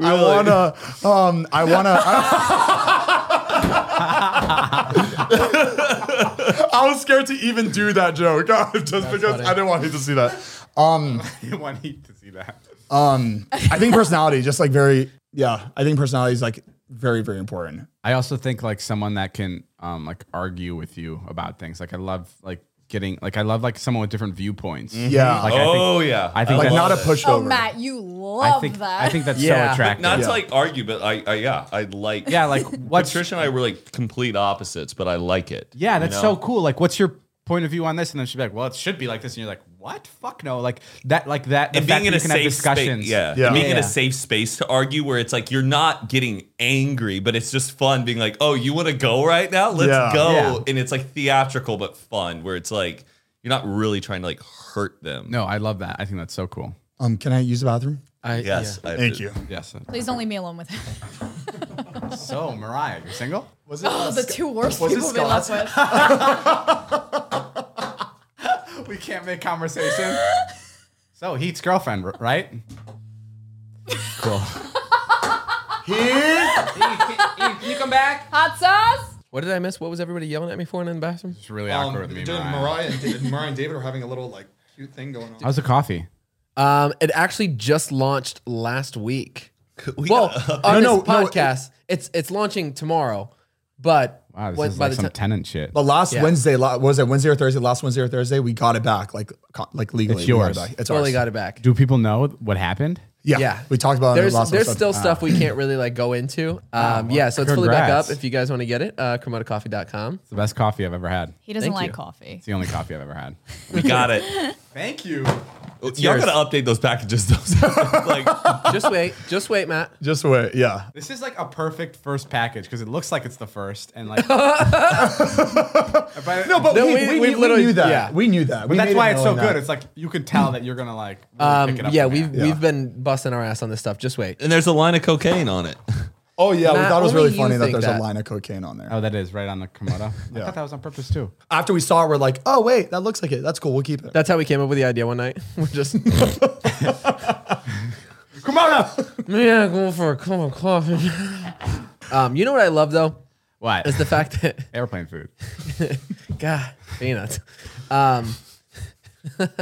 [SPEAKER 1] I wanna. Um, I wanna. I, I was scared to even do that joke just because I didn't want him to see that. Um,
[SPEAKER 4] You want Heath to see that.
[SPEAKER 1] um, I think personality, just like very, yeah. I think personality is like very, very important.
[SPEAKER 4] I also think like someone that can um like argue with you about things. Like I love like getting like I love like someone with different viewpoints.
[SPEAKER 1] Yeah.
[SPEAKER 4] Like
[SPEAKER 3] oh
[SPEAKER 4] I think
[SPEAKER 3] yeah,
[SPEAKER 4] I think
[SPEAKER 1] Like
[SPEAKER 4] I
[SPEAKER 1] not a
[SPEAKER 4] love
[SPEAKER 1] pushover.
[SPEAKER 5] Oh, Matt, you love
[SPEAKER 4] I think
[SPEAKER 5] that.
[SPEAKER 4] I think that's
[SPEAKER 2] Yeah.
[SPEAKER 4] so attractive.
[SPEAKER 3] not
[SPEAKER 1] Yeah.
[SPEAKER 3] to like argue, but I, I yeah, I like
[SPEAKER 4] yeah, like what's
[SPEAKER 3] Patricia and I were like complete opposites, but I like it.
[SPEAKER 4] Yeah,
[SPEAKER 3] you
[SPEAKER 4] that's
[SPEAKER 3] know?
[SPEAKER 4] so cool. Like, what's your point of view on this? And then she'd be like, "Well, it should be like this," and you're like, "What? Fuck no!" Like that, like that, the
[SPEAKER 3] and
[SPEAKER 4] fact
[SPEAKER 3] being in
[SPEAKER 4] that
[SPEAKER 3] a
[SPEAKER 4] you can have
[SPEAKER 3] safe space, yeah,
[SPEAKER 1] Yeah.
[SPEAKER 3] And being in
[SPEAKER 4] Yeah.
[SPEAKER 3] a safe space to argue where it's like you're not getting angry, but it's just fun being like, oh, you want to go right now? Let's
[SPEAKER 1] Yeah.
[SPEAKER 3] go,
[SPEAKER 4] Yeah.
[SPEAKER 3] and it's like theatrical but fun, where it's like you're not really trying to like hurt them.
[SPEAKER 4] No, I love that. I think that's so cool.
[SPEAKER 1] Um, can I use the bathroom?
[SPEAKER 2] I,
[SPEAKER 3] Yes, I
[SPEAKER 1] Thank
[SPEAKER 3] did.
[SPEAKER 1] you.
[SPEAKER 4] Yes.
[SPEAKER 5] Please don't leave me alone with him.
[SPEAKER 4] So, Mariah, you're single?
[SPEAKER 1] Was it?
[SPEAKER 5] Oh, the two worst
[SPEAKER 1] Was it
[SPEAKER 5] people we left with.
[SPEAKER 4] We can't make conversation. so, Heat's girlfriend, r- right? Cool.
[SPEAKER 2] you come back.
[SPEAKER 5] Hot sauce.
[SPEAKER 2] What did I miss? What was everybody yelling at me for in the bathroom?
[SPEAKER 4] It's really
[SPEAKER 1] Um,
[SPEAKER 4] awkward with me, Mariah.
[SPEAKER 6] and David, Mariah and David are having a little like cute thing going on.
[SPEAKER 4] How's the coffee?
[SPEAKER 2] Um, it actually just launched last week.
[SPEAKER 3] We
[SPEAKER 2] well,
[SPEAKER 3] got-
[SPEAKER 2] on
[SPEAKER 1] No, no, no,
[SPEAKER 2] this
[SPEAKER 1] it-
[SPEAKER 2] podcast, it's it's launching tomorrow, but
[SPEAKER 4] Wow, this
[SPEAKER 2] when-
[SPEAKER 4] is like some
[SPEAKER 2] ti-
[SPEAKER 4] tenant shit.
[SPEAKER 1] But last
[SPEAKER 2] Yeah.
[SPEAKER 1] Wednesday, la- what was it Wednesday or Thursday? Last Wednesday or Thursday, we got it back, like co- like legally.
[SPEAKER 4] It's
[SPEAKER 1] we got it
[SPEAKER 4] yours.
[SPEAKER 1] back. It's
[SPEAKER 2] totally
[SPEAKER 1] ours.
[SPEAKER 2] got it back.
[SPEAKER 4] Do people know what happened?
[SPEAKER 1] Yeah.
[SPEAKER 2] Yeah.
[SPEAKER 1] we talked about
[SPEAKER 2] There's
[SPEAKER 1] it last
[SPEAKER 2] there's
[SPEAKER 1] episode.
[SPEAKER 2] still stuff we can't really like go into. Um, yeah, so it's fully back
[SPEAKER 4] Ah. Congrats.
[SPEAKER 2] up. If you guys want to get it, uh, kremotacoffee.com.
[SPEAKER 4] It's the best coffee I've ever had.
[SPEAKER 5] He doesn't
[SPEAKER 2] Thank
[SPEAKER 5] like
[SPEAKER 2] you.
[SPEAKER 5] coffee.
[SPEAKER 4] It's the only coffee I've ever had.
[SPEAKER 3] we got it.
[SPEAKER 4] Thank you.
[SPEAKER 3] Y'all
[SPEAKER 4] yours.
[SPEAKER 3] gotta update those packages. though. like
[SPEAKER 2] Just wait, just wait, Matt.
[SPEAKER 1] Just wait. Yeah.
[SPEAKER 4] This is like a perfect first package because it looks like it's the first and like.
[SPEAKER 1] No, but
[SPEAKER 2] No,
[SPEAKER 1] we,
[SPEAKER 2] we-
[SPEAKER 1] we,
[SPEAKER 2] we
[SPEAKER 1] we
[SPEAKER 2] literally-
[SPEAKER 1] knew that.
[SPEAKER 2] yeah.
[SPEAKER 1] We knew that. We
[SPEAKER 4] that's
[SPEAKER 1] made
[SPEAKER 4] why
[SPEAKER 1] it
[SPEAKER 4] it's so
[SPEAKER 1] knowing
[SPEAKER 4] good.
[SPEAKER 1] that.
[SPEAKER 4] It's like you can tell that you're gonna like. Really pick it
[SPEAKER 2] Um,
[SPEAKER 4] up
[SPEAKER 2] yeah,
[SPEAKER 4] from
[SPEAKER 2] we've
[SPEAKER 4] there.
[SPEAKER 2] we've been busting our ass on this stuff. Just wait.
[SPEAKER 3] and there's a line of cocaine on it.
[SPEAKER 1] oh yeah, we
[SPEAKER 2] Matt,
[SPEAKER 1] thought it was
[SPEAKER 2] only
[SPEAKER 1] really
[SPEAKER 2] you
[SPEAKER 1] funny that
[SPEAKER 2] think
[SPEAKER 1] there's
[SPEAKER 2] that.
[SPEAKER 1] a line of cocaine on there.
[SPEAKER 4] Oh, that is right on the Komodo. I thought that was on purpose too.
[SPEAKER 1] After we saw it, we're like, oh wait, that looks like it. That's cool. We'll keep it.
[SPEAKER 2] That's how we came up with the idea one night. We're just
[SPEAKER 1] Komodo.
[SPEAKER 2] yeah, going for a cup of coffee. um, you know what I love though
[SPEAKER 4] What?
[SPEAKER 2] is the fact that
[SPEAKER 4] airplane food?
[SPEAKER 2] God, peanuts. Um,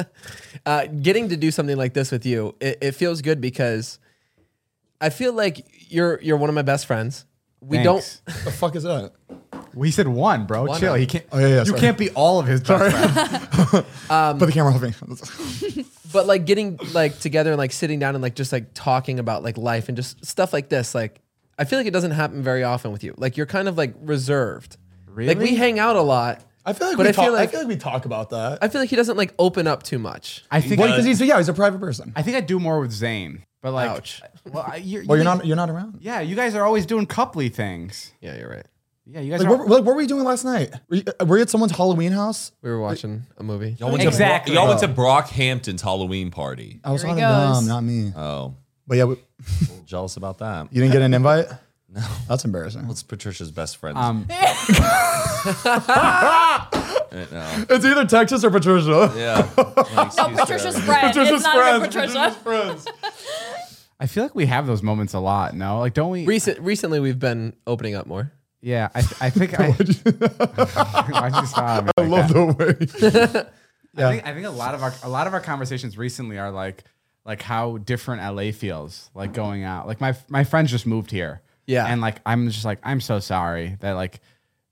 [SPEAKER 2] uh, getting to do something like this with you, it, it feels good because I feel like you're you're one of my best friends. We
[SPEAKER 4] Thanks.
[SPEAKER 2] don't.
[SPEAKER 1] the fuck is that?
[SPEAKER 4] We said one, bro. Chill.
[SPEAKER 2] not?
[SPEAKER 4] He can't.
[SPEAKER 1] Oh, yeah, yeah,
[SPEAKER 4] you
[SPEAKER 1] sorry.
[SPEAKER 4] can't be all of his. Best friends.
[SPEAKER 2] Um,
[SPEAKER 1] Put the camera off me.
[SPEAKER 2] but like getting like together and like sitting down and like just like talking about like life and just stuff like this like i feel like it doesn't happen very often with you like you're kind of like reserved like we
[SPEAKER 4] Really?
[SPEAKER 2] hang out a lot
[SPEAKER 1] I feel like
[SPEAKER 2] But
[SPEAKER 1] we
[SPEAKER 2] I feel
[SPEAKER 1] talk.
[SPEAKER 2] like-
[SPEAKER 1] I feel like we talk about that.
[SPEAKER 2] i feel like he doesn't like open up too much
[SPEAKER 4] I think.
[SPEAKER 1] well,
[SPEAKER 4] I,
[SPEAKER 1] because he's yeah, he's a private person.
[SPEAKER 4] I think I do more with Zane, but like.
[SPEAKER 2] Ouch.
[SPEAKER 4] Well, I, you're,
[SPEAKER 1] well, you're
[SPEAKER 4] you guys-
[SPEAKER 1] not. You're not around.
[SPEAKER 4] Yeah, you guys are always doing couply things.
[SPEAKER 2] yeah you're right
[SPEAKER 4] Yeah, you guys
[SPEAKER 1] Like
[SPEAKER 4] are.
[SPEAKER 1] what, like, what were we doing last night? Were you, uh, were you at someone's Halloween house?
[SPEAKER 2] We were watching a movie.
[SPEAKER 3] Y'all went to Bro-
[SPEAKER 4] Exactly.
[SPEAKER 3] y'all went to Brockhampton's Halloween party.
[SPEAKER 1] I was
[SPEAKER 5] Here
[SPEAKER 1] on
[SPEAKER 5] he
[SPEAKER 1] them,
[SPEAKER 5] goes.
[SPEAKER 1] not me.
[SPEAKER 4] Uh,
[SPEAKER 3] Oh,
[SPEAKER 1] But yeah, we,
[SPEAKER 3] jealous about that.
[SPEAKER 1] you didn't get an invite. No, that's embarrassing.
[SPEAKER 3] It's Patricia's best friend.
[SPEAKER 4] um,
[SPEAKER 6] It's either Texas or Patricia.
[SPEAKER 3] yeah.
[SPEAKER 5] No, Patricia's friend. it's not even Patricia.
[SPEAKER 6] friends.
[SPEAKER 4] I feel like we have those moments a lot. No, like don't we?
[SPEAKER 2] Recent, recently, we've been opening up more.
[SPEAKER 4] yeah, I, I think I. Why'd you smile at me like
[SPEAKER 6] Love
[SPEAKER 4] that?
[SPEAKER 6] the way.
[SPEAKER 4] I think, I think a lot of our a lot of our conversations recently are like like how different LA feels like going out. Like my my friends just moved here.
[SPEAKER 2] Yeah.
[SPEAKER 4] And like I'm just like I'm so sorry that like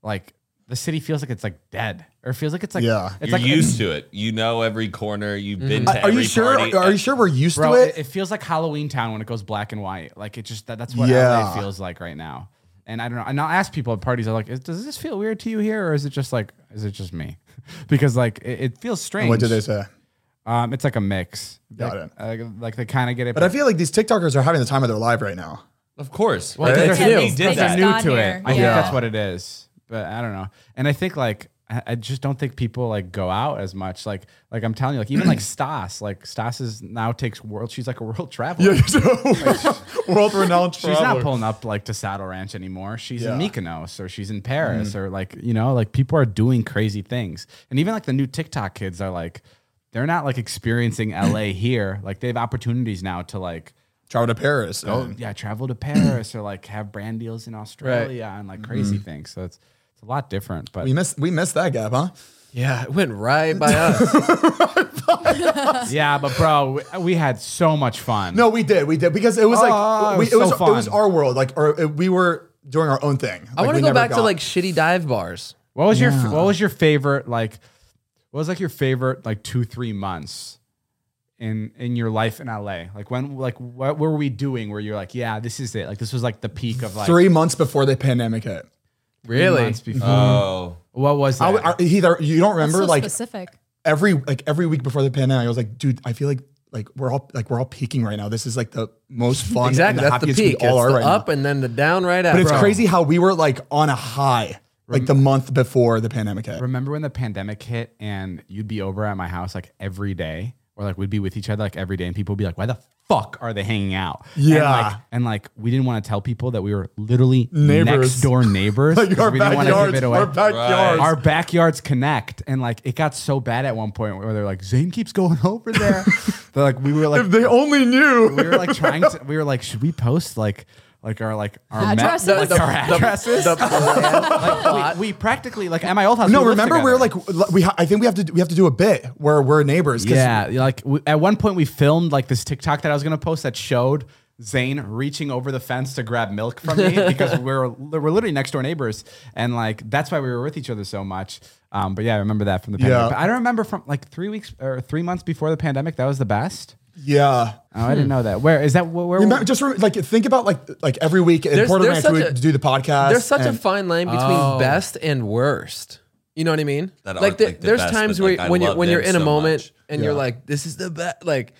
[SPEAKER 4] like the city feels like it's like dead or feels like it's like
[SPEAKER 1] Yeah.
[SPEAKER 4] it's
[SPEAKER 3] You're
[SPEAKER 4] like
[SPEAKER 3] used to it. You know every corner. You've been to
[SPEAKER 1] Mm-hmm. Are you
[SPEAKER 3] every
[SPEAKER 1] sure?
[SPEAKER 3] party.
[SPEAKER 1] Are you sure we're used
[SPEAKER 4] Bro,
[SPEAKER 1] to
[SPEAKER 4] it,
[SPEAKER 1] it?
[SPEAKER 4] it feels like Halloween Town when it goes black and white. Like it just that, that's what
[SPEAKER 1] Yeah.
[SPEAKER 4] LA feels like right now. And I don't know. And I'll ask people at parties. I'm like, is, does this feel weird to you here, or is it just like, is it just me? because like it, it feels strange.
[SPEAKER 1] What did they say?
[SPEAKER 4] Um, it's like a mix.
[SPEAKER 1] Got
[SPEAKER 4] like, uh, like they kind of get it,
[SPEAKER 1] But I feel like these TikTokers are having the time of their life right now.
[SPEAKER 3] Of course.
[SPEAKER 2] Well,
[SPEAKER 3] Right?
[SPEAKER 2] that's
[SPEAKER 3] They
[SPEAKER 2] new.
[SPEAKER 3] did that.
[SPEAKER 5] They just
[SPEAKER 4] new
[SPEAKER 5] got
[SPEAKER 4] to
[SPEAKER 5] here.
[SPEAKER 4] it. I think
[SPEAKER 5] Yeah.
[SPEAKER 4] that's what it is. But I don't know. And I think like I, I just don't think people like go out as much. Like like I'm telling you, like even like Stas, like Stas is now takes world. She's like a world traveler.
[SPEAKER 6] World renowned
[SPEAKER 4] She's not pulling up like to Saddle Ranch anymore. She's in
[SPEAKER 1] Yeah. Mm-hmm.
[SPEAKER 4] Mykonos or she's in Paris or like you know like people are doing crazy things. And even like the new TikTok kids are like they're not like experiencing LA here. Like they have opportunities now to like
[SPEAKER 1] Travel to Paris.
[SPEAKER 4] oh yeah travel to Paris or like have brand deals in Australia and like crazy things. So it's it's a lot different. But
[SPEAKER 1] Mm-hmm. We missed we missed that gap, huh?
[SPEAKER 2] Yeah, it went right by us.
[SPEAKER 4] yeah, but bro, we, we had so much fun.
[SPEAKER 1] No, we did, we did because it was like
[SPEAKER 4] Oh,
[SPEAKER 1] we,
[SPEAKER 4] it was
[SPEAKER 1] it was
[SPEAKER 4] so
[SPEAKER 1] it was
[SPEAKER 4] fun.
[SPEAKER 1] our world, like or uh, we were doing our own thing.
[SPEAKER 2] I
[SPEAKER 1] Like,
[SPEAKER 2] want
[SPEAKER 1] we
[SPEAKER 2] to go
[SPEAKER 1] never
[SPEAKER 2] back to
[SPEAKER 1] got-
[SPEAKER 2] like shitty dive bars.
[SPEAKER 4] What was your What was your favorite like? What was like your favorite like two three months in in your life in LA? Like when like what were we doing? Where you're like, yeah, this is it. Like this was like the peak of like
[SPEAKER 1] three months before the pandemic hit.
[SPEAKER 2] Really?
[SPEAKER 4] months before.
[SPEAKER 3] Oh.
[SPEAKER 4] what was that?
[SPEAKER 1] I, I, either you don't remember
[SPEAKER 5] so
[SPEAKER 1] like
[SPEAKER 5] specific.
[SPEAKER 1] every like every week before the pandemic, I was like, dude, I feel like like we're all like we're all peaking right now. This is like the most fun.
[SPEAKER 2] Exactly.
[SPEAKER 1] and
[SPEAKER 2] That's the
[SPEAKER 1] happiest we
[SPEAKER 2] peak.
[SPEAKER 1] all
[SPEAKER 2] it's
[SPEAKER 1] are
[SPEAKER 2] the
[SPEAKER 1] right now.
[SPEAKER 2] up and then the down right after.
[SPEAKER 1] But it's crazy how we were like on a high like the month before the pandemic hit.
[SPEAKER 4] Remember when the pandemic hit and you'd be over at my house like every day, or like we'd be with each other like every day, and people would be like, "Why the fuck are they hanging out?"
[SPEAKER 1] Yeah.
[SPEAKER 4] and like, and, like, we didn't want to tell people that we were literally
[SPEAKER 1] Neighbors.
[SPEAKER 4] next door neighbors.
[SPEAKER 1] Like
[SPEAKER 4] 'cause
[SPEAKER 1] our
[SPEAKER 4] we didn't wanna give
[SPEAKER 1] backyards,
[SPEAKER 4] it away.
[SPEAKER 1] our backyards.
[SPEAKER 4] our backyards connect, and like it got so bad at one point where they're like, "Zane keeps going over there." they're like, we were like,
[SPEAKER 6] If they only knew.
[SPEAKER 4] we were like trying to, we were like, should we post like. Like our like our map-
[SPEAKER 5] Addresses.
[SPEAKER 4] like
[SPEAKER 5] The-
[SPEAKER 4] our addresses.
[SPEAKER 2] The plan.
[SPEAKER 4] Like, we, we practically like at my old house.
[SPEAKER 1] No,
[SPEAKER 4] we lived
[SPEAKER 1] remember we were
[SPEAKER 4] together.
[SPEAKER 1] like we. ha- I think we have to we have to do a bit where we're neighbors. 'cause
[SPEAKER 4] Yeah, you know, like we, at one point we filmed like this TikTok that I was gonna post that showed Zane reaching over the fence to grab milk from me because we're we're literally next door neighbors, and like that's why we were with each other so much. Um, but yeah, I remember that from the pandemic.
[SPEAKER 1] Yeah.
[SPEAKER 4] But I don't remember from like three weeks or three months before the pandemic. That was the best.
[SPEAKER 1] yeah.
[SPEAKER 4] Oh, I didn't know that. Where is that? Where? where
[SPEAKER 1] Remember, just remember, like think about like like every week in
[SPEAKER 2] There's-
[SPEAKER 1] Portland
[SPEAKER 2] there's
[SPEAKER 1] Ranch we
[SPEAKER 2] such a-
[SPEAKER 1] do the podcast.
[SPEAKER 2] There's such a
[SPEAKER 1] and-
[SPEAKER 2] fine line between
[SPEAKER 4] Oh.
[SPEAKER 2] best and worst. You know what I mean?
[SPEAKER 3] That
[SPEAKER 2] like,
[SPEAKER 3] aren't,
[SPEAKER 2] the-
[SPEAKER 3] like, the
[SPEAKER 2] there's
[SPEAKER 3] best,
[SPEAKER 2] times
[SPEAKER 3] but,
[SPEAKER 2] where
[SPEAKER 3] like, I
[SPEAKER 2] when you're
[SPEAKER 3] love
[SPEAKER 2] when you're
[SPEAKER 3] them
[SPEAKER 2] in a
[SPEAKER 3] so
[SPEAKER 2] moment
[SPEAKER 3] much.
[SPEAKER 2] and you're like, this is the best. Like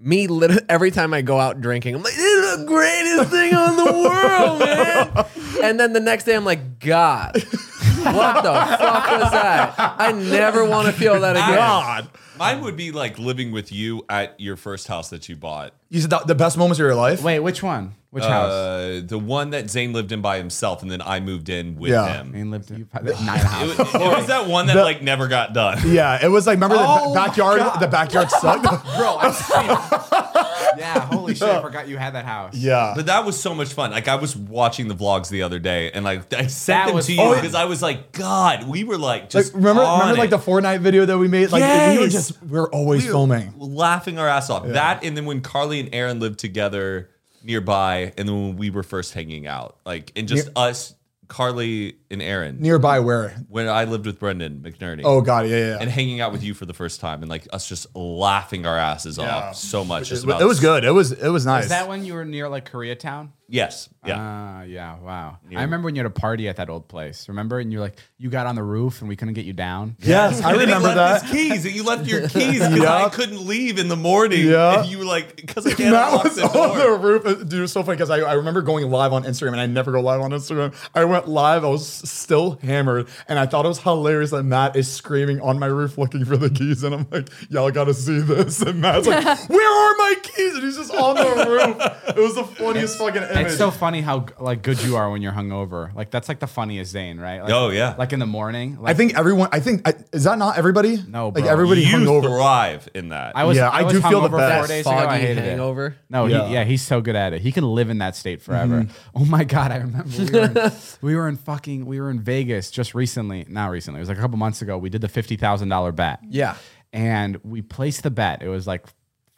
[SPEAKER 2] me, lit- every time I go out drinking, I'm like, this is the greatest thing on the world, man. And then the next day, I'm like, God, what the fuck was that? I never want to feel that again.
[SPEAKER 1] God.
[SPEAKER 3] Mine would be like living with you at your first house that you bought.
[SPEAKER 1] You said the, the best moments of your life.
[SPEAKER 4] wait, which one? Which house?
[SPEAKER 3] Uh, the one that Zane lived in by himself, and then I moved in with
[SPEAKER 1] Yeah.
[SPEAKER 3] him.
[SPEAKER 4] Zane lived in nine houses.
[SPEAKER 3] It, it was that one that like never got done.
[SPEAKER 1] Yeah, it was like remember
[SPEAKER 4] Oh
[SPEAKER 1] the
[SPEAKER 4] my
[SPEAKER 1] ba- backyard.
[SPEAKER 4] God.
[SPEAKER 1] The backyard sucked.
[SPEAKER 4] Bro, I've seen it. Yeah, holy shit! I forgot you had that house.
[SPEAKER 1] yeah,
[SPEAKER 3] But that was so much fun. Like I was watching the vlogs the other day, and like I sent
[SPEAKER 4] That
[SPEAKER 3] them
[SPEAKER 4] was
[SPEAKER 3] to you
[SPEAKER 4] fun.
[SPEAKER 3] because I was like, God, we were like
[SPEAKER 1] like
[SPEAKER 3] just
[SPEAKER 1] remember
[SPEAKER 3] on
[SPEAKER 1] remember like
[SPEAKER 3] it.
[SPEAKER 1] the Fortnite video that we made. Like we were
[SPEAKER 3] Yes.
[SPEAKER 1] just we were always
[SPEAKER 3] We were
[SPEAKER 1] filming.
[SPEAKER 3] laughing our ass off. That and then when Carly and Aaron lived together nearby, and then when we were first hanging out, like and just us, Carly and Aaron.
[SPEAKER 1] Nearby where?
[SPEAKER 3] when I lived with Brendan McNerney.
[SPEAKER 1] Oh God, yeah, yeah. yeah.
[SPEAKER 3] and hanging out with you for the first time and like us just laughing our asses off so much. Just
[SPEAKER 1] It
[SPEAKER 3] about
[SPEAKER 1] was good. It was it was nice.
[SPEAKER 4] Is that when you were near like Koreatown?
[SPEAKER 3] Yes.
[SPEAKER 6] Uh,
[SPEAKER 3] Yeah.
[SPEAKER 4] Ah, yeah. Wow. I remember when you had a party at that old place. Remember, and you're like, you got on the roof, and we couldn't get you down.
[SPEAKER 6] Yes, I
[SPEAKER 3] And then he
[SPEAKER 6] remember
[SPEAKER 3] left
[SPEAKER 6] that.
[SPEAKER 3] His keys. You left your keys because I
[SPEAKER 6] Yup.
[SPEAKER 3] couldn't leave in the morning.
[SPEAKER 6] Yup.
[SPEAKER 3] And you were like, because I can't
[SPEAKER 6] That
[SPEAKER 3] unlock
[SPEAKER 6] was
[SPEAKER 3] the
[SPEAKER 6] on
[SPEAKER 3] door.
[SPEAKER 6] the roof. Dude, it was so funny because I, I remember going live on Instagram and I never go live on Instagram. I went live, I was still hammered, and I thought it was hilarious that Matt is screaming on my roof looking for the keys. And I'm like, y'all gotta see this. And Matt's like, where are my keys? And he's just on the roof. It was the funniest fucking image.
[SPEAKER 4] It's so funny how like good you are when you're hungover. Like that's like the funniest Zane, right? Like,
[SPEAKER 3] Oh, yeah.
[SPEAKER 4] Like in the morning. Like,
[SPEAKER 6] I think everyone, I think, I, is that not everybody?
[SPEAKER 4] No,
[SPEAKER 6] Like
[SPEAKER 4] bro.
[SPEAKER 6] everybody
[SPEAKER 3] you
[SPEAKER 6] hungover.
[SPEAKER 3] thrive in that.
[SPEAKER 4] I was.
[SPEAKER 6] Yeah,
[SPEAKER 4] I,
[SPEAKER 6] I
[SPEAKER 4] was
[SPEAKER 6] do feel the
[SPEAKER 4] hungover Four
[SPEAKER 6] best.
[SPEAKER 4] days ago, I
[SPEAKER 2] Foggy
[SPEAKER 4] hated it.
[SPEAKER 2] hangover.
[SPEAKER 4] No, yeah.
[SPEAKER 6] Yeah. Mm-hmm.
[SPEAKER 4] He, yeah, he's so good at it. He can live in that state forever. Oh my god, I remember we were, in, we were in fucking we were in Vegas just recently. Not recently, it was like a couple months ago. We did the fifty thousand dollar bet.
[SPEAKER 2] Yeah.
[SPEAKER 4] and we placed the bet. It was like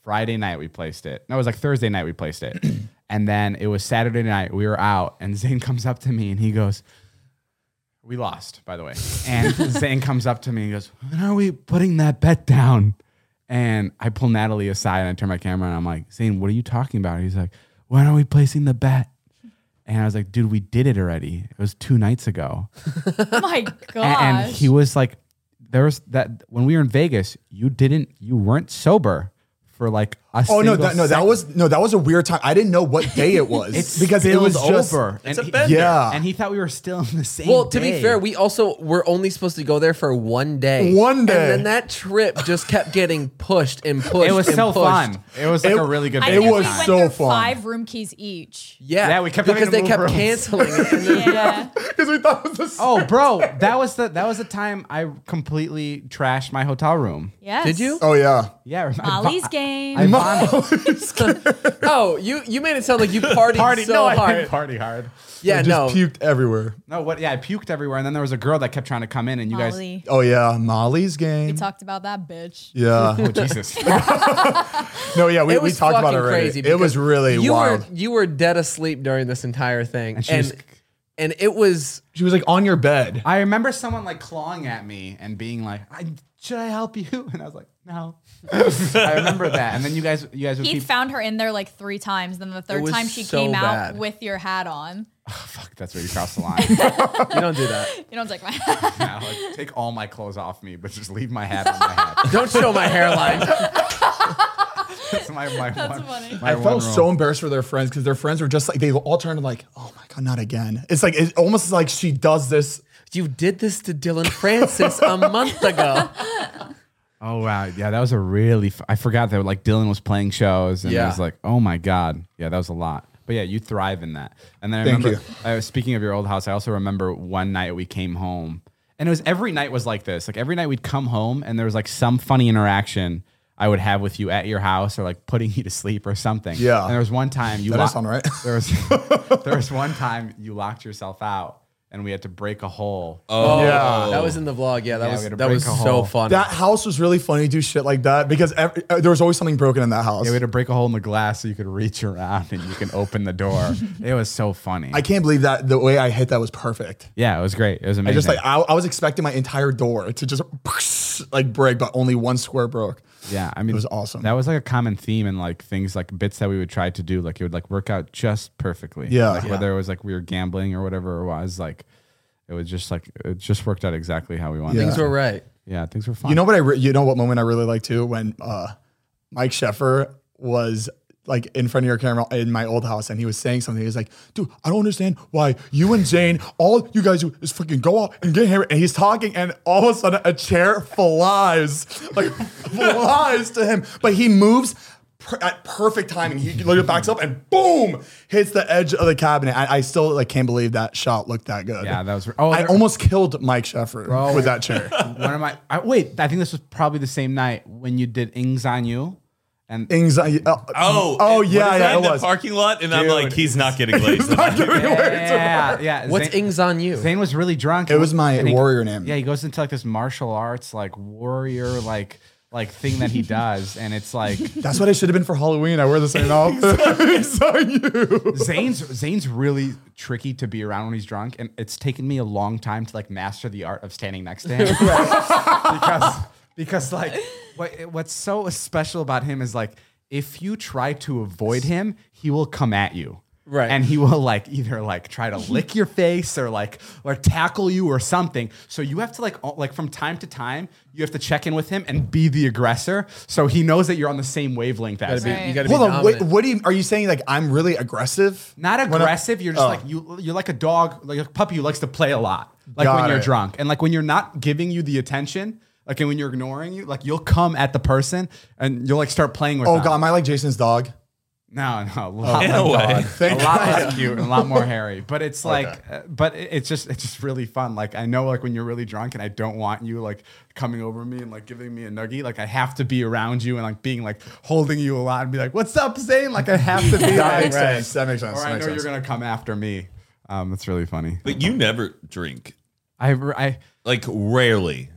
[SPEAKER 4] Friday night we placed it. No, it was like Thursday night we placed it, and then it was Saturday night we were out, and Zane comes up to me and he goes. We lost, by the way. And Zane comes up to me and goes, When are we putting that bet down? And I pull Natalie aside and I turn my camera and I'm like, Zane, what are you talking about? And he's like, When are we placing the bet? And I was like, Dude, we did it already. It was two nights ago.
[SPEAKER 5] My
[SPEAKER 4] A-
[SPEAKER 5] gosh.
[SPEAKER 4] And, he was like, There was that when we were in Vegas, you didn't, you weren't sober for like a
[SPEAKER 1] Oh no,
[SPEAKER 4] single
[SPEAKER 1] that, no, that
[SPEAKER 4] second.
[SPEAKER 1] was no, that was a weird time. I didn't know what day it was
[SPEAKER 4] It
[SPEAKER 1] because it was
[SPEAKER 4] spilled
[SPEAKER 1] just
[SPEAKER 4] over.
[SPEAKER 3] It's
[SPEAKER 4] and
[SPEAKER 3] a bender.
[SPEAKER 1] Yeah.
[SPEAKER 4] And he thought we were still in the same
[SPEAKER 2] Well, to be
[SPEAKER 4] day.
[SPEAKER 2] fair, we also were only supposed to go there for one day.
[SPEAKER 1] One
[SPEAKER 2] And
[SPEAKER 1] day.
[SPEAKER 2] then that trip just kept getting pushed and pushed.
[SPEAKER 4] it was
[SPEAKER 2] and
[SPEAKER 4] so
[SPEAKER 2] pushed.
[SPEAKER 4] fun. It was like a really good
[SPEAKER 5] I
[SPEAKER 4] day.
[SPEAKER 5] think
[SPEAKER 1] It was
[SPEAKER 5] we went
[SPEAKER 1] so
[SPEAKER 5] through
[SPEAKER 1] fun.
[SPEAKER 5] Five room keys each.
[SPEAKER 2] Yeah,
[SPEAKER 4] Yeah, we kept having
[SPEAKER 2] because
[SPEAKER 4] to
[SPEAKER 2] they
[SPEAKER 4] move
[SPEAKER 2] kept
[SPEAKER 4] rooms.
[SPEAKER 2] canceling it. And then-
[SPEAKER 5] Yeah.
[SPEAKER 6] Because we thought it was the same.
[SPEAKER 4] Oh, bro, that was the that was the time I completely trashed my hotel room.
[SPEAKER 5] Yes.
[SPEAKER 2] Did you?
[SPEAKER 1] Oh yeah,
[SPEAKER 4] Yeah, I vom-
[SPEAKER 5] Molly's game.
[SPEAKER 4] I vom-
[SPEAKER 2] Oh, you you made it sound like you partied
[SPEAKER 4] party
[SPEAKER 2] so
[SPEAKER 4] no, I
[SPEAKER 2] hard.
[SPEAKER 4] didn't party hard.
[SPEAKER 2] yeah,
[SPEAKER 1] I just
[SPEAKER 2] no.
[SPEAKER 1] puked everywhere.
[SPEAKER 4] No, what? Yeah, I puked everywhere, and then there was a girl that kept trying to come in, and you guys.
[SPEAKER 5] Molly.
[SPEAKER 1] Oh yeah, Molly's game.
[SPEAKER 5] We talked about that bitch.
[SPEAKER 1] yeah,
[SPEAKER 4] Oh Jesus!
[SPEAKER 1] no, yeah, we,
[SPEAKER 2] It
[SPEAKER 1] we
[SPEAKER 2] was
[SPEAKER 1] talked about it
[SPEAKER 2] fucking
[SPEAKER 1] already.
[SPEAKER 2] crazy.
[SPEAKER 1] it was
[SPEAKER 2] because
[SPEAKER 1] really
[SPEAKER 2] you
[SPEAKER 1] wild.
[SPEAKER 2] Were, you were dead asleep during this entire thing, and
[SPEAKER 4] she
[SPEAKER 2] and,
[SPEAKER 4] was-
[SPEAKER 2] it was
[SPEAKER 6] She was like on your bed.
[SPEAKER 4] I remember someone like clawing at me and being like, I, "Should I help you?" And I was like, "No." I remember that, and then you guys, you guys would
[SPEAKER 5] He
[SPEAKER 4] keep.
[SPEAKER 5] found her in there like three times. Then the third
[SPEAKER 2] was
[SPEAKER 5] time she
[SPEAKER 2] so
[SPEAKER 5] came
[SPEAKER 2] bad.
[SPEAKER 5] out with your hat on.
[SPEAKER 4] Fuck, that's where you cross the line.
[SPEAKER 2] you don't do that.
[SPEAKER 5] You don't take my hat.
[SPEAKER 4] now, like, take all my clothes off me, but just leave my hat on my head.
[SPEAKER 2] Don't show my hairline.
[SPEAKER 4] That's my, my
[SPEAKER 5] That's
[SPEAKER 4] one,
[SPEAKER 5] funny.
[SPEAKER 4] my
[SPEAKER 1] I
[SPEAKER 4] one
[SPEAKER 1] felt
[SPEAKER 4] rule.
[SPEAKER 1] so embarrassed for their friends because their friends were just like they all turned like, oh my god, not again. It's like it's almost like she does this.
[SPEAKER 2] you did this to Dylan Francis a month ago.
[SPEAKER 4] Oh wow, yeah, that was a really. F- I forgot that like Dylan was playing shows, and I
[SPEAKER 2] Yeah.
[SPEAKER 4] was like, oh my god, yeah, that was a lot. But yeah, you thrive in that. And then I
[SPEAKER 1] Thank
[SPEAKER 4] remember, I was speaking of your old house, I also remember one night we came home, and it was every night was like this. Like every night we'd come home, and there was like some funny interaction I would have with you at your house, or like putting you to sleep or something.
[SPEAKER 1] Yeah.
[SPEAKER 4] And there was one time you
[SPEAKER 1] That does
[SPEAKER 4] lock-
[SPEAKER 1] sound right.
[SPEAKER 4] There was there was one time you locked yourself out, and we had to break a hole.
[SPEAKER 3] Oh,
[SPEAKER 1] Yeah.
[SPEAKER 2] That was in the vlog. Yeah, that
[SPEAKER 4] Yeah, we
[SPEAKER 2] was
[SPEAKER 4] had to
[SPEAKER 2] that was
[SPEAKER 4] break a
[SPEAKER 2] so
[SPEAKER 4] hole.
[SPEAKER 2] fun.
[SPEAKER 1] That house was really funny to do shit like that because every, uh, there was always something broken in that house.
[SPEAKER 4] Yeah, we had to break a hole in the glass so you could reach around and you can open the door. it was so funny.
[SPEAKER 1] I can't believe that the way I hit that was perfect.
[SPEAKER 4] yeah, it was great. It was
[SPEAKER 1] I
[SPEAKER 4] amazing.
[SPEAKER 1] just like I, I was expecting my entire door to just like break, but only one square broke.
[SPEAKER 4] yeah, I mean,
[SPEAKER 1] it was awesome.
[SPEAKER 4] That was like a common theme in like things like bits that we would try to do. Like it would like work out just perfectly.
[SPEAKER 1] Yeah.
[SPEAKER 4] Like,
[SPEAKER 1] Yeah.
[SPEAKER 4] whether it was like we were gambling or whatever it was, like it was just like it just worked out exactly how we wanted.
[SPEAKER 1] Yeah.
[SPEAKER 4] Yeah,
[SPEAKER 2] Things were right.
[SPEAKER 4] yeah things were fun.
[SPEAKER 1] You know what I? Re- you know what moment I really like too when uh, Mike Sheffer was like in front of your camera in my old house, and he was saying something. He was like, "Dude, I don't understand why you and Zane, all you guys do is fucking go out and get hammered." And he's talking, and all of a sudden, a chair flies, like flies to him, but he moves. per- At perfect timing, he literally backs up and boom hits the edge of the cabinet. I, I still like can't believe that shot looked that good.
[SPEAKER 4] Yeah, that was- oh,
[SPEAKER 1] I
[SPEAKER 4] there-
[SPEAKER 1] almost killed Mike Sheffer
[SPEAKER 4] Bro.
[SPEAKER 1] with that chair.
[SPEAKER 4] one of my I, wait, I think this was probably the same night when you did Ings on you, and
[SPEAKER 1] anxiety.
[SPEAKER 6] uh,
[SPEAKER 1] Oh,
[SPEAKER 3] Oh,
[SPEAKER 1] oh
[SPEAKER 3] what is
[SPEAKER 1] yeah,
[SPEAKER 3] that
[SPEAKER 1] yeah,
[SPEAKER 3] in
[SPEAKER 1] it
[SPEAKER 3] the
[SPEAKER 1] was.
[SPEAKER 3] parking lot, and I'm like, he's not getting glazed.
[SPEAKER 4] yeah, yeah.
[SPEAKER 2] What's
[SPEAKER 4] Zane-
[SPEAKER 2] Ings on you?
[SPEAKER 4] Zane was really drunk.
[SPEAKER 1] It was my
[SPEAKER 4] And he-
[SPEAKER 1] warrior name.
[SPEAKER 4] Yeah, he goes into like this martial arts like warrior like like thing that he does, and it's like
[SPEAKER 1] That's what I should have been for Halloween. I wear the same outfit. It's on you.
[SPEAKER 4] Zane's Zane's really tricky to be around when he's drunk, and it's taken me a long time to like master the art of standing next to him because because like what what's so special about him is like if you try to avoid him, he will come at you.
[SPEAKER 2] Right.
[SPEAKER 4] And he will like either like try to lick your face or like or tackle you or something. So you have to like all- like from time to time you have to check in with him and be the aggressor so he knows that you're on the same wavelength
[SPEAKER 2] You
[SPEAKER 4] as
[SPEAKER 2] gotta be,
[SPEAKER 4] him.
[SPEAKER 2] you gotta be
[SPEAKER 6] Hold on. Wait,
[SPEAKER 2] dominant.
[SPEAKER 6] what do you? Are you saying like I'm really aggressive?
[SPEAKER 4] Not
[SPEAKER 6] When I-
[SPEAKER 4] aggressive, you're just
[SPEAKER 6] Oh.
[SPEAKER 4] like you you're like a dog, like a puppy who likes to play a lot. Like
[SPEAKER 6] Got
[SPEAKER 4] when you're
[SPEAKER 6] it.
[SPEAKER 4] drunk and like when you're not giving you the attention, like and when you're ignoring you, like you'll come at the person and you'll like start playing with
[SPEAKER 6] Oh
[SPEAKER 4] them.
[SPEAKER 6] god, am I like Jason's dog?
[SPEAKER 4] No, no, a lot,
[SPEAKER 3] Oh, In a way.
[SPEAKER 4] God. a
[SPEAKER 6] Thank
[SPEAKER 4] lot less cute and a lot more hairy. But it's like, uh, but it- it's just, it's just really fun. Like I know, like when you're really drunk, and I don't want you like coming over me and like giving me a nuggie. Like I have to be around you and like being like holding you a lot and be like, "What's up, Zane?" Like I have to be.
[SPEAKER 6] That
[SPEAKER 4] like,
[SPEAKER 6] makes
[SPEAKER 4] right.
[SPEAKER 6] sense. That makes sense.
[SPEAKER 4] Or
[SPEAKER 6] that
[SPEAKER 4] I know
[SPEAKER 6] makes sense.
[SPEAKER 4] you're gonna come after me. Um, it's really funny.
[SPEAKER 3] But you never drink,
[SPEAKER 4] I, I,
[SPEAKER 3] like rarely.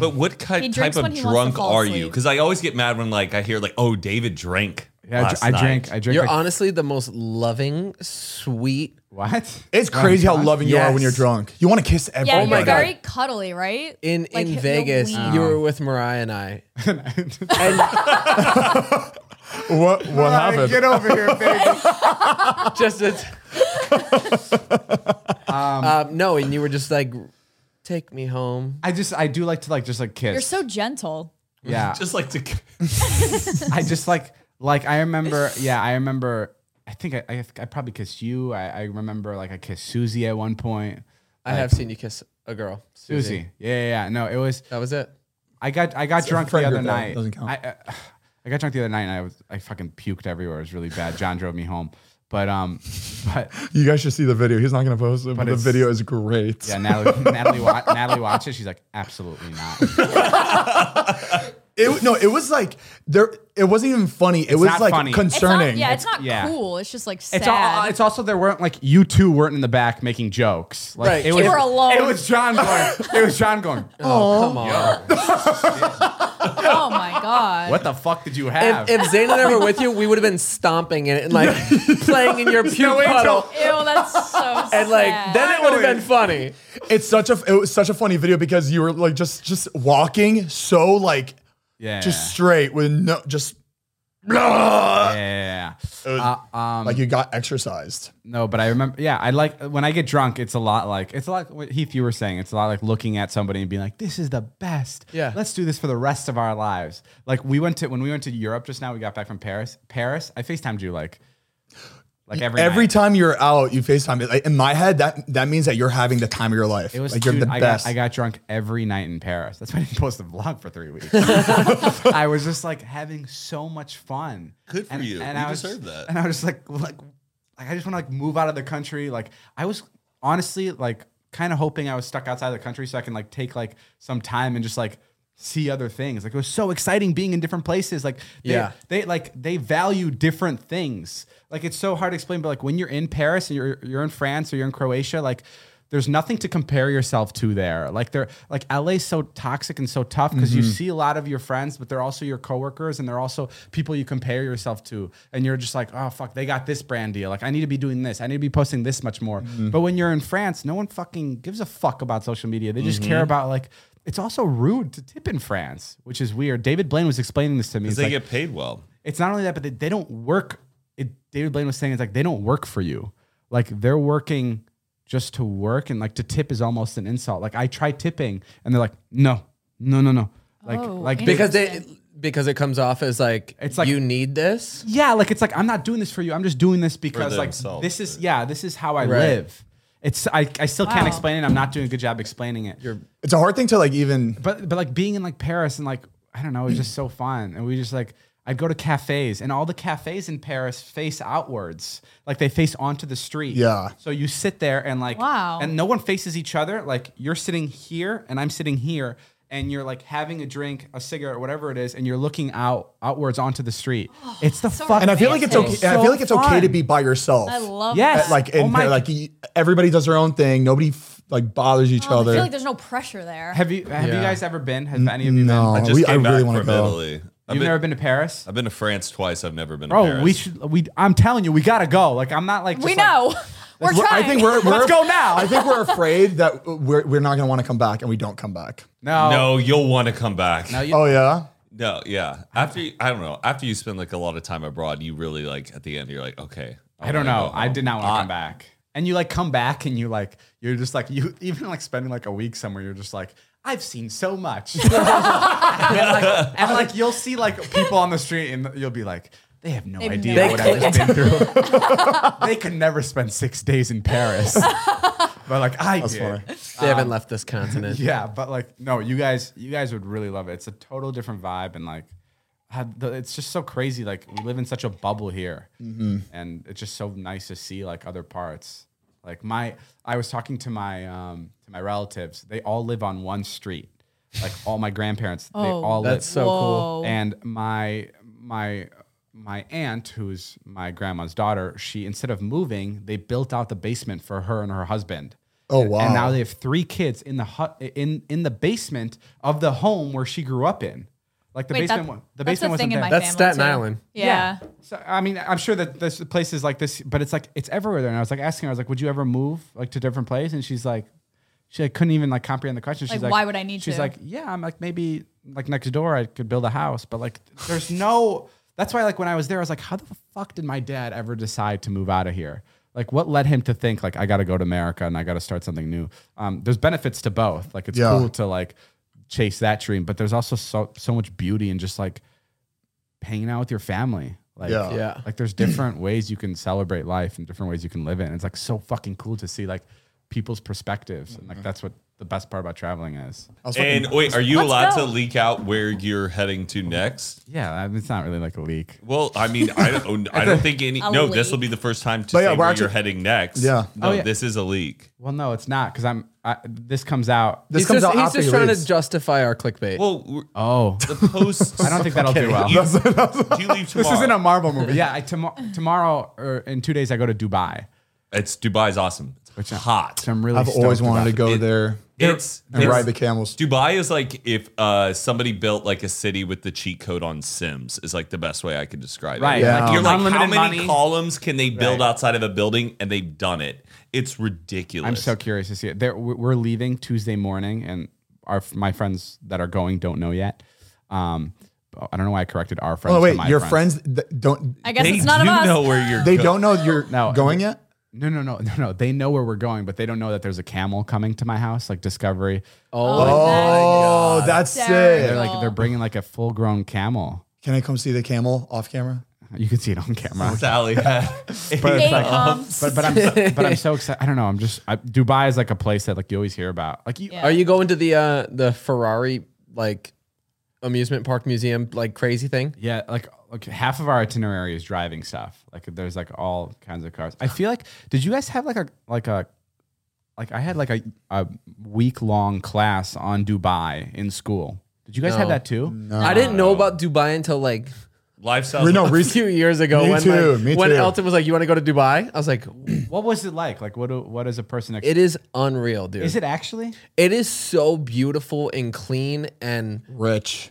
[SPEAKER 3] But what ki- type
[SPEAKER 5] drinks
[SPEAKER 3] of
[SPEAKER 5] when he wants to
[SPEAKER 3] drunk
[SPEAKER 5] fall
[SPEAKER 3] are you?
[SPEAKER 5] asleep.
[SPEAKER 3] Because I always get mad when like I hear like, "Oh, David drank."
[SPEAKER 4] yeah, I, dr-
[SPEAKER 3] last
[SPEAKER 4] I
[SPEAKER 3] night."
[SPEAKER 4] drink, I drink.
[SPEAKER 2] You're
[SPEAKER 4] like-
[SPEAKER 2] honestly the most loving, sweet.
[SPEAKER 4] what?
[SPEAKER 6] It's crazy how loving you are when you're
[SPEAKER 2] Yes.
[SPEAKER 6] drunk. You want to kiss
[SPEAKER 5] Yeah,
[SPEAKER 6] everyone. Oh
[SPEAKER 5] you're
[SPEAKER 2] my God.
[SPEAKER 5] very cuddly, right?
[SPEAKER 2] In
[SPEAKER 5] Like,
[SPEAKER 2] in
[SPEAKER 5] he'll
[SPEAKER 2] Vegas,
[SPEAKER 5] lean.
[SPEAKER 2] you were with Mariah and I.
[SPEAKER 6] What what
[SPEAKER 4] All right,
[SPEAKER 6] happened?
[SPEAKER 4] Get over here, baby.
[SPEAKER 2] just as um, no, and you were just like, take me home.
[SPEAKER 4] I just, I do like to like just like kiss.
[SPEAKER 5] You're so gentle.
[SPEAKER 4] yeah.
[SPEAKER 3] Just like to.
[SPEAKER 4] I just like like I remember. Yeah, I remember. I think I I, I probably kissed you. I, I remember like I kissed Susie at one point.
[SPEAKER 2] I have seen you kiss a girl, Susie.
[SPEAKER 4] Susie. Oh. Yeah, yeah, yeah. No, it was.
[SPEAKER 2] That was it.
[SPEAKER 4] I got I got drunk the
[SPEAKER 6] friend
[SPEAKER 4] other
[SPEAKER 6] group, though.
[SPEAKER 4] night.
[SPEAKER 6] Doesn't count.
[SPEAKER 4] I, uh, I got drunk the other night and I was I fucking puked everywhere. It was really bad. John drove me home. But um, but
[SPEAKER 6] You guys should see the video. He's not gonna post it, but, the
[SPEAKER 4] it's-
[SPEAKER 6] video is great.
[SPEAKER 4] yeah, Natalie Natalie wa- Natalie watched it. She's like, absolutely not. It's
[SPEAKER 6] It, no, it was like there. It wasn't even funny. It was
[SPEAKER 4] not
[SPEAKER 6] like
[SPEAKER 4] funny.
[SPEAKER 5] It's not-
[SPEAKER 6] concerning.
[SPEAKER 5] yeah, it's not
[SPEAKER 4] yeah.
[SPEAKER 5] cool. It's just like sad.
[SPEAKER 4] It's all, it's also there weren't like you two weren't in the back making jokes. Like
[SPEAKER 2] Right.
[SPEAKER 4] it
[SPEAKER 2] You
[SPEAKER 4] was
[SPEAKER 5] were alone.
[SPEAKER 4] It was John going. It was John going.
[SPEAKER 2] Oh, come on.
[SPEAKER 5] oh my god.
[SPEAKER 4] What the fuck did you have?
[SPEAKER 2] If, if Zayn and I were with you, we would have been stomping in it and like playing in your puke
[SPEAKER 4] no way to-
[SPEAKER 2] puddle.
[SPEAKER 5] Ew, that's so
[SPEAKER 2] And like,
[SPEAKER 5] sad.
[SPEAKER 2] then it would have been funny.
[SPEAKER 6] It's such a. It was such a funny video because you were like just just walking so like
[SPEAKER 4] yeah.
[SPEAKER 6] just straight with no just
[SPEAKER 4] yeah.
[SPEAKER 6] um, like you got exercised.
[SPEAKER 4] No, but I remember. Yeah, I like when I get drunk. It's a lot like it's a lot. What Heath, you were saying it's a lot like looking at somebody and being like, "This is the best.
[SPEAKER 2] Yeah.
[SPEAKER 4] let's do this for the rest of our lives." Like we went to when we went to Europe just now. We got back from Paris. Paris. I Facetimed you like, like every
[SPEAKER 6] Every
[SPEAKER 4] night.
[SPEAKER 6] time you're out, you Facetime. It. Like, in my head, that that means that you're having the time of your life.
[SPEAKER 4] It was
[SPEAKER 6] like you're
[SPEAKER 4] dude,
[SPEAKER 6] the
[SPEAKER 4] I
[SPEAKER 6] best.
[SPEAKER 4] Got, I got drunk every night in Paris. That's why I didn't post a vlog for three weeks. I was just like having so much fun.
[SPEAKER 3] Good for
[SPEAKER 4] and,
[SPEAKER 3] you.
[SPEAKER 4] And
[SPEAKER 3] You
[SPEAKER 4] I was,
[SPEAKER 3] deserve that.
[SPEAKER 4] And I was like, like, like I just want to like move out of the country. Like I was honestly like kind of hoping I was stuck outside the country so I can like take like some time and just like see other things. Like it was so exciting being in different places. Like they,
[SPEAKER 2] Yeah.
[SPEAKER 4] they like they value different things. Like it's so hard to explain, but like when you're in Paris and you're you're in France or you're in Croatia, like there's nothing to compare yourself to there. Like they're like LA's so toxic and so tough because you see a lot of your friends, but they're also your coworkers and they're also people you compare yourself to. And you're just like, oh fuck, they got this brand deal. Like I need to be doing this. I need to be posting this much more. But when you're in France, no one fucking gives a fuck about social media. They just care about like it's also rude to tip in France, which is weird. David Blaine was explaining this to me. It's
[SPEAKER 3] They
[SPEAKER 4] like-
[SPEAKER 3] get paid well.
[SPEAKER 4] it's not only that, but they, they don't work. It, David Blaine was saying it's like they don't work for you. Like they're working just to work, and like to tip is almost an insult. Like I try tipping, and they're like, no, no, no, no. Like,
[SPEAKER 5] Oh,
[SPEAKER 4] like
[SPEAKER 5] interesting.
[SPEAKER 2] Because they because it comes off as like,
[SPEAKER 4] It's like-
[SPEAKER 2] you need this.
[SPEAKER 4] yeah, like it's like I'm not doing this for you. I'm just doing this because like
[SPEAKER 3] themselves,
[SPEAKER 4] this is yeah, this is how I
[SPEAKER 2] Right.
[SPEAKER 4] live. It's I, I still can't
[SPEAKER 5] Wow.
[SPEAKER 4] explain it. I'm not doing a good job explaining it.
[SPEAKER 6] it's a hard thing to like even.
[SPEAKER 4] but but like being in like Paris and like I don't know, it was just so fun. And we just like I'd go to cafes and all the cafes in Paris face outwards. Like they face onto the street.
[SPEAKER 6] Yeah.
[SPEAKER 4] So you sit there and like
[SPEAKER 5] Wow.
[SPEAKER 4] and no one faces each other. Like you're sitting here and I'm sitting here and you're like having a drink, a cigarette, whatever it is, and you're looking out outwards onto the street. it's the fuck.
[SPEAKER 6] And I feel like it's okay.
[SPEAKER 5] It's
[SPEAKER 6] and I feel like it's okay
[SPEAKER 4] fun.
[SPEAKER 6] to be by yourself.
[SPEAKER 5] I love
[SPEAKER 4] Yes.
[SPEAKER 5] that.
[SPEAKER 6] like in
[SPEAKER 4] Oh my-
[SPEAKER 6] like y- everybody does their own thing. Nobody f- like bothers each
[SPEAKER 5] Oh, I
[SPEAKER 6] other.
[SPEAKER 5] feel like there's no pressure there.
[SPEAKER 4] Have you have you
[SPEAKER 2] Yeah.
[SPEAKER 4] guys ever been? Have any of you
[SPEAKER 6] no.
[SPEAKER 1] "Oh,
[SPEAKER 4] been?
[SPEAKER 3] I just
[SPEAKER 6] we- I
[SPEAKER 3] came
[SPEAKER 6] really
[SPEAKER 3] back
[SPEAKER 6] wanna
[SPEAKER 3] from
[SPEAKER 6] go.
[SPEAKER 3] Italy. I've
[SPEAKER 4] You've
[SPEAKER 3] been,
[SPEAKER 4] never been to Paris?
[SPEAKER 3] I've been to France twice. I've never been. to
[SPEAKER 4] Bro,
[SPEAKER 3] Paris.
[SPEAKER 4] we should we I'm telling you, we gotta go. Like I'm not like
[SPEAKER 5] we
[SPEAKER 4] just, like-
[SPEAKER 5] know. we're
[SPEAKER 6] We're-
[SPEAKER 5] trying.
[SPEAKER 6] I think we're, we're
[SPEAKER 4] Let's go now.
[SPEAKER 6] I think we're afraid that we're, we're not going to want to come back, and we don't come back.
[SPEAKER 4] no.
[SPEAKER 3] No, you'll want to come back. No,
[SPEAKER 6] Oh yeah,
[SPEAKER 3] yeah. After you, I don't know. After you spend like a lot of time abroad, you really like at the end you're like, okay,
[SPEAKER 4] I don't know. I did not want
[SPEAKER 3] I-
[SPEAKER 4] to come back. And you like come back and you like you're just like you even like spending like a week somewhere. You're just like I've seen so much, and, like, and, like, you'll see like people on the street and you'll be like. They have no
[SPEAKER 5] They've
[SPEAKER 4] idea
[SPEAKER 5] never-
[SPEAKER 4] what I've just been through. they could never spend six days in Paris, but like I did.
[SPEAKER 2] They haven't left this continent.
[SPEAKER 4] Yeah, but like no, you guys, you guys would really love it. It's a total different vibe, and like, had the- it's just so crazy. Like we live in such a bubble here, and it's just so nice to see like other parts. Like my, I was talking to my um to my relatives. They all live on one street. Like all my grandparents, they
[SPEAKER 5] Oh,
[SPEAKER 4] all
[SPEAKER 2] That's so
[SPEAKER 4] live
[SPEAKER 2] cool.
[SPEAKER 5] Whoa.
[SPEAKER 4] and my my my aunt who's my grandma's daughter she instead of moving they built out the basement for her and her husband
[SPEAKER 1] Oh,
[SPEAKER 4] And-
[SPEAKER 1] wow.
[SPEAKER 4] and now they have three kids in the hut in in the basement of the home where she grew up in like the
[SPEAKER 5] Wait,
[SPEAKER 4] basement
[SPEAKER 5] that-
[SPEAKER 4] wa- the
[SPEAKER 5] that's
[SPEAKER 4] basement
[SPEAKER 5] a thing
[SPEAKER 4] wasn't
[SPEAKER 5] in
[SPEAKER 4] there
[SPEAKER 5] my
[SPEAKER 2] That's
[SPEAKER 5] family
[SPEAKER 2] Staten
[SPEAKER 5] too.
[SPEAKER 2] Island.
[SPEAKER 5] Yeah.
[SPEAKER 4] so i mean i'm sure that there's places like this but it's like it's everywhere there and i was like asking her i was like would you ever move like to a different place and she's like she like, couldn't even like comprehend the question. She's
[SPEAKER 5] Like, why would I need
[SPEAKER 4] she's
[SPEAKER 5] to?
[SPEAKER 4] like, yeah, I'm like maybe like next door I could build a house, but like there's no. That's why like when I was there, I was like, how the fuck did my dad ever decide to move out of here? Like what led him to think like I got to go to America and I got to start something new? Um, there's benefits to both. Like it's
[SPEAKER 1] Yeah.
[SPEAKER 4] cool to like chase that dream, but there's also so so much beauty in just like hanging out with your family. Like,
[SPEAKER 1] Yeah.
[SPEAKER 2] Yeah.
[SPEAKER 4] Like there's different ways you can celebrate life and different ways you can live it. And it's like so fucking cool to see like people's perspectives. And like that's what the best part about traveling is.
[SPEAKER 1] I was fucking-
[SPEAKER 3] And wait, are you
[SPEAKER 5] Let's
[SPEAKER 3] allowed
[SPEAKER 5] go.
[SPEAKER 3] to leak out where you're heading to next?
[SPEAKER 4] Yeah, I mean, it's not really like a leak.
[SPEAKER 3] Well, I mean, I don't, I don't think any.
[SPEAKER 5] A
[SPEAKER 3] No, this
[SPEAKER 5] leak.
[SPEAKER 3] will be the first time to
[SPEAKER 1] But
[SPEAKER 3] say
[SPEAKER 1] yeah, we're
[SPEAKER 3] where you're
[SPEAKER 1] actually-
[SPEAKER 3] heading next.
[SPEAKER 1] Yeah.
[SPEAKER 3] No,
[SPEAKER 4] Oh, yeah.
[SPEAKER 3] this is a leak.
[SPEAKER 4] Well, no, it's not because I'm. I, this comes out.
[SPEAKER 1] this
[SPEAKER 2] he's
[SPEAKER 1] comes
[SPEAKER 2] just,
[SPEAKER 1] out
[SPEAKER 2] he's
[SPEAKER 1] after
[SPEAKER 2] just
[SPEAKER 1] he
[SPEAKER 2] trying
[SPEAKER 1] leaves.
[SPEAKER 2] to justify our clickbait.
[SPEAKER 3] Well, we're-
[SPEAKER 4] Oh,
[SPEAKER 3] the posts.
[SPEAKER 4] I don't think that'll do well.
[SPEAKER 3] You, do you leave tomorrow?
[SPEAKER 4] This isn't a Marvel movie. Yeah, I, tomo- tomorrow or in two days I go to Dubai.
[SPEAKER 3] It's Dubai's awesome. It's hot.
[SPEAKER 4] So I'm really.
[SPEAKER 1] I've always
[SPEAKER 4] stoked about
[SPEAKER 1] wanted to
[SPEAKER 4] it.
[SPEAKER 1] go
[SPEAKER 3] It-
[SPEAKER 1] there
[SPEAKER 3] It's
[SPEAKER 1] and
[SPEAKER 3] it's-
[SPEAKER 1] ride the camels.
[SPEAKER 3] Dubai is like if uh, somebody built like a city with the cheat code on Sims is like the best way I could describe
[SPEAKER 4] Right,
[SPEAKER 3] it.
[SPEAKER 4] Yeah.
[SPEAKER 3] Like, you're like how
[SPEAKER 4] unlimited
[SPEAKER 3] many
[SPEAKER 4] money.
[SPEAKER 3] columns can they build
[SPEAKER 4] Right.
[SPEAKER 3] outside of a building, and they've done it. It's ridiculous.
[SPEAKER 4] I'm so curious to see it. There, we- we're leaving Tuesday morning, and our my friends that are going don't know yet. Um, I don't know why I corrected our friends.
[SPEAKER 1] Oh
[SPEAKER 4] to
[SPEAKER 1] wait,
[SPEAKER 4] my
[SPEAKER 1] your friends th- don't
[SPEAKER 5] I guess
[SPEAKER 3] They
[SPEAKER 5] it's none
[SPEAKER 3] do
[SPEAKER 5] of us.
[SPEAKER 3] know where you're.
[SPEAKER 1] they
[SPEAKER 3] go-
[SPEAKER 1] don't know you're
[SPEAKER 4] No.
[SPEAKER 1] going yet?
[SPEAKER 4] No, no, no, no, no. They know where we're going, but they don't know that there's a camel coming to my house, like Discovery.
[SPEAKER 5] Oh.
[SPEAKER 1] Oh, that's
[SPEAKER 5] Terrible.
[SPEAKER 1] sick.
[SPEAKER 4] They're like they're bringing like a full grown camel.
[SPEAKER 1] Can I come see the camel off camera?
[SPEAKER 4] You can see it on camera.
[SPEAKER 3] Sally.
[SPEAKER 4] But it's
[SPEAKER 5] Hey,
[SPEAKER 4] like,
[SPEAKER 3] Uh-huh.
[SPEAKER 5] um,
[SPEAKER 4] but but I'm but I'm so excited. I don't know. I'm just I, Dubai is like a place that like you always hear about. Like you,
[SPEAKER 5] Yeah.
[SPEAKER 2] Are you going to the uh, the Ferrari like amusement park museum like crazy thing?
[SPEAKER 4] Yeah, like like half of our itinerary is driving stuff. Like there's like all kinds of cars. I feel like did you guys have like a like a like I had like a, a week long class on Dubai in school. Did you guys have
[SPEAKER 2] No.
[SPEAKER 4] that too? No.
[SPEAKER 2] I didn't know about Dubai until like
[SPEAKER 3] Lifestyle.
[SPEAKER 1] No,
[SPEAKER 2] a
[SPEAKER 1] recent.
[SPEAKER 2] few years ago
[SPEAKER 1] Me
[SPEAKER 2] when
[SPEAKER 1] too,
[SPEAKER 2] like,
[SPEAKER 1] me
[SPEAKER 2] when
[SPEAKER 1] too.
[SPEAKER 2] Elton was like, "You want to go to Dubai?" I was like,
[SPEAKER 4] What was it like? Like what do, what is a person ex-
[SPEAKER 2] "It is unreal, dude.
[SPEAKER 4] Is it actually?
[SPEAKER 2] it is so beautiful and clean and
[SPEAKER 1] Rich.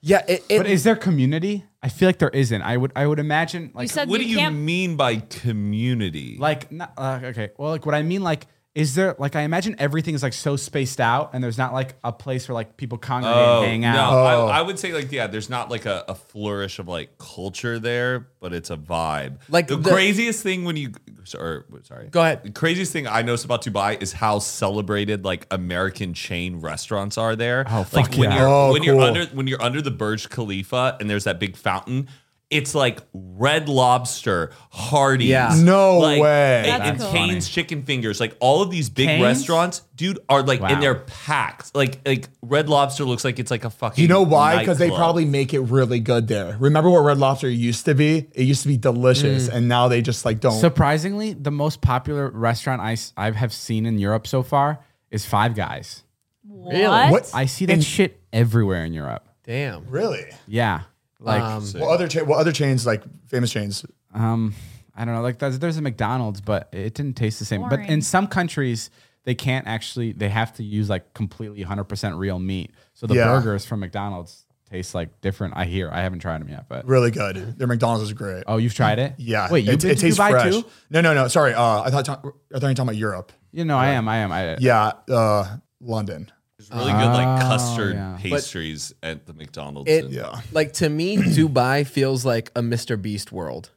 [SPEAKER 2] yeah. It, it,
[SPEAKER 4] But is there community? I feel like there isn't. I would I would imagine like
[SPEAKER 5] You said
[SPEAKER 3] What do you
[SPEAKER 5] can't.
[SPEAKER 3] mean by community?
[SPEAKER 4] like not, uh, okay well like what i mean like is there like i imagine everything is like so spaced out and there's not like a place where like people congregate and hang out
[SPEAKER 3] No, Oh, I, I would say like yeah, there's not like a, a flourish of like culture there, but it's a vibe.
[SPEAKER 2] Like
[SPEAKER 3] the,
[SPEAKER 2] the-
[SPEAKER 3] craziest thing when you or sorry,
[SPEAKER 2] Go ahead.
[SPEAKER 3] The craziest thing I noticed about Dubai is how celebrated like American chain restaurants are there.
[SPEAKER 4] Oh,
[SPEAKER 3] like
[SPEAKER 4] fuck
[SPEAKER 3] when
[SPEAKER 4] yeah.
[SPEAKER 3] you're
[SPEAKER 1] Oh,
[SPEAKER 3] when you're
[SPEAKER 1] cool.
[SPEAKER 3] under when you're under the Burj Khalifa and there's that big fountain. It's like Red Lobster, Hardee's.
[SPEAKER 2] Yeah.
[SPEAKER 1] No
[SPEAKER 3] like,
[SPEAKER 1] way.
[SPEAKER 3] And,
[SPEAKER 5] That's
[SPEAKER 3] and
[SPEAKER 5] cool.
[SPEAKER 3] Cane's Chicken Fingers. Like all of these big
[SPEAKER 4] Cane's?
[SPEAKER 3] restaurants, dude, are like in
[SPEAKER 4] Wow.
[SPEAKER 3] their packed. Like like Red Lobster looks like it's like a fucking.
[SPEAKER 1] You know why? Because they
[SPEAKER 3] nightclub.
[SPEAKER 1] probably make it really good there. Remember what Red Lobster used to be? It used to be delicious, and now they just like don't.
[SPEAKER 4] surprisingly the most popular restaurant i s- I have seen in europe so far is five guys
[SPEAKER 2] Really?
[SPEAKER 5] What?
[SPEAKER 1] What?
[SPEAKER 4] i see that shit everywhere in europe
[SPEAKER 2] damn.
[SPEAKER 1] really?
[SPEAKER 4] yeah like
[SPEAKER 1] What other cha- what other chains like famous chains?
[SPEAKER 4] um i don't know like there's, there's a mcdonald's but it didn't taste the same but in
[SPEAKER 5] Boring.
[SPEAKER 4] some countries they can't actually they have to use like completely 100% real meat so the
[SPEAKER 1] Yeah.
[SPEAKER 4] burgers from mcdonald's taste like different i hear i haven't tried them yet but
[SPEAKER 1] Really good. Their McDonald's is great.
[SPEAKER 4] Oh, you've tried it?
[SPEAKER 1] yeah.
[SPEAKER 4] Wait, you've
[SPEAKER 1] it,
[SPEAKER 4] been
[SPEAKER 1] it
[SPEAKER 4] to
[SPEAKER 1] tastes
[SPEAKER 4] Dubai
[SPEAKER 1] fresh.
[SPEAKER 4] too?
[SPEAKER 1] No, no, no. Sorry. Uh, I thought I thought you were talking about Europe.
[SPEAKER 4] You know, I am. I am. I,
[SPEAKER 1] Yeah. Uh, London.
[SPEAKER 3] There's really good like custard
[SPEAKER 4] Oh, yeah.
[SPEAKER 3] pastries at the McDonald's.
[SPEAKER 2] It
[SPEAKER 3] and-
[SPEAKER 1] Yeah.
[SPEAKER 2] like to me, Dubai feels like a Mr. Beast world.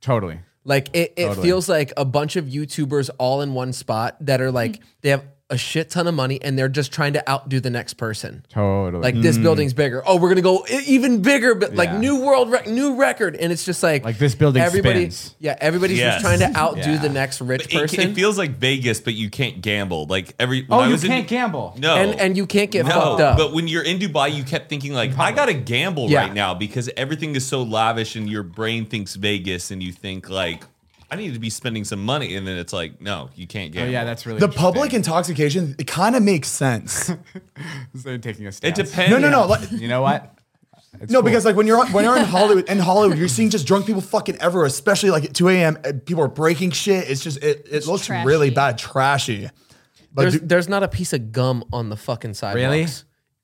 [SPEAKER 4] Totally.
[SPEAKER 2] Like it, it feels like a bunch of YouTubers all in one spot that are
[SPEAKER 5] Mm.
[SPEAKER 2] like they have a shit ton of money and they're just trying to outdo the next person.
[SPEAKER 4] Totally. Mm.
[SPEAKER 2] Like this building's bigger. Oh, we're gonna go e- even bigger, but like
[SPEAKER 4] Yeah.
[SPEAKER 2] new world, rec- new record, and it's just like
[SPEAKER 4] Like, this building
[SPEAKER 2] Everybody,
[SPEAKER 4] spins.
[SPEAKER 2] yeah, everybody's
[SPEAKER 3] Yes.
[SPEAKER 2] just trying to outdo
[SPEAKER 4] Yeah.
[SPEAKER 2] the next rich
[SPEAKER 3] It,
[SPEAKER 2] person.
[SPEAKER 3] it feels like Vegas, but you can't gamble. Like every when
[SPEAKER 4] oh,
[SPEAKER 3] I
[SPEAKER 4] you
[SPEAKER 3] was in-
[SPEAKER 4] can't gamble.
[SPEAKER 3] No,
[SPEAKER 2] And- and you can't get
[SPEAKER 3] no,
[SPEAKER 2] fucked up.
[SPEAKER 3] But when you're in Dubai, you kept thinking like, I gotta gamble
[SPEAKER 2] Yeah.
[SPEAKER 3] right now because everything is so lavish, and your brain thinks Vegas, and you think like, I need to be spending some money, and then it's like, no, you can't
[SPEAKER 4] Oh,
[SPEAKER 3] gamble.
[SPEAKER 4] yeah, that's really
[SPEAKER 1] The
[SPEAKER 4] interesting.
[SPEAKER 1] public intoxication, it kind of makes sense.
[SPEAKER 4] So you're taking a
[SPEAKER 3] it
[SPEAKER 4] stance.
[SPEAKER 3] depends.
[SPEAKER 1] No, no, no. like-
[SPEAKER 4] You know what? It's
[SPEAKER 1] No,
[SPEAKER 4] cool.
[SPEAKER 1] because like when you're on, when you're in Hollywood in Hollywood, you're seeing just drunk people fucking everywhere, especially like at 2 a.m. and eh, People are breaking shit. It's just it, it looks
[SPEAKER 5] trashy.
[SPEAKER 1] really bad, trashy. But
[SPEAKER 2] there's,
[SPEAKER 1] do-
[SPEAKER 2] there's not a piece of gum on the fucking sidewalks.
[SPEAKER 4] Really?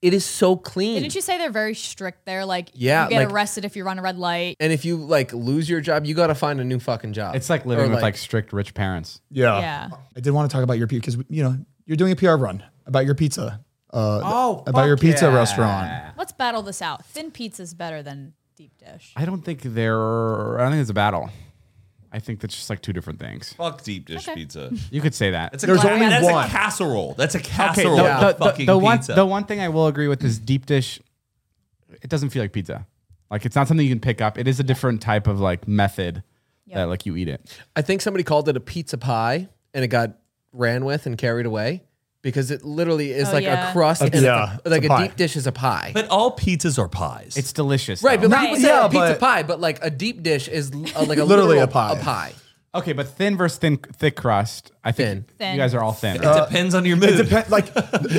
[SPEAKER 2] It is so clean.
[SPEAKER 5] Didn't you say they're very strict? They're like,
[SPEAKER 2] Yeah,
[SPEAKER 5] you get
[SPEAKER 2] like-
[SPEAKER 5] arrested if you run a red light.
[SPEAKER 2] and if you like lose your job, you got to find a new fucking job.
[SPEAKER 4] it's like
[SPEAKER 2] Or,
[SPEAKER 4] living with like strict rich parents.
[SPEAKER 1] yeah.
[SPEAKER 5] Yeah.
[SPEAKER 1] I did want to talk about your because you know you're doing a PR run about your pizza. Uh,
[SPEAKER 4] Oh,
[SPEAKER 1] about your
[SPEAKER 4] fuck
[SPEAKER 1] pizza
[SPEAKER 4] yeah.
[SPEAKER 1] restaurant.
[SPEAKER 5] Let's battle this out. Thin pizza's better than deep dish.
[SPEAKER 4] I don't think they're. I don't think it's a battle. I think that's just like two different things.
[SPEAKER 3] Fuck deep dish pizza.
[SPEAKER 4] You could say that.
[SPEAKER 3] That's a
[SPEAKER 1] There's
[SPEAKER 3] ca-
[SPEAKER 1] only
[SPEAKER 3] that's
[SPEAKER 1] one.
[SPEAKER 3] a casserole. That's a
[SPEAKER 4] Okay,
[SPEAKER 3] casserole.
[SPEAKER 4] the-
[SPEAKER 3] not
[SPEAKER 4] the, the-
[SPEAKER 3] fucking
[SPEAKER 4] the one,
[SPEAKER 3] pizza.
[SPEAKER 4] the one thing I will agree with is deep dish. It doesn't feel like pizza. Like it's not something you can pick up. It is a different type of like method that like you eat it.
[SPEAKER 2] I think somebody called it a pizza pie, and it got ran with and carried away because it literally is
[SPEAKER 5] Oh,
[SPEAKER 2] like a
[SPEAKER 5] yeah.
[SPEAKER 2] crust. and it's
[SPEAKER 1] yeah,
[SPEAKER 2] like,
[SPEAKER 1] it's
[SPEAKER 2] like
[SPEAKER 1] a
[SPEAKER 2] a,
[SPEAKER 1] pie.
[SPEAKER 2] deep dish is a pie.
[SPEAKER 3] but all pizzas are pies.
[SPEAKER 4] It's delicious.
[SPEAKER 2] right,
[SPEAKER 4] though.
[SPEAKER 2] but
[SPEAKER 5] Right.
[SPEAKER 2] people say
[SPEAKER 1] Yeah,
[SPEAKER 2] a pizza
[SPEAKER 1] but-
[SPEAKER 2] pie, but like a deep dish is l- uh, like a
[SPEAKER 1] Literally
[SPEAKER 2] literal,
[SPEAKER 1] a pie.
[SPEAKER 2] A pie.
[SPEAKER 4] okay, but thin versus thin, thick crust. I think
[SPEAKER 5] Thin.
[SPEAKER 4] you guys are all thin. Uh,
[SPEAKER 3] it depends on your
[SPEAKER 1] It
[SPEAKER 3] mood.
[SPEAKER 1] depends. Like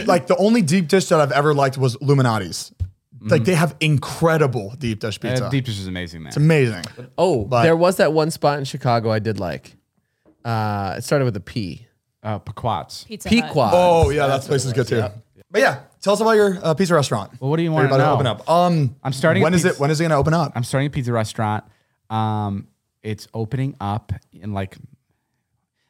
[SPEAKER 1] like the only deep dish that I've ever liked was Luminati's. Like they have incredible deep dish
[SPEAKER 4] Uh,
[SPEAKER 1] pizza.
[SPEAKER 4] Mm. deep dish is amazing. There.
[SPEAKER 1] Amazing.
[SPEAKER 2] Oh,
[SPEAKER 1] But-
[SPEAKER 2] there was that one spot in Chicago I did like. Uh, it started with a P.
[SPEAKER 4] uh, Pequots.
[SPEAKER 5] Pizza Hut.
[SPEAKER 2] Pequod.
[SPEAKER 1] Oh yeah, that place is good too. But yeah, tell us about your uh, pizza restaurant.
[SPEAKER 4] Well, what do you
[SPEAKER 1] You're
[SPEAKER 4] want
[SPEAKER 1] about
[SPEAKER 4] to
[SPEAKER 1] to
[SPEAKER 4] know?
[SPEAKER 1] open up. Um,
[SPEAKER 4] I'm starting a
[SPEAKER 1] When is
[SPEAKER 4] pizza-
[SPEAKER 1] it? When is it going to open up?
[SPEAKER 4] I'm starting a pizza restaurant. Um, it's opening up in like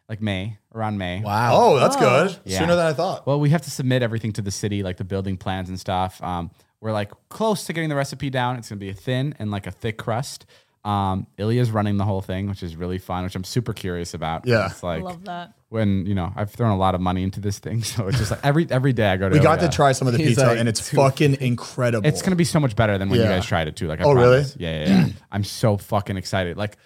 [SPEAKER 4] like May, around May.
[SPEAKER 2] Wow.
[SPEAKER 1] Oh, that's good.
[SPEAKER 4] Yeah.
[SPEAKER 1] Sooner than I thought.
[SPEAKER 4] Well, we have to submit everything to the city, like the building plans and stuff. Um, we're like close to getting the recipe down. It's gonna be a thin and like a thick crust. Um, Ilya's running the whole thing, which is really fun, which I'm super curious about.
[SPEAKER 1] Yeah.
[SPEAKER 4] it's like
[SPEAKER 5] love that.
[SPEAKER 4] when you know I've thrown a lot of money into this thing, so it's just like every every day I go to.
[SPEAKER 1] We got
[SPEAKER 4] Ilya.
[SPEAKER 1] to try some of the
[SPEAKER 2] He's
[SPEAKER 1] pizza,
[SPEAKER 2] like,
[SPEAKER 1] and it's
[SPEAKER 2] too-
[SPEAKER 1] fucking incredible.
[SPEAKER 4] It's gonna be so much better than when you
[SPEAKER 1] Yeah.
[SPEAKER 4] guys tried it too. Like, I
[SPEAKER 1] Oh, really?
[SPEAKER 4] promise. Yeah, yeah, yeah. I'm so fucking excited. Like,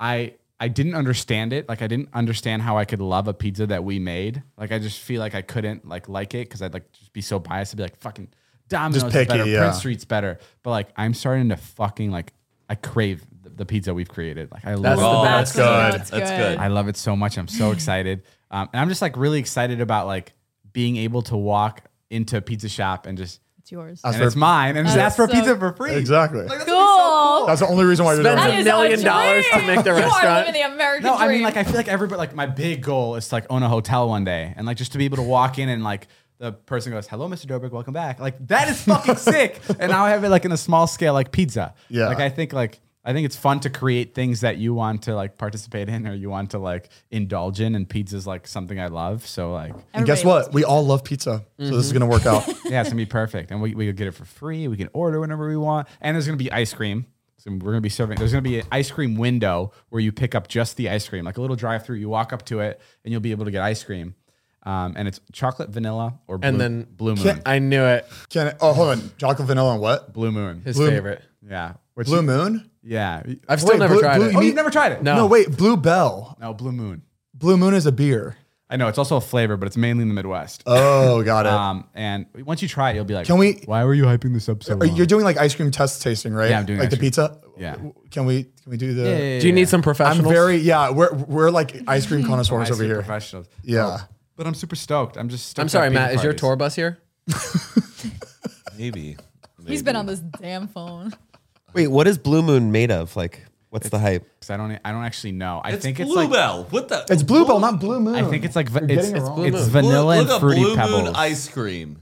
[SPEAKER 4] I I didn't understand it. Like, I didn't understand how I could love a pizza that we made. Like, I just feel like I couldn't like like it because I'd like just be so biased. I'd be like, fucking Domino's
[SPEAKER 1] picky,
[SPEAKER 4] is better,
[SPEAKER 1] yeah.
[SPEAKER 4] Prince Street's better. But like, I'm starting to fucking like I crave the, the pizza we've created. Like, I love.
[SPEAKER 2] the
[SPEAKER 3] Oh,
[SPEAKER 2] best.
[SPEAKER 3] that's good.
[SPEAKER 5] That's
[SPEAKER 3] That's
[SPEAKER 5] good.
[SPEAKER 3] good.
[SPEAKER 4] I love it so much. I'm so excited. Um, and I'm just like really excited about like being able to walk into a pizza shop and just
[SPEAKER 5] It's yours.
[SPEAKER 1] That's
[SPEAKER 4] and it's mine and just
[SPEAKER 5] That's
[SPEAKER 4] ask for
[SPEAKER 5] so-
[SPEAKER 4] pizza for free.
[SPEAKER 1] exactly.
[SPEAKER 5] cool.
[SPEAKER 1] That's the only reason why you're doing
[SPEAKER 2] Spend
[SPEAKER 5] That
[SPEAKER 1] it.
[SPEAKER 2] a
[SPEAKER 5] is
[SPEAKER 2] million
[SPEAKER 5] our
[SPEAKER 2] dollars to
[SPEAKER 5] dream.
[SPEAKER 2] make the
[SPEAKER 5] You are
[SPEAKER 2] restaurant.
[SPEAKER 5] living the American
[SPEAKER 4] No,
[SPEAKER 5] dream.
[SPEAKER 4] I mean, like, I feel like everybody, like, my big goal is to, like, own a hotel one day and, like, just to be able to walk in and, like, the person goes, hello, Mr. Dobrik, welcome back. Like, that is fucking sick. And now I have it, like, in a small scale, like, pizza.
[SPEAKER 1] Yeah.
[SPEAKER 4] Like, I think, like, I think it's fun to create things that you want to, like, participate in or you want to, like, indulge in. And pizza's, like, something I love. So, like,
[SPEAKER 1] And guess
[SPEAKER 5] Everybody
[SPEAKER 1] what? We all love pizza, so
[SPEAKER 4] Mm-hmm.
[SPEAKER 1] this is gonna work out.
[SPEAKER 4] yeah, it's gonna be perfect, and we we could get it for free. We can order whenever we want, and there's gonna be ice cream. So we're gonna be serving. There's gonna be an ice cream window where you pick up just the ice cream, like a little drive-through. You walk up to it, and you'll be able to get ice cream, um, and it's chocolate vanilla or blue,
[SPEAKER 2] And then-
[SPEAKER 4] blue
[SPEAKER 1] Oh.
[SPEAKER 4] moon,
[SPEAKER 2] I knew it.
[SPEAKER 1] Can I, oh hold on, chocolate vanilla and what?
[SPEAKER 4] blue moon.
[SPEAKER 2] His
[SPEAKER 1] Blue-
[SPEAKER 2] favorite.
[SPEAKER 4] Yeah, which
[SPEAKER 1] Blue Moon?
[SPEAKER 4] yeah.
[SPEAKER 2] I've still
[SPEAKER 1] Wait,
[SPEAKER 2] never
[SPEAKER 1] blue-
[SPEAKER 2] tried
[SPEAKER 1] blue-
[SPEAKER 2] it.
[SPEAKER 4] oh,
[SPEAKER 1] me-
[SPEAKER 4] you've never tried it?
[SPEAKER 2] No.
[SPEAKER 1] No, wait, Blue Bell.
[SPEAKER 4] no, blue moon.
[SPEAKER 1] Blue Moon is a beer.
[SPEAKER 4] I know it's also a flavor, but it's mainly in the Midwest.
[SPEAKER 1] Oh, got it.
[SPEAKER 4] Um, and once you try it, you'll be like,
[SPEAKER 1] Can we-
[SPEAKER 4] Why were you hyping this up so
[SPEAKER 1] Are-
[SPEAKER 4] long?
[SPEAKER 1] You're doing like ice cream test tasting, right?
[SPEAKER 4] Yeah, I'm doing
[SPEAKER 1] like
[SPEAKER 4] ice
[SPEAKER 1] the
[SPEAKER 4] cream.
[SPEAKER 1] pizza.
[SPEAKER 4] Yeah.
[SPEAKER 1] Can we can we do the?
[SPEAKER 4] Yeah, yeah,
[SPEAKER 2] Oh, Do you
[SPEAKER 4] yeah.
[SPEAKER 2] need some
[SPEAKER 1] I'm
[SPEAKER 2] professionals?
[SPEAKER 1] very yeah. We're we're like ice cream connoisseurs
[SPEAKER 4] Ice
[SPEAKER 1] over
[SPEAKER 4] cream
[SPEAKER 1] here.
[SPEAKER 4] professionals?
[SPEAKER 1] Yeah.
[SPEAKER 4] Oh, but I'm super stoked. I'm just. Stoked
[SPEAKER 2] I'm sorry,
[SPEAKER 4] about
[SPEAKER 2] Matt.
[SPEAKER 4] pizza
[SPEAKER 2] Is your
[SPEAKER 4] parties.
[SPEAKER 2] tour bus here?
[SPEAKER 3] Maybe.
[SPEAKER 5] He's been on this damn phone.
[SPEAKER 7] Wait, what is Blue Moon made of? Like, what's the hype?
[SPEAKER 4] 'Cause I don't. e, I don't actually know. I
[SPEAKER 3] It's
[SPEAKER 4] think it's like.
[SPEAKER 3] Bluebell. what the?
[SPEAKER 1] It's Blue Bell, not Blue Moon.
[SPEAKER 4] I think it's like va-
[SPEAKER 1] getting
[SPEAKER 4] it's,
[SPEAKER 1] it
[SPEAKER 4] it's,
[SPEAKER 1] wrong.
[SPEAKER 4] it's
[SPEAKER 3] Blue-
[SPEAKER 4] vanilla
[SPEAKER 3] look
[SPEAKER 4] and
[SPEAKER 3] up
[SPEAKER 4] fruity
[SPEAKER 3] Blue
[SPEAKER 4] pebbles.
[SPEAKER 3] Moon ice cream.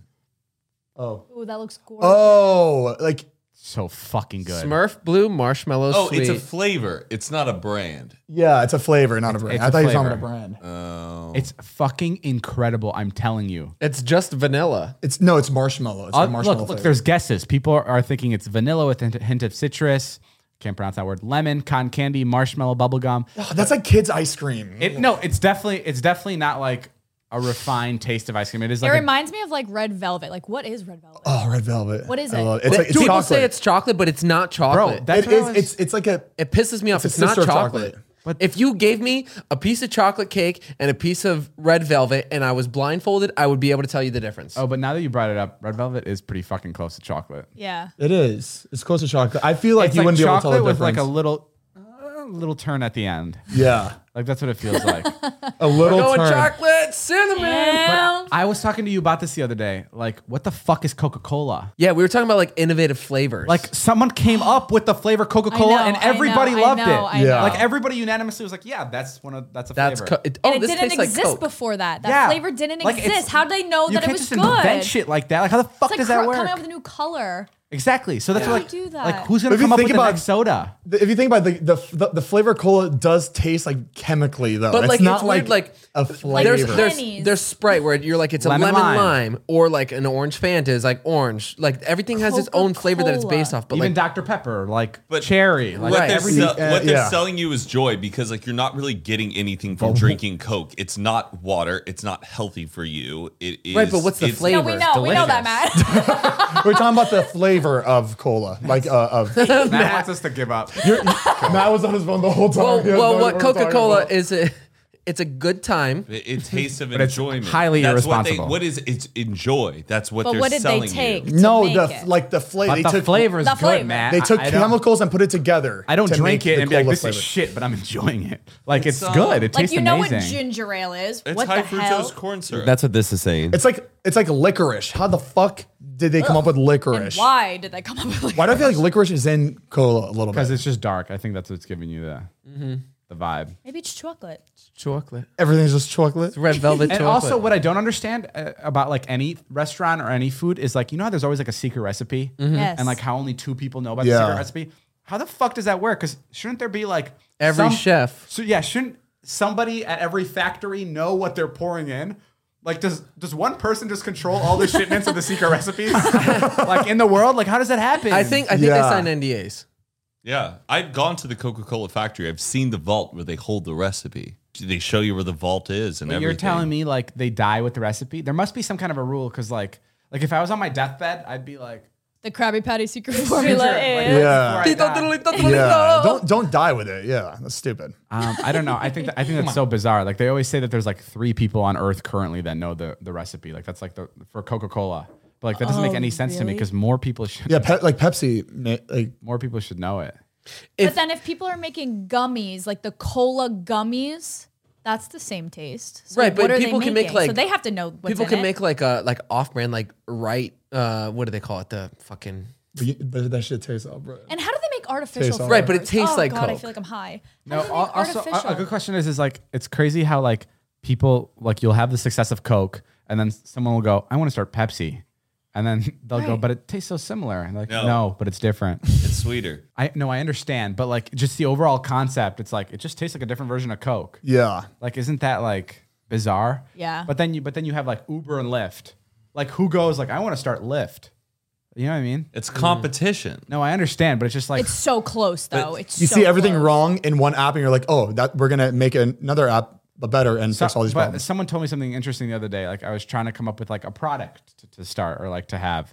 [SPEAKER 5] Oh, that looks gorgeous.
[SPEAKER 1] Oh, like
[SPEAKER 4] So fucking good.
[SPEAKER 2] Smurf Blue Marshmallow
[SPEAKER 3] Oh,
[SPEAKER 2] Sweet.
[SPEAKER 3] it's a flavor. It's not a brand.
[SPEAKER 1] yeah, it's a flavor, not a brand.
[SPEAKER 4] it's
[SPEAKER 1] I
[SPEAKER 4] a
[SPEAKER 1] thought you were talking about
[SPEAKER 4] flavor.
[SPEAKER 1] a brand.
[SPEAKER 4] It's fucking incredible. I'm telling you.
[SPEAKER 2] it's just vanilla.
[SPEAKER 1] It's no, it's marshmallow. It's
[SPEAKER 4] Uh,
[SPEAKER 1] like marshmallow.
[SPEAKER 4] look, look.
[SPEAKER 1] flavor.
[SPEAKER 4] There's guesses. People are, are thinking it's vanilla with a hint- hint of citrus, can't pronounce that word. Lemon, cotton candy, marshmallow, bubblegum.
[SPEAKER 1] Oh, That's like kids' ice cream.
[SPEAKER 4] It, no, it's definitely it's definitely not like a refined taste of ice cream. It is
[SPEAKER 5] It
[SPEAKER 4] like a-
[SPEAKER 5] reminds me of like red velvet. Like, what is red velvet?
[SPEAKER 1] oh, red velvet.
[SPEAKER 5] What is
[SPEAKER 1] I
[SPEAKER 5] it?
[SPEAKER 1] love It's like it's
[SPEAKER 2] People
[SPEAKER 1] chocolate.
[SPEAKER 2] say it's chocolate, but it's not
[SPEAKER 4] bro.
[SPEAKER 2] chocolate.
[SPEAKER 4] That's
[SPEAKER 1] it
[SPEAKER 4] what I
[SPEAKER 1] is.
[SPEAKER 4] was-
[SPEAKER 1] It's it's like a
[SPEAKER 2] it pisses me off. It's,
[SPEAKER 1] a
[SPEAKER 2] not
[SPEAKER 1] sister of
[SPEAKER 2] chocolate.
[SPEAKER 1] chocolate.
[SPEAKER 4] But-
[SPEAKER 2] if you gave me a piece of chocolate cake and a piece of red velvet and I was blindfolded, I would be able to tell you the difference.
[SPEAKER 4] oh, but now that you brought it up, red velvet is pretty fucking close to chocolate.
[SPEAKER 5] Yeah.
[SPEAKER 1] it is. It's close to chocolate. I feel like
[SPEAKER 4] it's
[SPEAKER 1] you
[SPEAKER 4] like
[SPEAKER 1] wouldn't be able to tell
[SPEAKER 4] chocolate
[SPEAKER 1] the
[SPEAKER 4] with like
[SPEAKER 1] difference.
[SPEAKER 4] a little uh, little turn at the end.
[SPEAKER 1] yeah,
[SPEAKER 4] Like that's what it feels like.
[SPEAKER 1] a little
[SPEAKER 2] Going
[SPEAKER 1] turn.
[SPEAKER 2] Oh, chocolate, cinnamon.
[SPEAKER 5] Well,
[SPEAKER 4] I was talking to you about this the other day. Like, what the fuck is Coca Cola?
[SPEAKER 2] Yeah, we were talking about like innovative flavors.
[SPEAKER 4] Like, someone came up with the flavor Coca Cola,
[SPEAKER 5] I know,
[SPEAKER 4] and
[SPEAKER 5] I know,
[SPEAKER 4] everybody
[SPEAKER 5] I
[SPEAKER 4] loved
[SPEAKER 5] know,
[SPEAKER 4] it.
[SPEAKER 5] I
[SPEAKER 1] Yeah. know.
[SPEAKER 4] like everybody unanimously was like, "Yeah, that's one of that's a
[SPEAKER 2] that's
[SPEAKER 4] flavor."
[SPEAKER 2] co- it, oh,
[SPEAKER 5] and it
[SPEAKER 2] this
[SPEAKER 5] didn't
[SPEAKER 2] tastes like
[SPEAKER 5] exist
[SPEAKER 2] Coke.
[SPEAKER 5] before that. That
[SPEAKER 4] yeah,
[SPEAKER 5] flavor didn't
[SPEAKER 4] Like, it's-
[SPEAKER 5] exist. How did they know
[SPEAKER 4] you
[SPEAKER 5] that
[SPEAKER 4] can't
[SPEAKER 5] it was
[SPEAKER 4] just
[SPEAKER 5] good?
[SPEAKER 4] invent shit like that. Like, how the fuck
[SPEAKER 5] It's like
[SPEAKER 4] does that
[SPEAKER 5] cr-
[SPEAKER 4] work?
[SPEAKER 5] coming up with a new color.
[SPEAKER 4] Exactly. So that's
[SPEAKER 5] How
[SPEAKER 4] like,
[SPEAKER 5] do you do that?
[SPEAKER 4] like who's gonna
[SPEAKER 1] But if you
[SPEAKER 4] come up
[SPEAKER 1] think
[SPEAKER 4] with the
[SPEAKER 1] about-
[SPEAKER 4] next soda?
[SPEAKER 1] If you think about it, the, the the flavor cola does taste like chemically though.
[SPEAKER 2] But
[SPEAKER 1] it's
[SPEAKER 2] like
[SPEAKER 1] not
[SPEAKER 2] it's
[SPEAKER 1] like
[SPEAKER 2] weird, like
[SPEAKER 1] a flavor.
[SPEAKER 2] There's, there's
[SPEAKER 5] Pennies.
[SPEAKER 2] there's Sprite where you're like it's a
[SPEAKER 4] Lemon
[SPEAKER 2] lemon lime.
[SPEAKER 4] lime.
[SPEAKER 2] or like an orange Fanta is like orange. Like everything has its own flavor that it's based
[SPEAKER 5] Coca-Cola.
[SPEAKER 2] off. But
[SPEAKER 4] Even
[SPEAKER 2] like
[SPEAKER 4] Dr Pepper, like
[SPEAKER 3] But
[SPEAKER 4] cherry, like
[SPEAKER 3] what, they're,
[SPEAKER 4] everything.
[SPEAKER 3] sell-
[SPEAKER 1] uh,
[SPEAKER 3] what they're
[SPEAKER 1] yeah.
[SPEAKER 3] selling you is joy because like you're not really getting anything from drinking Coke. It's not water. It's not healthy for you. It is
[SPEAKER 2] Right, but what's the
[SPEAKER 3] it's-
[SPEAKER 2] flavor?
[SPEAKER 5] No, we know. We know that, Matt.
[SPEAKER 1] We're talking about the flavor of cola, like uh, of. Matt
[SPEAKER 4] Matt wants us to give up.
[SPEAKER 1] was on his phone the whole time.
[SPEAKER 2] well,
[SPEAKER 1] He has
[SPEAKER 2] well,
[SPEAKER 1] no idea
[SPEAKER 2] what
[SPEAKER 1] we're talking
[SPEAKER 2] Coca Cola
[SPEAKER 1] about.
[SPEAKER 2] is a, it's a good time.
[SPEAKER 3] It, it tastes of
[SPEAKER 4] it's
[SPEAKER 3] enjoyment.
[SPEAKER 4] highly
[SPEAKER 3] That's
[SPEAKER 4] irresponsible.
[SPEAKER 3] What, they, what is it's enjoy? That's what
[SPEAKER 5] But
[SPEAKER 3] they're
[SPEAKER 5] what did
[SPEAKER 3] selling
[SPEAKER 5] they take?
[SPEAKER 3] you.
[SPEAKER 5] to
[SPEAKER 1] No,
[SPEAKER 5] make
[SPEAKER 1] the
[SPEAKER 5] it?
[SPEAKER 1] f like the flavor.
[SPEAKER 4] But
[SPEAKER 1] They
[SPEAKER 4] the
[SPEAKER 1] took
[SPEAKER 4] flavor is
[SPEAKER 5] The
[SPEAKER 4] good,
[SPEAKER 5] flavor.
[SPEAKER 4] Matt.
[SPEAKER 1] They took
[SPEAKER 4] I- I don't-
[SPEAKER 1] chemicals and put it together.
[SPEAKER 4] I don't
[SPEAKER 1] to
[SPEAKER 4] drink
[SPEAKER 1] make
[SPEAKER 4] it
[SPEAKER 1] the
[SPEAKER 4] and be like,
[SPEAKER 1] cola
[SPEAKER 4] "This
[SPEAKER 1] flavor.
[SPEAKER 4] is shit," but I'm enjoying it. Like it's,
[SPEAKER 3] It's, uh,
[SPEAKER 4] good. It
[SPEAKER 5] like
[SPEAKER 4] tastes
[SPEAKER 5] you know
[SPEAKER 4] amazing.
[SPEAKER 5] what ginger ale is.
[SPEAKER 3] It's
[SPEAKER 5] what
[SPEAKER 3] high
[SPEAKER 5] the
[SPEAKER 3] fructose
[SPEAKER 5] hell?
[SPEAKER 3] corn syrup.
[SPEAKER 8] That's what this is saying.
[SPEAKER 1] It's like it's like licorice. How the fuck did they come up with
[SPEAKER 5] And
[SPEAKER 1] licorice?
[SPEAKER 5] why did they come up with? Like,
[SPEAKER 1] Why do I feel like licorice is in cola a little
[SPEAKER 4] because
[SPEAKER 1] bit?
[SPEAKER 4] it's just dark. I think that's what's giving you the
[SPEAKER 5] Mm-hmm.
[SPEAKER 4] the vibe.
[SPEAKER 5] Maybe it's chocolate.
[SPEAKER 2] Chocolate,
[SPEAKER 1] Everything's just chocolate.
[SPEAKER 2] red velvet.
[SPEAKER 4] And
[SPEAKER 2] chocolate.
[SPEAKER 4] also, what I don't understand uh, about like any restaurant or any food is like you know how there's always like a secret recipe,
[SPEAKER 5] Yes.
[SPEAKER 4] Mm-hmm. and like how only two people know about the
[SPEAKER 1] Yeah.
[SPEAKER 4] secret recipe. How the fuck does that work? Because shouldn't there be like
[SPEAKER 2] Every chef.
[SPEAKER 4] So yeah, shouldn't somebody at every factory know what they're pouring in? Like does does one person just control all the shipments of the secret recipes? like in the world, like how does that happen?
[SPEAKER 2] I think I think
[SPEAKER 1] Yeah.
[SPEAKER 2] they sign NDAs.
[SPEAKER 3] yeah, I've gone to the Coca Cola factory. I've seen the vault where they hold the recipe. They show you where the vault is and
[SPEAKER 4] But
[SPEAKER 3] everything.
[SPEAKER 4] you're telling me like they die with the recipe. There must be some kind of a rule because like like if I was on my deathbed, I'd be like.
[SPEAKER 5] The Krabby Patty secret formula is.
[SPEAKER 1] Yeah.
[SPEAKER 4] before I die.
[SPEAKER 1] Yeah. Don't don't die with it. Yeah. That's stupid.
[SPEAKER 4] Um, I don't know. I think that, I think that's so bizarre. Like they always say that there's like three people on Earth currently that know the the recipe. Like that's like the for Coca Cola. But like that doesn't
[SPEAKER 5] Oh,
[SPEAKER 4] make any sense to me because more people should
[SPEAKER 1] Yeah. Pe- like Pepsi. ma- Like
[SPEAKER 4] more people should know it.
[SPEAKER 5] But then if people are making gummies, like the cola gummies, that's the same taste. So
[SPEAKER 2] Right, but
[SPEAKER 5] what are they
[SPEAKER 2] people can make,
[SPEAKER 5] making?
[SPEAKER 2] like-
[SPEAKER 5] so they have to know what's
[SPEAKER 2] People
[SPEAKER 5] in
[SPEAKER 2] can
[SPEAKER 5] it.
[SPEAKER 2] make like a like off brand like right. Uh, what do they call it? The fucking
[SPEAKER 1] but you- but that shit tastes all bro.
[SPEAKER 5] And how do they make artificial?
[SPEAKER 1] Tastes all
[SPEAKER 5] flavors?
[SPEAKER 2] right, but it tastes
[SPEAKER 5] oh,
[SPEAKER 2] like
[SPEAKER 5] God, I
[SPEAKER 2] Coke.
[SPEAKER 5] feel like I'm high. How
[SPEAKER 4] No,
[SPEAKER 5] do they
[SPEAKER 4] al- also
[SPEAKER 5] make
[SPEAKER 4] a-
[SPEAKER 5] artificial?
[SPEAKER 4] a, good question is is like it's crazy how like people like you'll have the success of Coke and then someone will go, I want to start Pepsi, and then they'll go,
[SPEAKER 5] Right.
[SPEAKER 4] but it tastes so similar, and like
[SPEAKER 3] No.
[SPEAKER 4] no, but it's different.
[SPEAKER 3] it's sweeter.
[SPEAKER 4] I no, I understand, but like just the overall concept, it's like it just tastes like a different version of Coke.
[SPEAKER 1] Yeah.
[SPEAKER 4] Like, isn't that like bizarre?
[SPEAKER 5] Yeah.
[SPEAKER 4] But then you but then you have like Uber and Lyft. Like who goes like I want to start Lyft? You know what I mean?
[SPEAKER 3] It's competition.
[SPEAKER 4] No, I understand, but it's just like
[SPEAKER 5] It's so close though. It's
[SPEAKER 1] You
[SPEAKER 5] so
[SPEAKER 1] see everything
[SPEAKER 5] close.
[SPEAKER 1] wrong in one app and you're like, oh, that we're gonna make another app better and fix all these
[SPEAKER 4] but
[SPEAKER 1] problems.
[SPEAKER 4] someone told me something interesting the other day. Like I was trying to come up with like a product to, to start or like to have.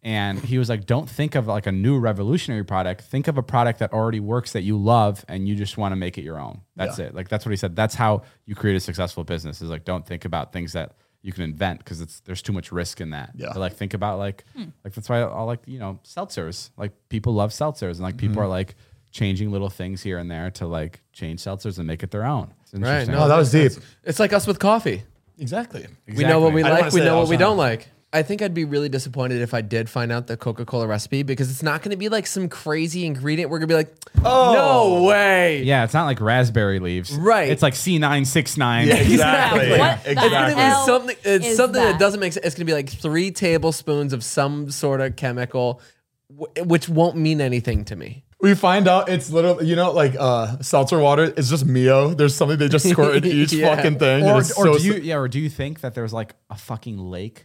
[SPEAKER 4] And he was like, don't think of like a new revolutionary product. Think of a product that already works that you love and you just want to make it your own. That's it. Like that's what he said. That's how you create a successful business is like don't think about things that you can invent because it's there's too much risk in that.
[SPEAKER 1] Yeah.
[SPEAKER 4] But, like think about like like that's why I like, you know, seltzers. Like people love seltzers and like
[SPEAKER 2] Mm-hmm.
[SPEAKER 4] people are like changing little things here and there to like change seltzers and make it their own. It's
[SPEAKER 2] Right.
[SPEAKER 4] interesting.
[SPEAKER 2] No,
[SPEAKER 1] Oh, that was deep.
[SPEAKER 2] it's like us with coffee.
[SPEAKER 1] Exactly.
[SPEAKER 2] We know what
[SPEAKER 1] I didn't
[SPEAKER 2] we like. We
[SPEAKER 4] Exactly.
[SPEAKER 1] wanna say that.
[SPEAKER 2] know
[SPEAKER 1] I
[SPEAKER 2] what
[SPEAKER 1] was
[SPEAKER 2] we
[SPEAKER 1] trying
[SPEAKER 2] don't like. I think I'd be really disappointed if I did find out the Coca Cola recipe because it's not going to be like some crazy ingredient. We're going to be like, oh, no way.
[SPEAKER 4] Yeah, it's not like raspberry leaves.
[SPEAKER 2] Right.
[SPEAKER 4] It's like C969.
[SPEAKER 1] Exactly.
[SPEAKER 5] What the
[SPEAKER 2] It's gonna be
[SPEAKER 5] hell
[SPEAKER 2] something. It's
[SPEAKER 5] is
[SPEAKER 2] something that?
[SPEAKER 5] that?
[SPEAKER 2] doesn't make sense. It's gonna be like three tablespoons of some sort of chemical, wh- which won't mean anything to me.
[SPEAKER 1] We find out it's literally, you know, like uh, seltzer water. It's just Mio. There's something they just squirt in each
[SPEAKER 2] Yeah.
[SPEAKER 1] fucking thing.
[SPEAKER 4] Or,
[SPEAKER 1] and
[SPEAKER 4] or
[SPEAKER 1] it's so
[SPEAKER 4] do you yeah, or do you think that there's like a fucking lake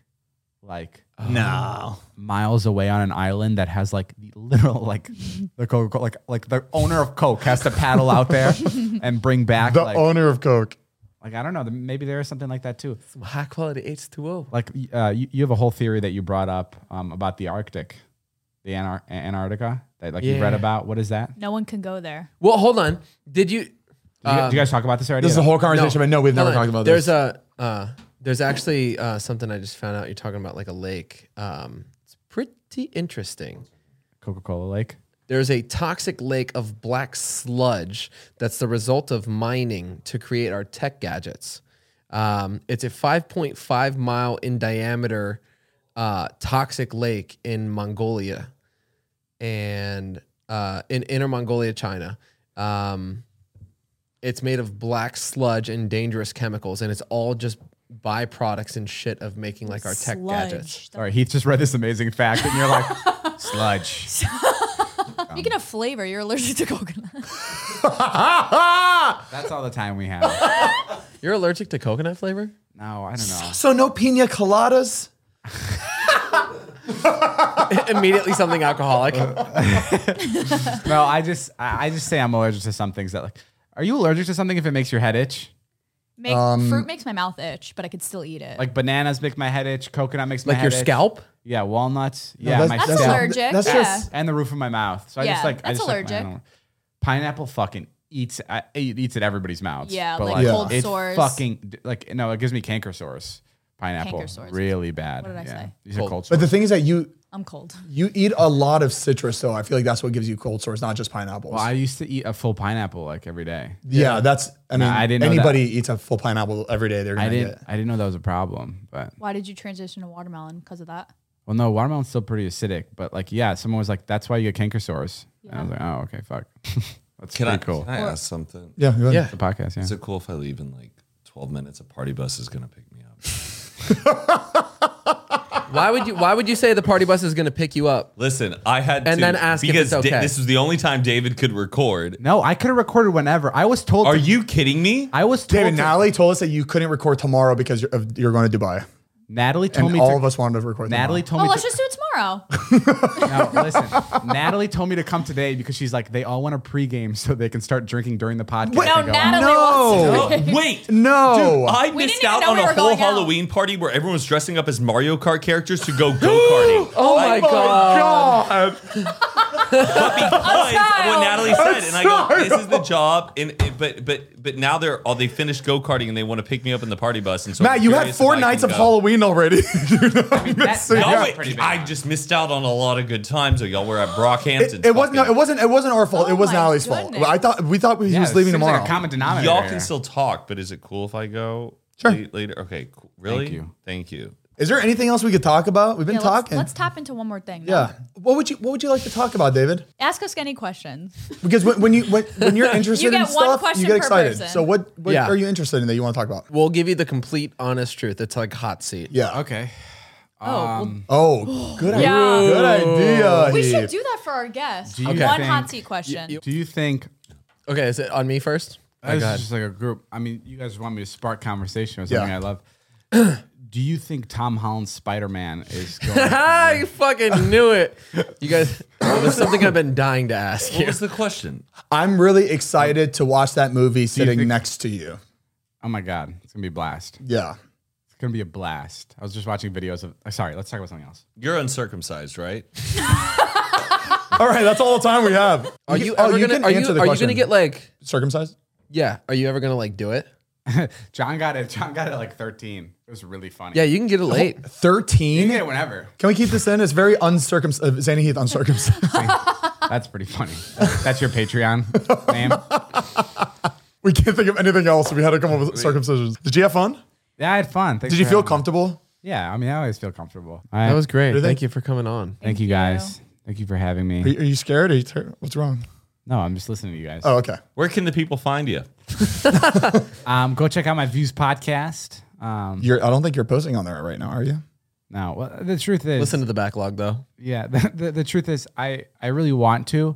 [SPEAKER 4] like
[SPEAKER 9] No.
[SPEAKER 4] miles away on an island that has like the literal like the Coca Cola like like the owner of Coke has to paddle out there and bring back
[SPEAKER 1] The
[SPEAKER 4] like,
[SPEAKER 1] owner of Coke.
[SPEAKER 4] like I don't know maybe there is something like that too.
[SPEAKER 2] High quality H2O.
[SPEAKER 4] Like uh, you, you have a whole theory that you brought up um, about the Arctic, the Anar- Antarctica that like you read
[SPEAKER 2] Yeah.
[SPEAKER 4] about. What is that?
[SPEAKER 5] No one can go there.
[SPEAKER 2] Well, hold on. Did you?
[SPEAKER 4] Did you,
[SPEAKER 1] Um,
[SPEAKER 4] did you guys talk about this already?
[SPEAKER 1] This is the whole conversation, but no, we've never
[SPEAKER 2] Hold on.
[SPEAKER 1] talked about
[SPEAKER 2] there's
[SPEAKER 1] this.
[SPEAKER 2] a uh, there's actually uh, something I just found out. You're talking about like a lake. Um, it's pretty interesting.
[SPEAKER 4] Coca Cola Lake.
[SPEAKER 2] There's a toxic lake of black sludge that's the result of mining to create our tech gadgets. Um, it's a 5.5 mile in diameter uh, toxic lake in Mongolia and uh, in Inner Mongolia, China. Um, it's made of black sludge and dangerous chemicals, and it's all just byproducts and shit of making like our tech gadgets.
[SPEAKER 5] Sludge.
[SPEAKER 4] Sorry, Heath just read this amazing fact, and you're like sludge.
[SPEAKER 5] Speaking of flavor, you're allergic to coconut.
[SPEAKER 4] That's all the time we have.
[SPEAKER 2] You're allergic to coconut flavor?
[SPEAKER 4] No, I don't know.
[SPEAKER 1] So no pina coladas.
[SPEAKER 2] Immediately something alcoholic.
[SPEAKER 4] No, I just I, I just say I'm allergic to some things that like. Are you allergic to something if it makes your head itch?
[SPEAKER 5] Make,
[SPEAKER 1] Um,
[SPEAKER 5] fruit makes my mouth itch, but I could still eat it.
[SPEAKER 4] Like bananas make my head itch. Coconut makes my
[SPEAKER 2] like
[SPEAKER 4] head
[SPEAKER 2] your
[SPEAKER 4] itch.
[SPEAKER 2] scalp?
[SPEAKER 4] Yeah, walnuts. yeah, my
[SPEAKER 5] that's
[SPEAKER 4] scalp.
[SPEAKER 5] allergic.
[SPEAKER 1] That's
[SPEAKER 5] yeah.
[SPEAKER 1] just
[SPEAKER 4] and the roof of my mouth. So I
[SPEAKER 5] Yeah,
[SPEAKER 4] just like I
[SPEAKER 5] that's
[SPEAKER 4] just, like, I
[SPEAKER 5] allergic.
[SPEAKER 4] don't- pineapple fucking eats I, it eats at everybody's mouths.
[SPEAKER 5] Yeah,
[SPEAKER 4] but
[SPEAKER 5] like
[SPEAKER 4] like,
[SPEAKER 5] cold
[SPEAKER 4] it
[SPEAKER 5] sores.
[SPEAKER 4] Fucking like no, it gives me canker sores. Pineapple,
[SPEAKER 5] Canker sores.
[SPEAKER 4] really bad. What
[SPEAKER 5] did I
[SPEAKER 4] yeah.
[SPEAKER 5] say?
[SPEAKER 4] These are cold
[SPEAKER 1] But
[SPEAKER 4] sores.
[SPEAKER 1] the thing is that you
[SPEAKER 5] I'm cold.
[SPEAKER 1] you eat a lot of citrus, though. I feel like that's what gives you cold sores, not just pineapples.
[SPEAKER 4] Well, I used to eat a full pineapple like every day.
[SPEAKER 1] yeah, that's. I mean,
[SPEAKER 4] I didn't know
[SPEAKER 1] anybody eats a full pineapple every day. They're gonna
[SPEAKER 4] I
[SPEAKER 1] get
[SPEAKER 4] didn't. I didn't know that was a problem, but
[SPEAKER 5] Why did you transition to watermelon? Because of that?
[SPEAKER 4] Well, no, watermelon's still pretty acidic, but like, yeah, someone was like, "That's why you get canker sores," and I was like, "Oh, okay, fuck." That's
[SPEAKER 3] Can I,
[SPEAKER 4] pretty cool.
[SPEAKER 3] can I ask something?
[SPEAKER 1] Yeah, yeah.
[SPEAKER 4] The podcast, yeah.
[SPEAKER 3] Is it cool if I leave in like 12 minutes? A party bus is going to pick me up.
[SPEAKER 2] Why would you? Why would you say the party bus is going to pick you up?
[SPEAKER 3] Listen, I had
[SPEAKER 2] And
[SPEAKER 3] to,
[SPEAKER 2] then ask if
[SPEAKER 3] because
[SPEAKER 2] it's
[SPEAKER 3] Da-
[SPEAKER 2] okay.
[SPEAKER 3] this was the only time David could record.
[SPEAKER 4] no, I could have recorded whenever. I was told.
[SPEAKER 3] Are
[SPEAKER 4] to-
[SPEAKER 3] you kidding me?
[SPEAKER 4] I was told.
[SPEAKER 1] David,
[SPEAKER 4] to-
[SPEAKER 1] Natalie told us that you couldn't record tomorrow because you're, of, you're going to Dubai,
[SPEAKER 4] Natalie told
[SPEAKER 1] and
[SPEAKER 4] me.
[SPEAKER 1] all
[SPEAKER 4] to,
[SPEAKER 1] of us wanted to record.
[SPEAKER 4] Natalie
[SPEAKER 1] tomorrow.
[SPEAKER 4] told
[SPEAKER 5] Oh,
[SPEAKER 4] me.
[SPEAKER 5] let's
[SPEAKER 4] to,
[SPEAKER 5] just do it tomorrow.
[SPEAKER 4] no, listen. Natalie told me to come today because she's like, they all want a pregame so they can start drinking during the podcast.
[SPEAKER 5] no,
[SPEAKER 4] and go,
[SPEAKER 5] Natalie
[SPEAKER 1] No.
[SPEAKER 5] wants to.
[SPEAKER 3] Wait.
[SPEAKER 1] No,
[SPEAKER 3] Dude,
[SPEAKER 4] oh
[SPEAKER 3] I
[SPEAKER 5] We didn't
[SPEAKER 3] missed
[SPEAKER 5] even
[SPEAKER 3] out
[SPEAKER 5] know
[SPEAKER 3] on
[SPEAKER 5] we
[SPEAKER 3] a
[SPEAKER 5] were
[SPEAKER 3] whole
[SPEAKER 5] going out.
[SPEAKER 3] Halloween party where everyone was dressing up as Mario Kart characters to go go karting.
[SPEAKER 2] Oh my god!
[SPEAKER 3] what Natalie said, and I go, "This is the job." And and- but but but now they're all they finished go karting and they want to pick me up in the party bus. And so
[SPEAKER 1] Matt,
[SPEAKER 3] I'm
[SPEAKER 1] you had
[SPEAKER 3] curious
[SPEAKER 1] four
[SPEAKER 3] if I
[SPEAKER 1] nights
[SPEAKER 3] can
[SPEAKER 1] of
[SPEAKER 3] go.
[SPEAKER 1] Halloween already. You're not
[SPEAKER 4] "Oh,
[SPEAKER 1] missing
[SPEAKER 3] Y'all
[SPEAKER 1] out.
[SPEAKER 3] wait- I just missed out on a lot of good times. So y'all were at Brockhampton.
[SPEAKER 1] It, it wasn't. No,
[SPEAKER 3] fucking-
[SPEAKER 1] it wasn't. It wasn't our fault.
[SPEAKER 5] Oh
[SPEAKER 1] it was
[SPEAKER 5] my
[SPEAKER 1] Natalie's fault.
[SPEAKER 5] goodness.
[SPEAKER 1] I thought we thought we, he
[SPEAKER 4] Yeah,
[SPEAKER 1] was leaving
[SPEAKER 4] seems
[SPEAKER 1] tomorrow.
[SPEAKER 4] Like a common denominator.
[SPEAKER 3] Y'all
[SPEAKER 4] here.
[SPEAKER 3] can still talk, but is it cool if I go
[SPEAKER 1] Sure.
[SPEAKER 3] late- later? Okay, cool. really?
[SPEAKER 4] you.
[SPEAKER 3] Thank you.
[SPEAKER 1] Is there anything else we could talk about? We've been
[SPEAKER 5] Yeah, let's,
[SPEAKER 1] talking.
[SPEAKER 5] let's tap into one more thing.
[SPEAKER 1] yeah. What would you What would you like to talk about, David?
[SPEAKER 5] Ask us any questions.
[SPEAKER 1] Because when, when you when, when you're interested in
[SPEAKER 5] get one
[SPEAKER 1] stuff, you
[SPEAKER 5] question
[SPEAKER 1] get
[SPEAKER 5] per
[SPEAKER 1] excited.
[SPEAKER 5] person.
[SPEAKER 1] So what, what
[SPEAKER 2] Yeah.
[SPEAKER 1] are you interested in that you want to talk about?
[SPEAKER 2] We'll give you the complete, honest truth. It's like hot seat.
[SPEAKER 1] Yeah.
[SPEAKER 4] Okay.
[SPEAKER 5] Oh, well,
[SPEAKER 1] Oh, good idea.
[SPEAKER 5] Yeah.
[SPEAKER 1] Good idea.
[SPEAKER 5] we should
[SPEAKER 1] Heath.
[SPEAKER 5] do that for our guests.
[SPEAKER 4] you
[SPEAKER 5] One
[SPEAKER 4] think-
[SPEAKER 5] hot seat question.
[SPEAKER 4] Do you think
[SPEAKER 2] Okay, is it on me first?
[SPEAKER 4] This is just like a group. I mean, you guys want me to spark conversation with something
[SPEAKER 1] Yeah.
[SPEAKER 4] I love. Do you think Tom Holland's Spider Man is going?
[SPEAKER 2] Ah, you fucking knew it. You guys, well, this is something I've been dying to ask
[SPEAKER 3] What
[SPEAKER 2] you.
[SPEAKER 3] was the question?
[SPEAKER 1] I'm really excited to watch that movie sitting
[SPEAKER 4] think-
[SPEAKER 1] next to you.
[SPEAKER 4] oh my god, it's gonna be a blast! It's
[SPEAKER 1] Yeah.
[SPEAKER 4] gonna be a blast. I was just watching videos of. uh, Sorry, let's talk about something else.
[SPEAKER 3] You're uncircumcised, right?
[SPEAKER 1] All right, that's all the time we have.
[SPEAKER 2] Are you
[SPEAKER 1] Oh,
[SPEAKER 2] ever gonna? Are you, are you gonna get like?
[SPEAKER 1] circumcised?
[SPEAKER 2] Yeah. Are you ever gonna like do it?
[SPEAKER 4] John got it. John got it at like 13. It was really funny.
[SPEAKER 2] Yeah, you can get it late.
[SPEAKER 4] you
[SPEAKER 1] 13?
[SPEAKER 4] can get it whenever.
[SPEAKER 1] Can we keep this in? It's very uncircumcised. Uh, Zanny Heath uncircumcised.
[SPEAKER 4] That's pretty funny. That's your Patreon name.
[SPEAKER 1] we can't think of anything else. We had to come up with circumcisions. Did you have fun?
[SPEAKER 4] Yeah, I had fun. Thanks
[SPEAKER 1] Did you
[SPEAKER 4] for
[SPEAKER 1] feel
[SPEAKER 4] having me.
[SPEAKER 1] comfortable?
[SPEAKER 4] Yeah, I mean, I always feel comfortable.
[SPEAKER 2] That was great.
[SPEAKER 1] Really?
[SPEAKER 2] Thank you for coming on.
[SPEAKER 4] Thank you guys. Thank you for having
[SPEAKER 1] Are
[SPEAKER 4] me.
[SPEAKER 1] you, are you scared? Are you ter- what's wrong?
[SPEAKER 4] No, I'm just listening to you guys.
[SPEAKER 1] Oh, okay.
[SPEAKER 3] Where can the people find you?
[SPEAKER 4] Um, go check out my Views podcast. Um,
[SPEAKER 1] You're, I don't think you're posting on there right now, are you?
[SPEAKER 4] no, well, uh, the truth is,
[SPEAKER 2] Listen to the backlog though.
[SPEAKER 4] Yeah, the, the, the truth is, I, I really want to.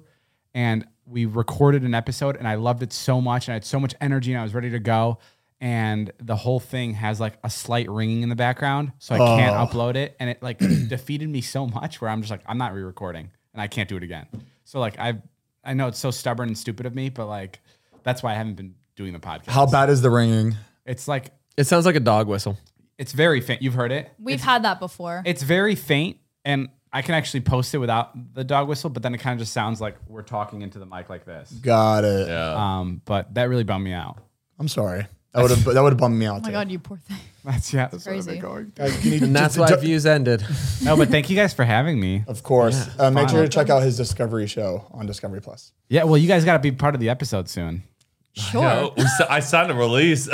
[SPEAKER 4] And we recorded an episode and I loved it so much and I had so much energy and I was ready to go. and the whole thing has like a slight ringing in the background, so I can't upload it, and it like defeated me so much where I'm just like, I'm not re-recording, and I can't do it again. So like I, I know it's so stubborn and stupid of me, but like that's why I haven't been doing the podcast.
[SPEAKER 1] How bad is the ringing?
[SPEAKER 4] It's like
[SPEAKER 2] It sounds like a dog whistle.
[SPEAKER 4] it's very faint. You've heard it.
[SPEAKER 5] We've had that before.
[SPEAKER 4] It's very faint, and I can actually post it without the dog whistle, but then it kind of just sounds like we're talking into the mic like this.
[SPEAKER 1] Got it.
[SPEAKER 4] Um, but that really bummed me out.
[SPEAKER 1] I'm sorry. That would have that would have bummed me out.
[SPEAKER 5] oh my
[SPEAKER 1] too.
[SPEAKER 5] god, you poor thing.
[SPEAKER 4] That's yeah.
[SPEAKER 5] Crazy.
[SPEAKER 1] Guys, you need to-
[SPEAKER 2] And that's
[SPEAKER 1] to-
[SPEAKER 2] why
[SPEAKER 1] to-
[SPEAKER 2] views ended.
[SPEAKER 4] no, but thank you guys for having me.
[SPEAKER 1] Of course. uh, make sure to check out his Discovery show on Discovery Plus.
[SPEAKER 4] Yeah, well, you guys got to be part of the episode soon.
[SPEAKER 5] Sure.
[SPEAKER 3] No, we s- I signed a release.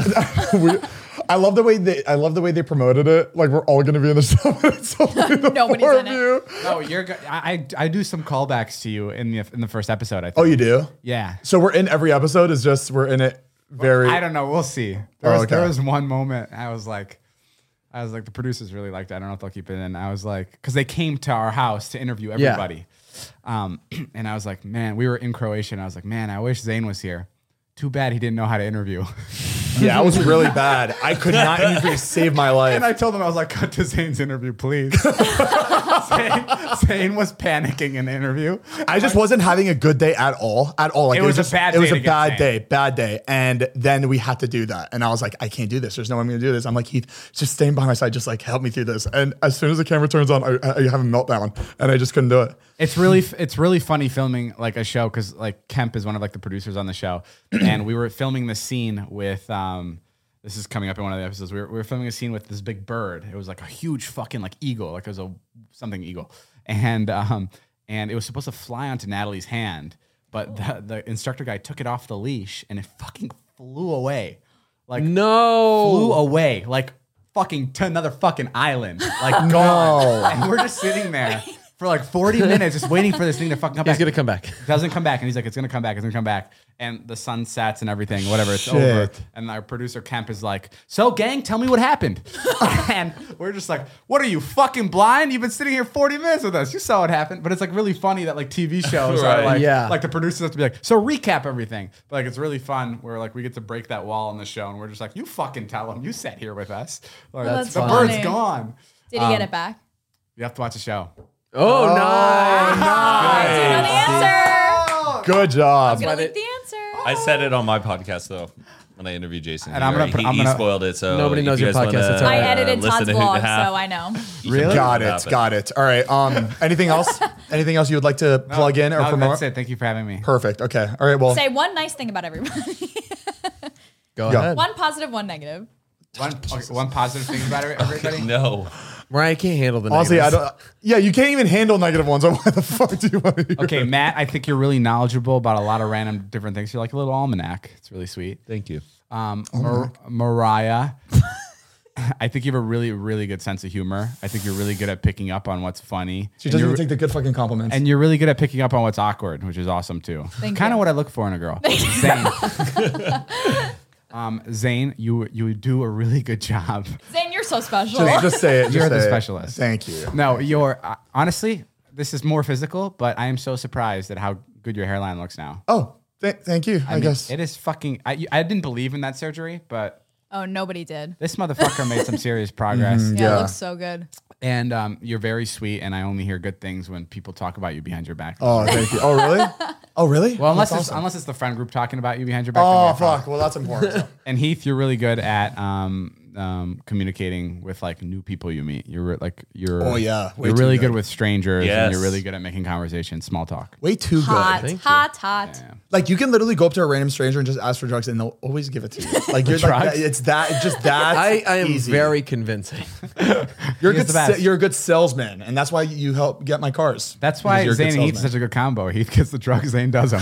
[SPEAKER 1] I love the way they I love the way they promoted it. Like we're all gonna be in the show. It's only the
[SPEAKER 5] Nobody's
[SPEAKER 1] four
[SPEAKER 5] in
[SPEAKER 1] of
[SPEAKER 5] it.
[SPEAKER 1] you.
[SPEAKER 4] No, you're. go- I I I do some callbacks to you in the in the first episode. I think.
[SPEAKER 1] Oh, you do?
[SPEAKER 4] yeah.
[SPEAKER 1] So we're in every episode. Is just we're in it very.
[SPEAKER 4] I don't know. We'll see. There,
[SPEAKER 1] Oh,
[SPEAKER 4] was, there
[SPEAKER 1] okay.
[SPEAKER 4] was one moment I was like, I was like, the producers really liked it. I don't know if they'll keep it in. I was like, because they came to our house to interview everybody. Um, and I was like, man, we were in Croatia and I was like, man, I wish Zane was here. Too bad he didn't know how to interview.
[SPEAKER 1] yeah, I was really bad. I could not interview save my life.
[SPEAKER 4] and I told him, I was like, cut to Zane's interview, please. Zane, Zane was panicking in the interview.
[SPEAKER 1] I just wasn't having a good day at all. At all. Like,
[SPEAKER 4] It was a
[SPEAKER 1] just-
[SPEAKER 4] bad
[SPEAKER 1] It
[SPEAKER 4] day
[SPEAKER 1] was
[SPEAKER 4] to
[SPEAKER 1] a
[SPEAKER 4] get
[SPEAKER 1] bad
[SPEAKER 4] Zane.
[SPEAKER 1] day. Bad day. And then we had to do that. And I was like, I can't do this. There's no way I'm going to do this. I'm like, Heath, just staying by my side. Just like help me through this. And as soon as the camera turns on, I, I have a meltdown, and I just couldn't do it.
[SPEAKER 4] It's really it's really funny filming like a show because like Kemp is one of like the producers on the show, and we were filming this scene with um this is coming up in one of the episodes. We were, we were filming a scene with this big bird. It was like a huge fucking like eagle, like it was a something eagle, and um and it was supposed to fly onto Natalie's hand, but the, the instructor guy took it off the leash and it fucking flew away, like
[SPEAKER 2] No. Oh
[SPEAKER 4] flew away like fucking to another fucking island, like gone. And we're just sitting there for like 40 minutes, just waiting for this thing to fucking come
[SPEAKER 2] He's
[SPEAKER 4] back.
[SPEAKER 2] gonna come back.
[SPEAKER 4] It doesn't come back, and he's like, "It's gonna come back. It's gonna come back." And the sun sets and everything, whatever. It's over.
[SPEAKER 1] Shit.
[SPEAKER 4] And our producer Kemp is like, "So, gang, tell me what happened." and we're just like, "What are you fucking blind? You've been sitting here 40 minutes with us. You saw what happened." But it's like really funny that like TV shows are
[SPEAKER 3] Right.
[SPEAKER 4] like,
[SPEAKER 2] Yeah.
[SPEAKER 4] like the producers have to be like, "So recap everything." But like it's really fun where like we get to break that wall on the show, and we're just like, "You fucking tell them. You sat here with us. Like,
[SPEAKER 5] That's
[SPEAKER 4] the
[SPEAKER 5] funny.
[SPEAKER 4] bird's gone." Um,
[SPEAKER 5] Did he get it back?
[SPEAKER 4] You have to watch the show.
[SPEAKER 2] Oh, no.
[SPEAKER 5] I don't know the answer.
[SPEAKER 1] Good job.
[SPEAKER 5] Gonna
[SPEAKER 3] But
[SPEAKER 5] leak
[SPEAKER 3] it-
[SPEAKER 5] the answer.
[SPEAKER 3] I said it on my podcast though. When I interviewed Jason,
[SPEAKER 4] And I'm gonna
[SPEAKER 3] He-
[SPEAKER 4] put-
[SPEAKER 3] he,
[SPEAKER 4] I'm gonna-
[SPEAKER 3] spoiled it. So
[SPEAKER 2] Nobody
[SPEAKER 3] if
[SPEAKER 2] knows
[SPEAKER 3] you
[SPEAKER 2] your
[SPEAKER 3] guys
[SPEAKER 2] podcast,
[SPEAKER 3] wanna,
[SPEAKER 2] it's all
[SPEAKER 5] I
[SPEAKER 2] right.
[SPEAKER 3] uh,
[SPEAKER 5] edited
[SPEAKER 3] listen
[SPEAKER 5] Todd's
[SPEAKER 3] to who to
[SPEAKER 5] vlog,
[SPEAKER 3] have,
[SPEAKER 5] so I know.
[SPEAKER 3] you can
[SPEAKER 4] Really?
[SPEAKER 3] figure
[SPEAKER 1] Got
[SPEAKER 3] out,
[SPEAKER 1] it.
[SPEAKER 3] but-
[SPEAKER 1] Got it. All right. Um, anything else? anything else you would like to plug in or
[SPEAKER 4] No,
[SPEAKER 1] promote?
[SPEAKER 4] that's it. Thank you for having me.
[SPEAKER 1] Perfect. Okay. All right. Well,
[SPEAKER 5] Say one nice thing about everybody.
[SPEAKER 2] Go
[SPEAKER 1] Go.
[SPEAKER 2] ahead.
[SPEAKER 5] one positive, one negative.
[SPEAKER 4] One, okay, one positive thing about it, everybody.
[SPEAKER 3] No,
[SPEAKER 2] Mariah can't handle the
[SPEAKER 1] honestly, I
[SPEAKER 2] negatives.
[SPEAKER 1] don't. Yeah, you can't even handle negative ones. So why the fuck do you want to? Hear?
[SPEAKER 4] Okay, Matt, I think you're really knowledgeable about a lot of random different things. You're like a little almanac. It's really sweet.
[SPEAKER 3] thank you.
[SPEAKER 4] Um,
[SPEAKER 1] Oh
[SPEAKER 4] Mar- Mariah, I think you have a really, really good sense of humor. I think you're really good at picking up on what's funny.
[SPEAKER 1] She
[SPEAKER 4] and,
[SPEAKER 1] doesn't
[SPEAKER 4] you're,
[SPEAKER 1] even take the good fucking compliments.
[SPEAKER 4] and you're really good at picking up on what's awkward, which is awesome too.
[SPEAKER 5] Thank
[SPEAKER 4] Kind of
[SPEAKER 5] you.
[SPEAKER 4] what I look for in a girl. Zane. um, Zane, you you do a really good job.
[SPEAKER 5] Zane, you're so special.
[SPEAKER 1] just, just say it. Just
[SPEAKER 4] You're the
[SPEAKER 1] say it.
[SPEAKER 4] specialist.
[SPEAKER 1] Thank you.
[SPEAKER 4] No, you're uh, honestly, this is more physical, but I am so surprised at how good your hairline looks now.
[SPEAKER 1] Oh, th- thank you. I,
[SPEAKER 4] mean,
[SPEAKER 1] guess.
[SPEAKER 4] it is fucking. I, you- I didn't believe in that surgery, but
[SPEAKER 5] oh, nobody did.
[SPEAKER 4] this motherfucker made some serious progress.
[SPEAKER 5] Yeah,
[SPEAKER 1] Yeah.
[SPEAKER 5] it looks so good.
[SPEAKER 4] And um, you're very sweet, and I only hear good things when people talk about you behind your back.
[SPEAKER 1] Oh, thank you. Oh, really? Oh, really?
[SPEAKER 4] well, unless
[SPEAKER 1] That's
[SPEAKER 4] it's,
[SPEAKER 1] awesome.
[SPEAKER 4] unless it's the friend group talking about you behind your back. then we
[SPEAKER 1] Oh
[SPEAKER 4] have problems.
[SPEAKER 1] fuck! Well, that's important.
[SPEAKER 4] And Heath, you're really good at um, um, communicating with like new people you meet. You're re- like you're.
[SPEAKER 1] Oh, yeah. Way
[SPEAKER 4] you're
[SPEAKER 1] too
[SPEAKER 4] really good.
[SPEAKER 1] good.
[SPEAKER 4] with strangers,
[SPEAKER 3] Yes.
[SPEAKER 4] and you're really good at making conversation, small talk.
[SPEAKER 1] Way too
[SPEAKER 5] Hot,
[SPEAKER 1] good.
[SPEAKER 5] hot, hot.
[SPEAKER 1] Like you can literally go up to a random stranger and just ask for drugs, and they'll always give it to you. Like you're like, that,
[SPEAKER 4] Drugs?
[SPEAKER 1] it's that it's just that.
[SPEAKER 2] I, I am
[SPEAKER 1] easy.
[SPEAKER 2] very convincing.
[SPEAKER 1] You're a
[SPEAKER 4] He's
[SPEAKER 1] good.
[SPEAKER 4] the best.
[SPEAKER 1] sa- you're a good salesman, and that's why you help get my cars.
[SPEAKER 4] That's why
[SPEAKER 1] Because you're a good
[SPEAKER 4] Zane and Heath is
[SPEAKER 1] salesman.
[SPEAKER 4] such a good combo. Heath gets the drugs, Zane does them.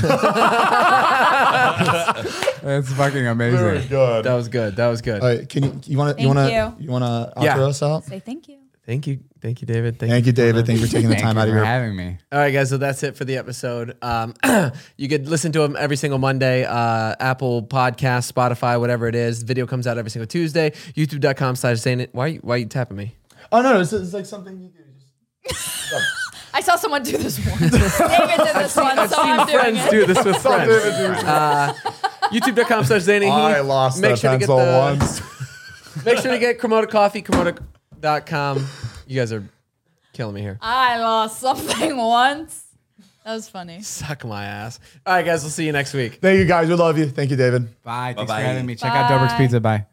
[SPEAKER 4] That's fucking
[SPEAKER 1] Very
[SPEAKER 4] amazing.
[SPEAKER 1] good.
[SPEAKER 2] That was good. That was good.
[SPEAKER 1] All right, can you you want to you want
[SPEAKER 5] Thank
[SPEAKER 1] to
[SPEAKER 5] you.
[SPEAKER 1] you want to outro
[SPEAKER 2] Yeah.
[SPEAKER 1] us out?
[SPEAKER 5] Say thank you.
[SPEAKER 2] Thank you. Thank you, David. Thank,
[SPEAKER 1] Thank you, David. Thank you for taking the
[SPEAKER 4] Thank
[SPEAKER 1] time
[SPEAKER 4] you
[SPEAKER 1] out of
[SPEAKER 4] for
[SPEAKER 1] your
[SPEAKER 4] having me.
[SPEAKER 2] All right, guys. So that's it for the episode. Um, you could listen to them every single Monday. Uh, Apple Podcast, Spotify, whatever it is. Video comes out every single Tuesday. YouTube.com slash Zane. it. Why, are you- why are you tapping me?
[SPEAKER 1] Oh no, it's, it's like something you do. Just
[SPEAKER 5] I saw someone do this one. David did this one, so I'm doing
[SPEAKER 2] friends
[SPEAKER 5] it.
[SPEAKER 2] do this with friends. Uh, YouTube.com slash Zany.
[SPEAKER 1] I
[SPEAKER 2] Heath.
[SPEAKER 1] lost
[SPEAKER 2] Make
[SPEAKER 1] that
[SPEAKER 2] sure to get
[SPEAKER 1] pencil
[SPEAKER 2] the-
[SPEAKER 1] once.
[SPEAKER 2] Make sure to get Komodo Coffee, Komodo.com. You guys are killing me here.
[SPEAKER 5] I lost something once. That was funny.
[SPEAKER 2] Suck my ass. All right, guys, we'll see you next week.
[SPEAKER 1] Thank you guys. We love you. Thank you, David.
[SPEAKER 4] Bye. Thanks
[SPEAKER 3] Bye-bye.
[SPEAKER 4] for having me. Check out Dobrik's
[SPEAKER 5] Bye.
[SPEAKER 4] Pizza. Bye.